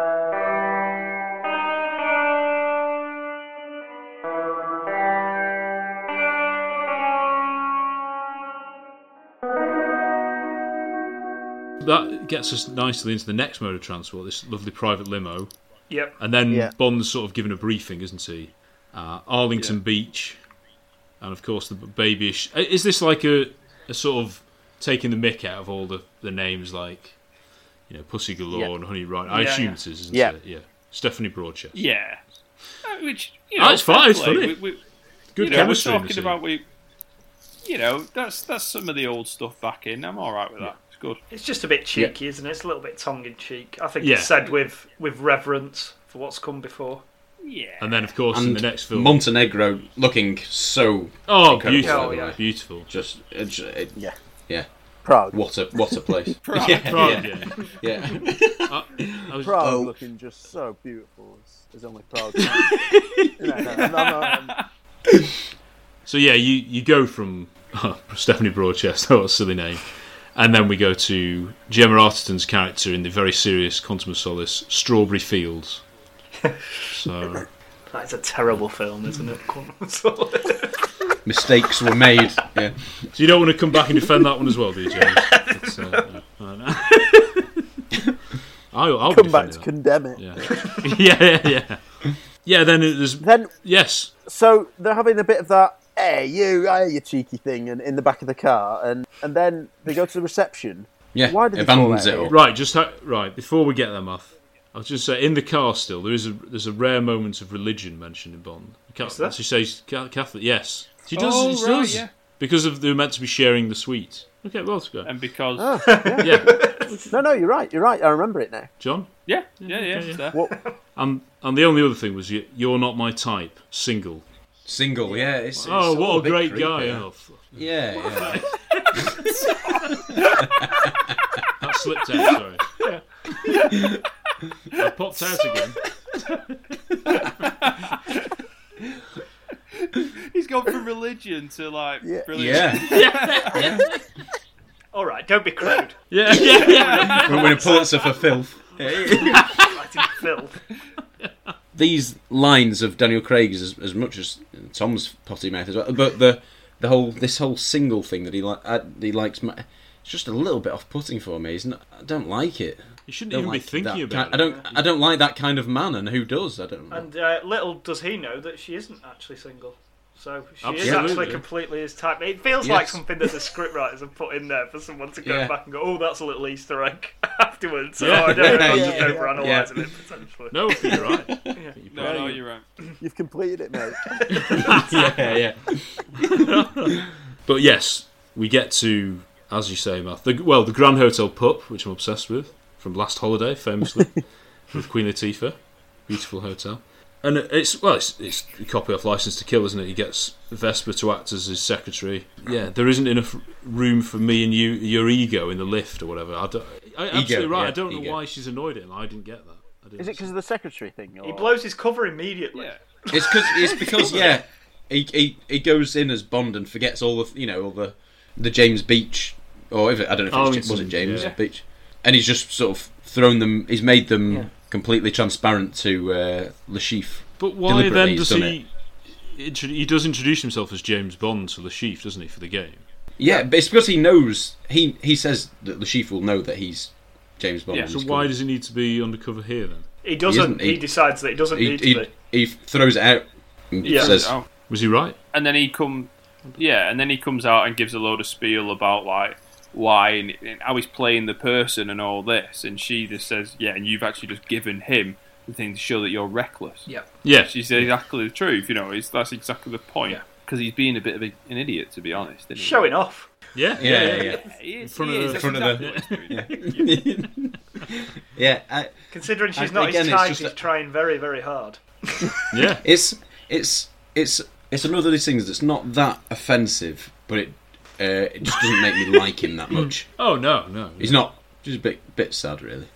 Speaker 2: that gets us nicely into the next mode of transport, this lovely private limo.
Speaker 1: Yep.
Speaker 2: And then
Speaker 1: Yeah.
Speaker 2: Bond's sort of given a briefing, isn't he? Uh, Arlington Beach, and of course the baby. Is, is this like a, a sort of taking the mick out of all the, the names like, you know, Pussy Galore
Speaker 4: Yeah.
Speaker 2: and Honey Right? I
Speaker 4: Yeah,
Speaker 2: assume
Speaker 4: yeah.
Speaker 2: it is, isn't
Speaker 4: Yeah.
Speaker 2: it? Yeah. Stephanie Broadchurch.
Speaker 16: Yeah. Uh, Which you know,
Speaker 2: That's fine, it's
Speaker 16: fair play.
Speaker 2: funny.
Speaker 16: We, we,
Speaker 2: Good
Speaker 16: you know, we're
Speaker 2: chemistry in the
Speaker 16: talking
Speaker 2: scene.
Speaker 16: about we. You know, that's that's some of the old stuff back in. I'm all right with that. It's good.
Speaker 1: It's just a bit cheeky, isn't it? It's a little bit tongue in cheek. I think
Speaker 2: Yeah.
Speaker 1: it's said with with reverence for what's come before.
Speaker 16: Yeah.
Speaker 2: And then, of course, in
Speaker 6: And
Speaker 2: the next film,
Speaker 6: Montenegro looking so
Speaker 2: Oh,
Speaker 6: incredible.
Speaker 2: beautiful, Oh, yeah. beautiful.
Speaker 6: Just, it, ju- it,
Speaker 3: yeah,
Speaker 6: yeah.
Speaker 3: Prague.
Speaker 6: What a what a place.
Speaker 3: Prague.
Speaker 6: Yeah,
Speaker 3: Prague,
Speaker 6: yeah,
Speaker 3: yeah.
Speaker 6: yeah.
Speaker 2: I was-
Speaker 3: Prague
Speaker 2: Oh.
Speaker 3: looking just so beautiful. as- As only Prague. can. You know, no, no, no, no.
Speaker 2: So yeah, you you go from oh, Stephanie Broadchest, what a silly name, and then we go to Gemma Arterton's character in the very serious Quantum of Solace, Strawberry Fields. So
Speaker 1: That is a terrible film, isn't it? Quantum of Solace.
Speaker 6: mistakes were made. Yeah.
Speaker 2: So you don't want to come back and defend that one as well, do you, James? It's, uh, no, I know. I, I'll
Speaker 3: Come back to
Speaker 2: defend
Speaker 3: condemn it.
Speaker 2: that. yeah, yeah, yeah. Yeah, then it- there's
Speaker 3: then
Speaker 2: yes.
Speaker 3: So they're having a bit of that, hey you, hey you cheeky thing, and in the back of the car, and and then they go to the reception. Why did they call that here?
Speaker 2: Right, just ha- right before we get there, Muff. I was just say in the car still there is a there's a rare moment of religion mentioned in Bond. Ca-
Speaker 16: Is there?
Speaker 2: She says Ca- Catholic. Yes, she does.
Speaker 16: Oh,
Speaker 2: she
Speaker 16: right,
Speaker 2: does
Speaker 16: yeah.
Speaker 2: because of they're meant to be sharing the sweet. Okay, well, it's good.
Speaker 1: Um,
Speaker 16: And because
Speaker 2: Oh.
Speaker 3: no, no, you're right. You're right. I remember it now.
Speaker 2: John.
Speaker 16: yeah, yeah, yeah, it's there.
Speaker 2: And and the only other thing was you, you're not my type. Single.
Speaker 6: Single. Yeah. It's,
Speaker 2: oh,
Speaker 6: it's all
Speaker 2: what a
Speaker 6: bit
Speaker 2: great
Speaker 6: creepy,
Speaker 2: guy.
Speaker 6: yeah.
Speaker 2: Oh, f-
Speaker 6: Yeah. yeah.
Speaker 2: that slipped out. Sorry. I popped out again.
Speaker 16: He's gone from religion to like brilliant.
Speaker 6: Yeah. Yeah.
Speaker 1: All right, don't be crude.
Speaker 2: Yeah,
Speaker 6: yeah, yeah. We're winning Pulitzer for filth.
Speaker 1: Writing filth.
Speaker 6: these lines of Daniel Craig's as, as much as Tom's potty mouth as well, but the the whole this whole single thing that he like uh, he likes, ma- it's just a little bit off putting for me. Isn't I don't like it.
Speaker 2: You shouldn't
Speaker 6: Don't
Speaker 2: even be
Speaker 6: like
Speaker 2: thinking
Speaker 6: that
Speaker 2: about
Speaker 6: ki- I don't. I don't like that kind of man, and who does? I don't.
Speaker 1: And uh, little does he know that she isn't actually single. So she is
Speaker 6: Absolutely.
Speaker 1: actually completely his type. It feels
Speaker 6: Yes.
Speaker 1: like something that the scriptwriters have put in there for someone to go
Speaker 6: Yeah.
Speaker 1: back and go, "Oh, that's a little Easter egg." Afterwards,
Speaker 2: Yeah.
Speaker 1: oh, I don't know, I'm
Speaker 2: Yeah.
Speaker 1: just
Speaker 2: Yeah.
Speaker 1: overanalyzing
Speaker 2: Yeah.
Speaker 1: it potentially.
Speaker 2: No, I think you're right. I
Speaker 1: Yeah.
Speaker 2: think you're
Speaker 16: No,
Speaker 2: probably
Speaker 16: no,
Speaker 2: right.
Speaker 16: you're right.
Speaker 3: You've completed it, mate.
Speaker 2: yeah, yeah. but yes, we get to, as you say, Matt. The, well, the Grand Hotel Pup, which I'm obsessed with from last holiday, famously with Queen Latifah. Beautiful hotel, and it's well, it's, it's a copy off License to Kill, isn't it? He gets Vesper to act as his secretary. Yeah, there isn't enough room for me and you, your ego in the lift or whatever. I don't, I,
Speaker 6: Ego,
Speaker 2: absolutely right.
Speaker 6: yeah,
Speaker 2: I don't know
Speaker 6: ego.
Speaker 2: why she's annoyed at him. I didn't get that. I didn't
Speaker 3: Is it because of the secretary thing? Or...
Speaker 1: He blows his cover immediately.
Speaker 6: It's because it's because yeah, he, he he goes in as Bond and forgets all the you know all the the James Beach or if it, I don't know if it's, was it
Speaker 2: Arlington,
Speaker 6: James
Speaker 2: yeah.
Speaker 6: Beach, and he's just sort of thrown them. He's made them completely transparent to uh, Le Chiffre.
Speaker 2: But why
Speaker 6: Deliberately,
Speaker 2: then
Speaker 6: he's
Speaker 2: does
Speaker 6: done
Speaker 2: he? intro- He does introduce himself as James Bond to the Chief, doesn't he, for the game?
Speaker 6: Yeah, but it's because he knows he he says that Le Chiffre will know that he's James Bond. and
Speaker 2: So
Speaker 6: he's
Speaker 2: why
Speaker 6: cool.
Speaker 2: does he need to be undercover here then?
Speaker 1: He doesn't.
Speaker 6: isn't,
Speaker 1: He,
Speaker 6: he-
Speaker 1: decides that he doesn't
Speaker 6: he
Speaker 1: need to
Speaker 6: he,
Speaker 1: be.
Speaker 6: he throws it out? And
Speaker 16: Yeah.
Speaker 6: says
Speaker 16: Oh.
Speaker 2: Was he right?
Speaker 16: and then he come yeah and then he comes out and gives a load of spiel about like why and, and how he's playing the person and all this and she just says yeah and you've actually just given him the thing to show that you're reckless
Speaker 1: Yep.
Speaker 2: Yeah.
Speaker 16: she's exactly the truth you know it's, that's exactly the point because he's being a bit of a, an idiot to be honest isn't he?
Speaker 1: Showing off.
Speaker 2: Yeah,
Speaker 6: Yeah, yeah, yeah.
Speaker 16: He
Speaker 2: In
Speaker 16: is-
Speaker 2: front
Speaker 16: he
Speaker 2: of
Speaker 16: is,
Speaker 2: the.
Speaker 16: that's
Speaker 6: front of the-
Speaker 16: exactly what he's doing.
Speaker 6: yeah. I,
Speaker 1: Considering she's
Speaker 6: I-
Speaker 1: not
Speaker 6: again,
Speaker 1: his
Speaker 6: it's
Speaker 1: type,
Speaker 6: just
Speaker 1: he's
Speaker 6: a-
Speaker 1: trying very, very hard.
Speaker 2: Yeah.
Speaker 6: it's it's it's it's another of these things that's not that offensive, but it uh, it just doesn't make me like him that much.
Speaker 2: Oh no, no.
Speaker 6: He's not just a bit bit sad, really.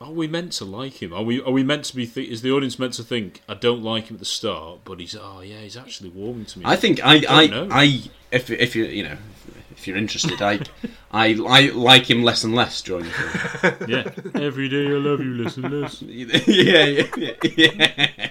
Speaker 2: Are we meant to like him? Are we? Are we meant to be? Th- is the audience meant to think I don't like him at the start, but he's oh yeah, he's actually warming to me.
Speaker 6: I think I
Speaker 2: don't
Speaker 6: I,
Speaker 2: know.
Speaker 6: I if if you you know if you're interested, I I I like him less and less during the film.
Speaker 2: yeah. Every day I love you, listen, listen.
Speaker 6: yeah, yeah, yeah.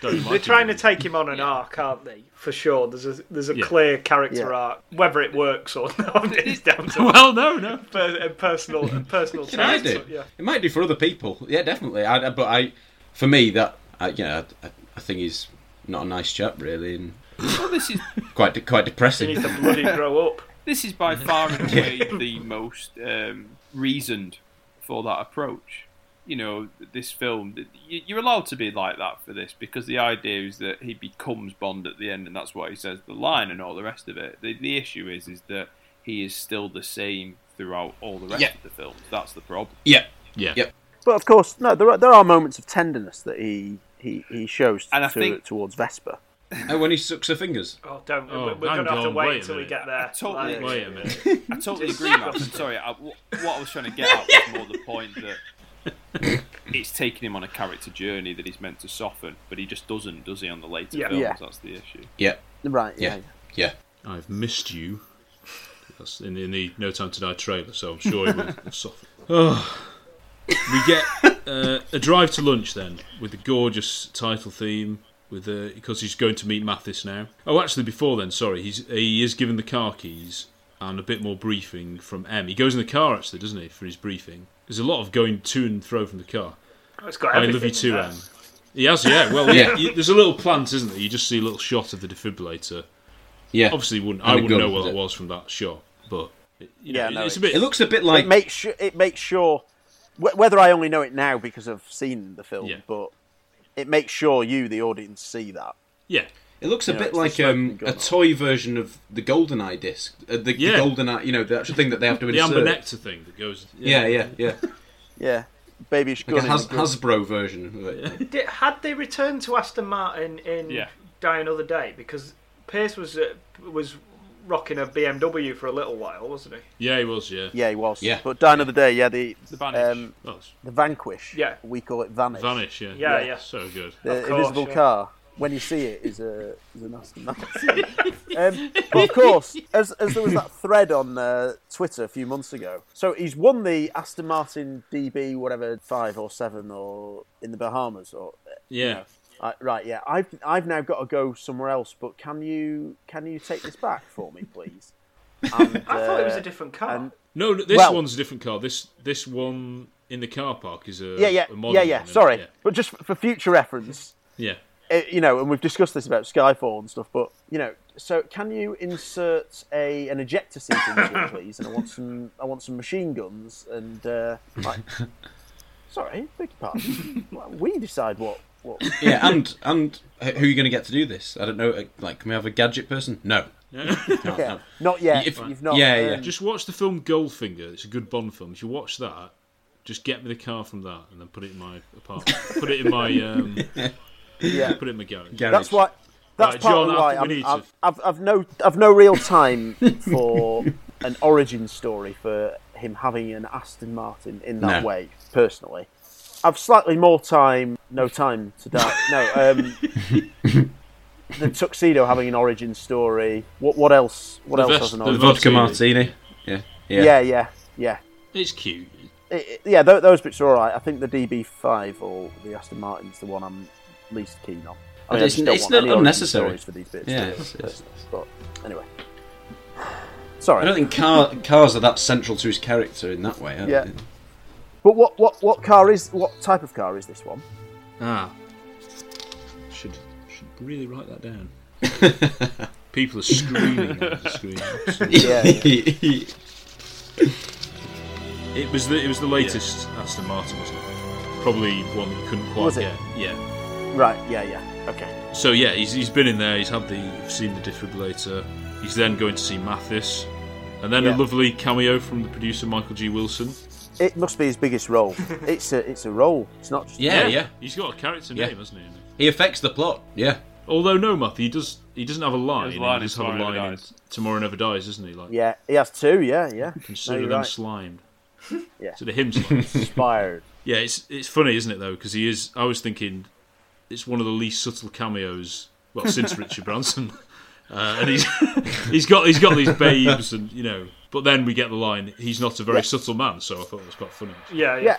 Speaker 2: don't
Speaker 1: They're
Speaker 2: like him.
Speaker 1: trying to take him on an arc, aren't they? For sure. There's a there's a
Speaker 2: Yeah.
Speaker 1: clear character
Speaker 2: Yeah.
Speaker 1: arc. Whether it works or not is down to
Speaker 2: well, no, no.
Speaker 1: Per, and personal and personal.
Speaker 6: It might
Speaker 1: taste,
Speaker 6: do.
Speaker 1: but yeah.
Speaker 6: It might do for other people. Yeah, definitely. I, I- but I, for me, that I, you know, I, I think he's not a nice chap, really, and
Speaker 16: Well, this is
Speaker 6: quite de- quite depressing.
Speaker 1: grow up.
Speaker 16: This is by far and away the most um, reasoned for that approach. You know, this film, th- you- you're allowed to be like that for this because the idea is that he becomes Bond at the end, and that's why he says the line and all the rest of it. The, the issue is, is that he is still the same throughout all the rest
Speaker 6: Yeah.
Speaker 16: of the films. That's the problem.
Speaker 6: Yeah.
Speaker 2: Yeah.
Speaker 6: Yep.
Speaker 3: But of course, no. There are, there are moments of tenderness that he he, he shows
Speaker 6: And I
Speaker 3: to,
Speaker 6: think-
Speaker 3: towards Vesper.
Speaker 6: And Oh, when he sucks her fingers.
Speaker 1: Oh, don't.
Speaker 3: Oh,
Speaker 1: we're we're
Speaker 3: hang
Speaker 1: going to have to
Speaker 3: on,
Speaker 1: wait,
Speaker 3: wait a
Speaker 1: until we
Speaker 3: minute.
Speaker 1: get there.
Speaker 16: totally,
Speaker 1: Like-
Speaker 2: Wait a minute.
Speaker 16: I totally agree, Matt. I'm sorry. I, wh- what I was trying to get at was more the point that it's taking him on a character journey that he's meant to soften, but he just doesn't, does he, on the later
Speaker 3: Yeah.
Speaker 16: films?
Speaker 3: Yeah.
Speaker 16: That's the issue.
Speaker 6: Yeah.
Speaker 3: Right. Yeah.
Speaker 6: Yeah.
Speaker 2: I've missed you. That's in, in the No Time to Die trailer, so I'm sure it will soften. Oh. We get uh, a drive to lunch then with the gorgeous title theme. With the because he's going to meet Mathis now. Oh, actually, before then, sorry, he's he is given the car keys and a bit more briefing from M. He goes in the car actually, doesn't he, for his briefing? There's a lot of going to and fro from the car.
Speaker 1: Oh, it's got
Speaker 2: I love you
Speaker 1: everything in
Speaker 2: too,
Speaker 1: there.
Speaker 2: M. He has, yeah. Well,
Speaker 6: Yeah.
Speaker 2: yeah. You, there's a little plant, isn't there? You just see a little shot of the defibrillator.
Speaker 6: Yeah.
Speaker 2: Obviously, wouldn't
Speaker 6: And
Speaker 2: I
Speaker 6: a
Speaker 2: wouldn't
Speaker 6: gun,
Speaker 2: know what
Speaker 6: is
Speaker 2: that
Speaker 6: it?
Speaker 2: was from that shot, but it, you know,
Speaker 3: Yeah,
Speaker 2: it-
Speaker 3: no,
Speaker 2: it's a
Speaker 3: it's-
Speaker 2: bit.
Speaker 3: It
Speaker 6: looks a bit
Speaker 3: it makes sure, it makes sure wh- whether I only know it now because I've seen the film, but it makes sure you, the audience, see that.
Speaker 2: Yeah.
Speaker 6: It looks a
Speaker 3: Yeah,
Speaker 6: bit
Speaker 3: it's
Speaker 6: like
Speaker 3: the smoking
Speaker 6: um,
Speaker 3: gun.
Speaker 6: a toy version of the GoldenEye disc. Uh, the,
Speaker 2: Yeah.
Speaker 6: the GoldenEye, you know, the actual thing that they have to
Speaker 2: The
Speaker 6: insert.
Speaker 2: amber nectar thing that goes.
Speaker 6: uh, Yeah, yeah, yeah.
Speaker 3: Yeah, baby, sh-
Speaker 6: Like
Speaker 3: gun
Speaker 6: a
Speaker 3: in
Speaker 6: Has-
Speaker 3: the gun.
Speaker 6: Hasbro version of it.
Speaker 1: Did, had they returned to Aston Martin in
Speaker 6: Yeah.
Speaker 1: Die Another Day? Because Pierce was uh, was rocking a BMW for a little while, wasn't he?
Speaker 2: Yeah, he was. Yeah.
Speaker 3: Yeah, he was.
Speaker 2: Yeah.
Speaker 3: But Down of the Day, yeah, the
Speaker 2: The Vanish.
Speaker 3: um, the Vanquish.
Speaker 1: Yeah,
Speaker 3: we call it Vanish.
Speaker 2: Vanish, yeah.
Speaker 1: Yeah, yeah.
Speaker 2: So good.
Speaker 3: The
Speaker 2: Of course,
Speaker 3: invisible
Speaker 2: yeah.
Speaker 3: car. When you see it, is a is an Aston Martin. um, but of course, as, as there was that thread on uh, Twitter a few months ago. So he's won the Aston Martin DB whatever five or seven or in the Bahamas or
Speaker 2: Yeah.
Speaker 3: I, right, yeah. I've I've now got to go somewhere else, but can you can you take this back for me, please? And,
Speaker 1: I thought it was
Speaker 3: uh,
Speaker 1: a different car.
Speaker 3: and-
Speaker 2: No, no, this
Speaker 3: Well-
Speaker 2: one's a different car. This this one in the car park is a
Speaker 3: yeah, yeah,
Speaker 2: a modern
Speaker 3: yeah, yeah.
Speaker 2: one, isn't it?
Speaker 3: Sorry, but just for future reference,
Speaker 2: Yeah.
Speaker 3: it, Uh, you know, and we've discussed this about Skyfall and stuff, but you know, so can you insert a an ejector seat into it, please? And I want some, I want some machine guns and uh, like, sorry, beg your pardon. Well, we decide what what.
Speaker 6: yeah, and and h- who are you going to get to do this? I don't know. uh, Like, can we have a gadget person? No. Can't
Speaker 3: Yeah.
Speaker 6: have.
Speaker 3: Not yet.
Speaker 6: If-
Speaker 3: You've not.
Speaker 6: Yeah, yeah.
Speaker 3: um,
Speaker 2: Just watch the film Goldfinger. It's a good Bond film. If you watch that, just get me the car from that and then put it in my apartment. put it in my um,
Speaker 3: Yeah.
Speaker 2: Put it in my garage.
Speaker 3: That's why. That's
Speaker 2: Right,
Speaker 3: partly
Speaker 2: John, I
Speaker 3: why
Speaker 2: think we need
Speaker 3: I'm,
Speaker 2: to-
Speaker 3: I've, I've, I've no I've no real time for an origin story for him having an Aston Martin in that
Speaker 2: No.
Speaker 3: way. Personally, I've slightly more time. No time to die. No, um, the tuxedo having an origin story. What what else? What
Speaker 6: The
Speaker 3: else
Speaker 6: vest-
Speaker 3: has an
Speaker 6: the
Speaker 3: origin?
Speaker 6: vodka
Speaker 3: story?
Speaker 6: martini. Yeah, yeah.
Speaker 3: yeah, yeah, yeah.
Speaker 2: It's cute.
Speaker 3: It- it- yeah, tho- those bits are all right. I think the DB5 or the Aston Martin's the one I'm least keen on. I
Speaker 6: But
Speaker 3: don't-
Speaker 6: it's-
Speaker 3: just don't
Speaker 6: it's
Speaker 3: want
Speaker 6: not
Speaker 3: any origin
Speaker 6: unnecessary.
Speaker 3: stories for these bits.
Speaker 6: Yeah,
Speaker 3: really,
Speaker 6: it's- it's-
Speaker 3: but anyway, sorry.
Speaker 6: I don't think car, cars are that central to his character in that way. Are
Speaker 3: Yeah.
Speaker 6: They?
Speaker 3: But what what what car is what type of car is this one?
Speaker 2: Ah. Should should really write that down. People are screaming at the screen.
Speaker 3: Yeah,
Speaker 2: It was the it was the latest Aston Martin, wasn't it? Probably one that you couldn't quite
Speaker 3: Was it?
Speaker 2: get. Yeah.
Speaker 3: Right. Yeah. Yeah. Okay.
Speaker 2: So yeah, he's, he's been in there. He's had the you've seen the defibrillator. He's then going to see Mathis, and then a
Speaker 3: Yeah.
Speaker 2: lovely cameo from the producer Michael G. Wilson.
Speaker 3: It must be his biggest role. it's a it's a role. It's not just
Speaker 6: Yeah, yeah.
Speaker 2: He's got a character
Speaker 6: Yeah.
Speaker 2: name, hasn't he?
Speaker 6: He affects the plot. Yeah.
Speaker 2: Although no, Math, he does. He doesn't have a line.
Speaker 6: has a
Speaker 2: He,
Speaker 6: line in
Speaker 2: does have a
Speaker 6: Tomorrow Never
Speaker 2: line. in Tomorrow never dies, doesn't he? Like
Speaker 3: Yeah, he has two. Yeah, yeah.
Speaker 2: consider
Speaker 3: No, you're
Speaker 2: them
Speaker 3: right.
Speaker 2: slimed.
Speaker 3: Yeah.
Speaker 2: Consider him slimed.
Speaker 3: Inspired.
Speaker 2: Yeah, it's it's funny, isn't it though? Because he is. I was thinking, it's one of the least subtle cameos. Well, since Richard Branson, uh, and he's he's got he's got these babes, and you know. But then we get the line. He's not a very subtle man, so I thought it was quite funny.
Speaker 1: Yeah, yeah.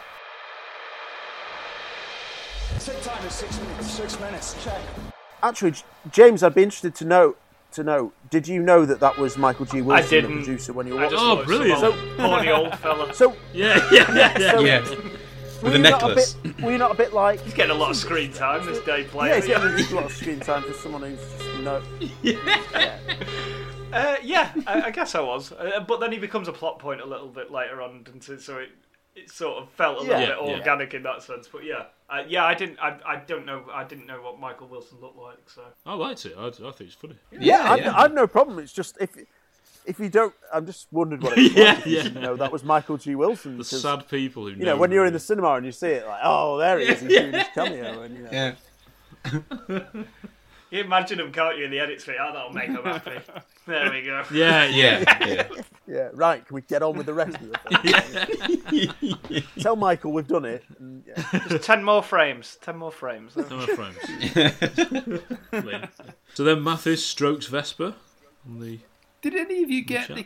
Speaker 3: yeah.
Speaker 10: Set time is six minutes. Six minutes. Check.
Speaker 3: Actually, J- James, I'd be interested to know. To know, did you know that that was Michael G. Wilson,
Speaker 1: didn't.
Speaker 3: the producer, when you
Speaker 1: I
Speaker 3: were watching?
Speaker 1: just Oh, watched brilliant. some old horny old fella.
Speaker 3: So
Speaker 1: Yeah, yeah, yeah, yeah.
Speaker 3: so-
Speaker 1: Yeah.
Speaker 3: were you not a bit- were you not a bit like?
Speaker 1: He's getting a lot of screen time this day
Speaker 3: Yeah,
Speaker 1: player.
Speaker 3: he's getting a lot of screen time for someone who's just no.
Speaker 1: Uh, yeah, I, I guess I was. Uh, but then he becomes a plot point a little bit later on, doesn't he? so it it sort of felt a little
Speaker 3: Yeah. Yeah,
Speaker 1: bit
Speaker 3: yeah.
Speaker 1: organic in that sense. But yeah, uh, yeah, I didn't, I, I don't know, I didn't know what Michael Wilson looked like. So
Speaker 2: I liked it. I, I think it's funny.
Speaker 3: I've, I've no problem. It's just if if you don't, I'm just wondered what it was.
Speaker 2: Yeah,
Speaker 3: if you
Speaker 2: yeah.
Speaker 3: didn't know that was Michael G. Wilson.
Speaker 2: the
Speaker 3: because,
Speaker 2: sad people who
Speaker 3: You know, when you're in the cinema and you see it, like, oh, there he is, he's doing his cameo. And, you know.
Speaker 6: Yeah.
Speaker 1: you imagine him, can't you, in the edit suite? Oh, that'll make him happy. there we go.
Speaker 3: Yeah, right. Can we get on with the rest of the thing? Tell Michael we've done it. And, yeah.
Speaker 1: Just ten more frames. Ten more frames. Ten
Speaker 2: more frames. So then Mathis strokes Vesper on the.
Speaker 16: Did any of you get the,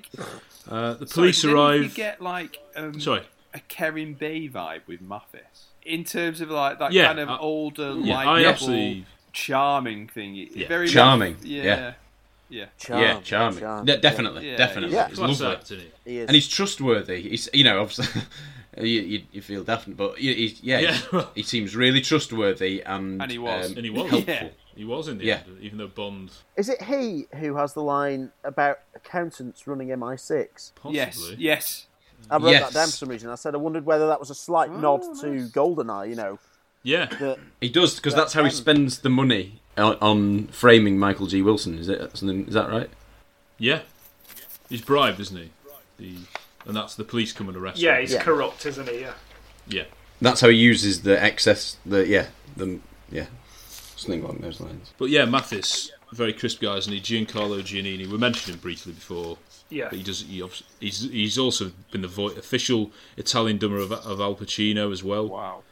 Speaker 2: Uh,
Speaker 16: Sorry,
Speaker 2: the police
Speaker 16: did any of
Speaker 2: arrive.
Speaker 16: You get like um,
Speaker 2: Sorry.
Speaker 16: a Kerin Bay vibe with Mathis in terms of like that
Speaker 2: Yeah,
Speaker 16: kind of
Speaker 2: I-
Speaker 16: older,
Speaker 2: yeah,
Speaker 16: like
Speaker 2: I
Speaker 16: level,
Speaker 2: absolutely-
Speaker 16: charming thing. It-
Speaker 2: Yeah.
Speaker 16: Very
Speaker 6: Charming,
Speaker 16: much-
Speaker 6: yeah.
Speaker 16: yeah, yeah,
Speaker 6: yeah, charming. Yeah, definitely, definitely. It's lovely.
Speaker 3: He is.
Speaker 6: And he's trustworthy. He's, you know, obviously, you, you, you feel daft, but he, he's, yeah,
Speaker 2: Yeah.
Speaker 6: he's- he seems really trustworthy and
Speaker 2: And he was.
Speaker 6: um,
Speaker 2: and he was.
Speaker 6: helpful.
Speaker 2: He was in the
Speaker 6: Yeah.
Speaker 2: end, even though Bond.
Speaker 3: Is it he who has the line about accountants running MI6?
Speaker 16: Yes, yes.
Speaker 3: I wrote
Speaker 6: Yes.
Speaker 3: that down for some reason. I said I wondered whether that was a slight nod
Speaker 2: Oh,
Speaker 3: to Goldeneye. You know.
Speaker 2: Yeah.
Speaker 3: That,
Speaker 6: He does because that's how he spends the money on, on framing Michael G. Wilson. Is it something? Is that right?
Speaker 2: Yeah, he's bribed, isn't he? The, and that's the police come and arrest him.
Speaker 1: Yeah, he's corrupt, isn't he? Yeah.
Speaker 2: Yeah.
Speaker 6: That's how he uses the excess. The yeah, the yeah, something along those lines.
Speaker 2: But yeah, Mathis, very crisp guy, isn't he? Giancarlo Giannini. We mentioned him briefly before.
Speaker 1: Yeah.
Speaker 2: But he does. He, obvi- he's he's also been the vo- official Italian dumber of, of Al Pacino as well.
Speaker 16: Wow.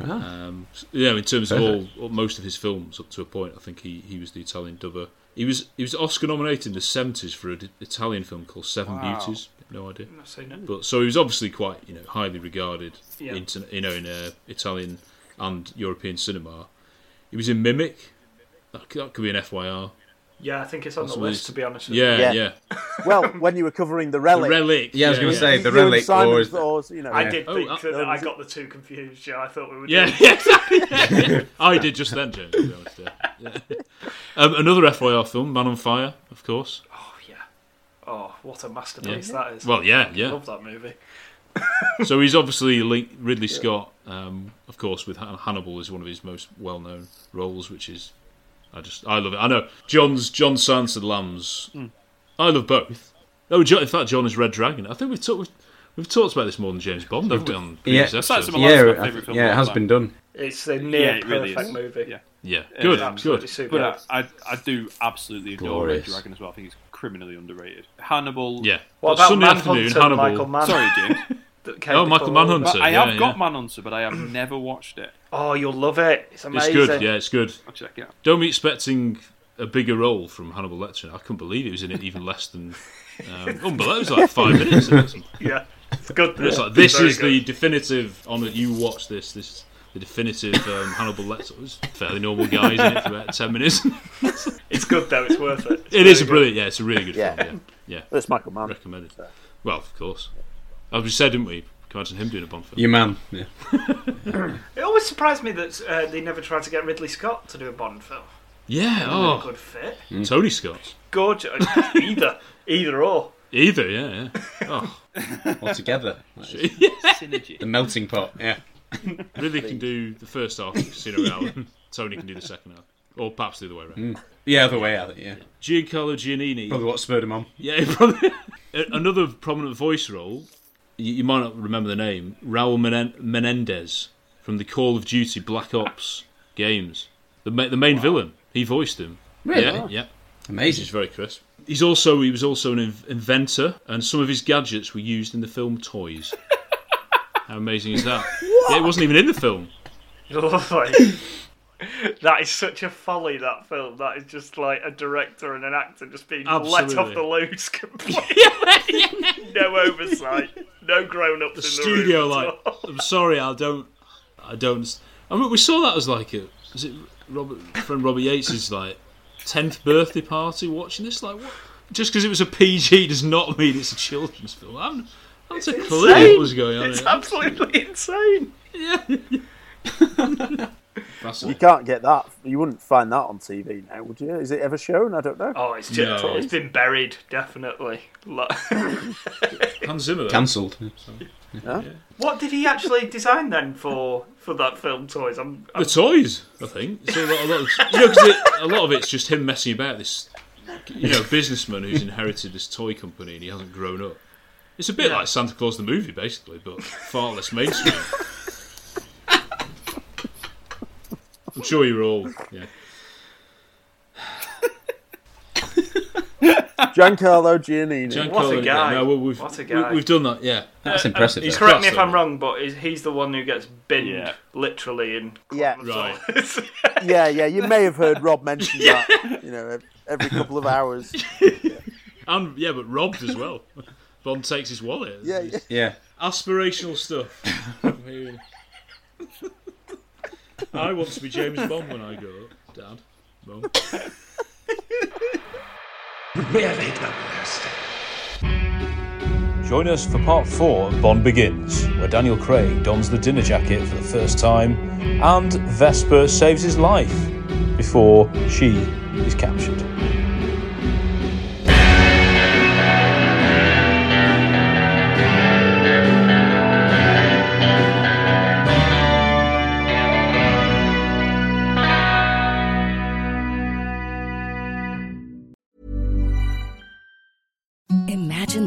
Speaker 2: Um, s- yeah, in terms of all,
Speaker 6: Perfect.
Speaker 2: all most of his films up to a point, I think he, he was the Italian dubber. He was he was Oscar nominated in the seventies for an Italian film called Seven
Speaker 1: Wow.
Speaker 2: Beauties. No idea.
Speaker 1: Not seen it.
Speaker 2: But so he was obviously quite you know highly regarded
Speaker 1: Yeah.
Speaker 2: in you know in uh, Italian and European cinema. He was in Mimic. That could, that could be an FYR.
Speaker 1: Yeah, I think it's on the
Speaker 2: Possibly.
Speaker 1: list to be honest. with
Speaker 2: Yeah, yeah.
Speaker 1: you.
Speaker 3: well, when you were covering the relic.
Speaker 2: The Relic, Yeah, I was yeah. gonna say,
Speaker 3: You-
Speaker 2: the
Speaker 3: you and
Speaker 2: relic,
Speaker 3: Simon
Speaker 2: or is-
Speaker 3: thought, you know,
Speaker 1: I
Speaker 2: Oh,
Speaker 1: did think
Speaker 2: uh,
Speaker 1: that
Speaker 3: No,
Speaker 1: I
Speaker 3: was it-
Speaker 1: got the two confused. Yeah, I thought we were.
Speaker 2: Yeah,
Speaker 1: doing-
Speaker 2: yeah, exactly. yeah. I did just then, James. To be honest, yeah. Yeah. Um, another FYR film, Man on Fire, of course.
Speaker 1: Oh, what a
Speaker 2: Yeah.
Speaker 1: masterpiece that is.
Speaker 2: Well, yeah, yeah.
Speaker 1: Love that movie.
Speaker 2: so he's obviously linked Ridley Scott, um, of course, with Han- Hannibal is one of his most well-known roles, which is I just I love it. I know John's John Sanford Lamb's.
Speaker 16: Mm.
Speaker 2: I love both. Oh, John, in fact, John is Red Dragon. I think we've talked we've, we've talked about this more than James Bond, haven't we? On previous
Speaker 6: yeah,
Speaker 2: episodes?
Speaker 6: yeah, I- yeah, it has been done.
Speaker 1: It's a near
Speaker 16: it really
Speaker 1: perfect
Speaker 16: is.
Speaker 1: movie.
Speaker 16: Yeah.
Speaker 2: Yeah,
Speaker 16: It's
Speaker 2: good,
Speaker 16: absolutely
Speaker 2: good.
Speaker 1: superb.
Speaker 16: But uh, I, I, I do absolutely adore
Speaker 2: Glorious.
Speaker 16: Red Dragon as well. I think it's criminally underrated. Hannibal.
Speaker 2: Yeah. What But about Sunday afternoon, Manhunter, Hannibal- Michael Mann?
Speaker 16: Sorry, James.
Speaker 1: That came
Speaker 2: Oh, Michael
Speaker 1: before-
Speaker 2: Manhunter.
Speaker 16: But I
Speaker 2: yeah,
Speaker 16: have
Speaker 2: yeah.
Speaker 16: got Manhunter, but I have never watched it.
Speaker 1: Oh, you'll love it. It's
Speaker 2: It's
Speaker 1: amazing.
Speaker 2: good. Yeah, it's good.
Speaker 16: I'll check it out.
Speaker 2: Don't be expecting a bigger role from Hannibal Lecter. I couldn't believe he was in it even less than. Um, oh, but that was like five minutes. Of it.
Speaker 1: Yeah, it's good.
Speaker 2: But it's like,
Speaker 1: It's
Speaker 2: this
Speaker 1: very
Speaker 2: is the definitive on that you watch this. This is the definitive um, Hannibal Lecter. It was fairly normal guys in it for about ten minutes.
Speaker 1: It's good though. It's worth it. It's
Speaker 2: it is a
Speaker 1: really
Speaker 2: brilliant. Yeah, it's a really good
Speaker 3: Yeah.
Speaker 2: film. Yeah, yeah.
Speaker 3: Well, it's Michael Mann.
Speaker 2: Recommended. Well, of course. As we said, didn't we? Can imagine him doing a Bond film.
Speaker 6: Your man. Yeah.
Speaker 1: It always surprised me that uh, they never tried to get Ridley Scott to do a Bond film.
Speaker 2: Yeah.
Speaker 1: Would've been a
Speaker 2: Oh,
Speaker 1: good fit.
Speaker 2: Tony Scott.
Speaker 1: Good. Either, either or.
Speaker 2: Either. Yeah. Yeah. Oh.
Speaker 6: Altogether.
Speaker 16: Synergy.
Speaker 6: The melting pot. Yeah.
Speaker 2: Ridley can do the first half of Casino Royale, and Tony can do the second half. Or perhaps the other way around.
Speaker 6: Mm. Yeah, other way out. Yeah.
Speaker 2: Giancarlo Giannini.
Speaker 6: Probably what spurred him on.
Speaker 2: Yeah, probably. A- Another prominent voice role, you, you might not remember the name, Raul Menen- Menendez from the Call of Duty Black Ops games. The, ma- the main villain. He voiced him.
Speaker 6: Really?
Speaker 2: Yeah, yeah.
Speaker 6: Amazing.
Speaker 2: Which is very crisp. He's also he was also an in- inventor, and some of his gadgets were used in the film Toys. How amazing is that? Yeah, it wasn't even in the film.
Speaker 1: Lovely. that is such a folly. That film. That is just like a director and an actor just being let off
Speaker 2: Absolutely.
Speaker 1: the loose completely. no oversight. No grown-ups in the
Speaker 2: studio
Speaker 1: room at
Speaker 2: like
Speaker 1: all.
Speaker 2: I'm sorry I don't I don't I mean, we saw that as like a was it Robert friend Robert Yates's like tenth birthday party watching this like what just because it was a PG does not mean it's a children's film. I'm, that's a clue what was going on.
Speaker 1: It's
Speaker 2: here.
Speaker 1: absolutely insane.
Speaker 2: Yeah.
Speaker 3: You can't get that. You wouldn't find that on TV now, would you? Is it ever shown? I don't know.
Speaker 1: Oh, it's just,
Speaker 3: No.
Speaker 1: it's been buried, definitely. Lo-
Speaker 2: Hans Zimmer
Speaker 6: Cancelled.
Speaker 3: Yeah.
Speaker 1: what did he actually design then for for that film? Toys. I'm,
Speaker 2: The toys, I think. So a lot, a lot of, you know, 'cause it, a lot of it's just him messing about this, you know, businessman who's inherited this toy company and he hasn't grown up. It's a bit like Santa Claus the movie, basically, but far less mainstream. I'm sure you're all, yeah.
Speaker 3: Giancarlo Giannini.
Speaker 2: Giancarlo
Speaker 1: What a guy.
Speaker 2: no, we- we've,
Speaker 1: What a guy.
Speaker 2: we- We've done that, yeah.
Speaker 1: Uh, uh, He's correct me if I'm wrong, but is, he's the one who gets binned
Speaker 2: Yeah.
Speaker 1: literally in.
Speaker 3: Yeah.
Speaker 2: Right.
Speaker 3: yeah, yeah. You may have heard Rob mention that. You know, ev- every couple of hours.
Speaker 2: And yeah, but robbed as well. Bond takes his wallet.
Speaker 3: Yeah, yeah.
Speaker 6: Yeah.
Speaker 2: Aspirational stuff. I want to be James Bond when I grow up, Dad. Mum.
Speaker 17: Really the best. Join us for part four of Bond Begins, where Daniel Craig dons the dinner jacket for the first time and Vesper saves his life before she is captured.
Speaker 18: Imagine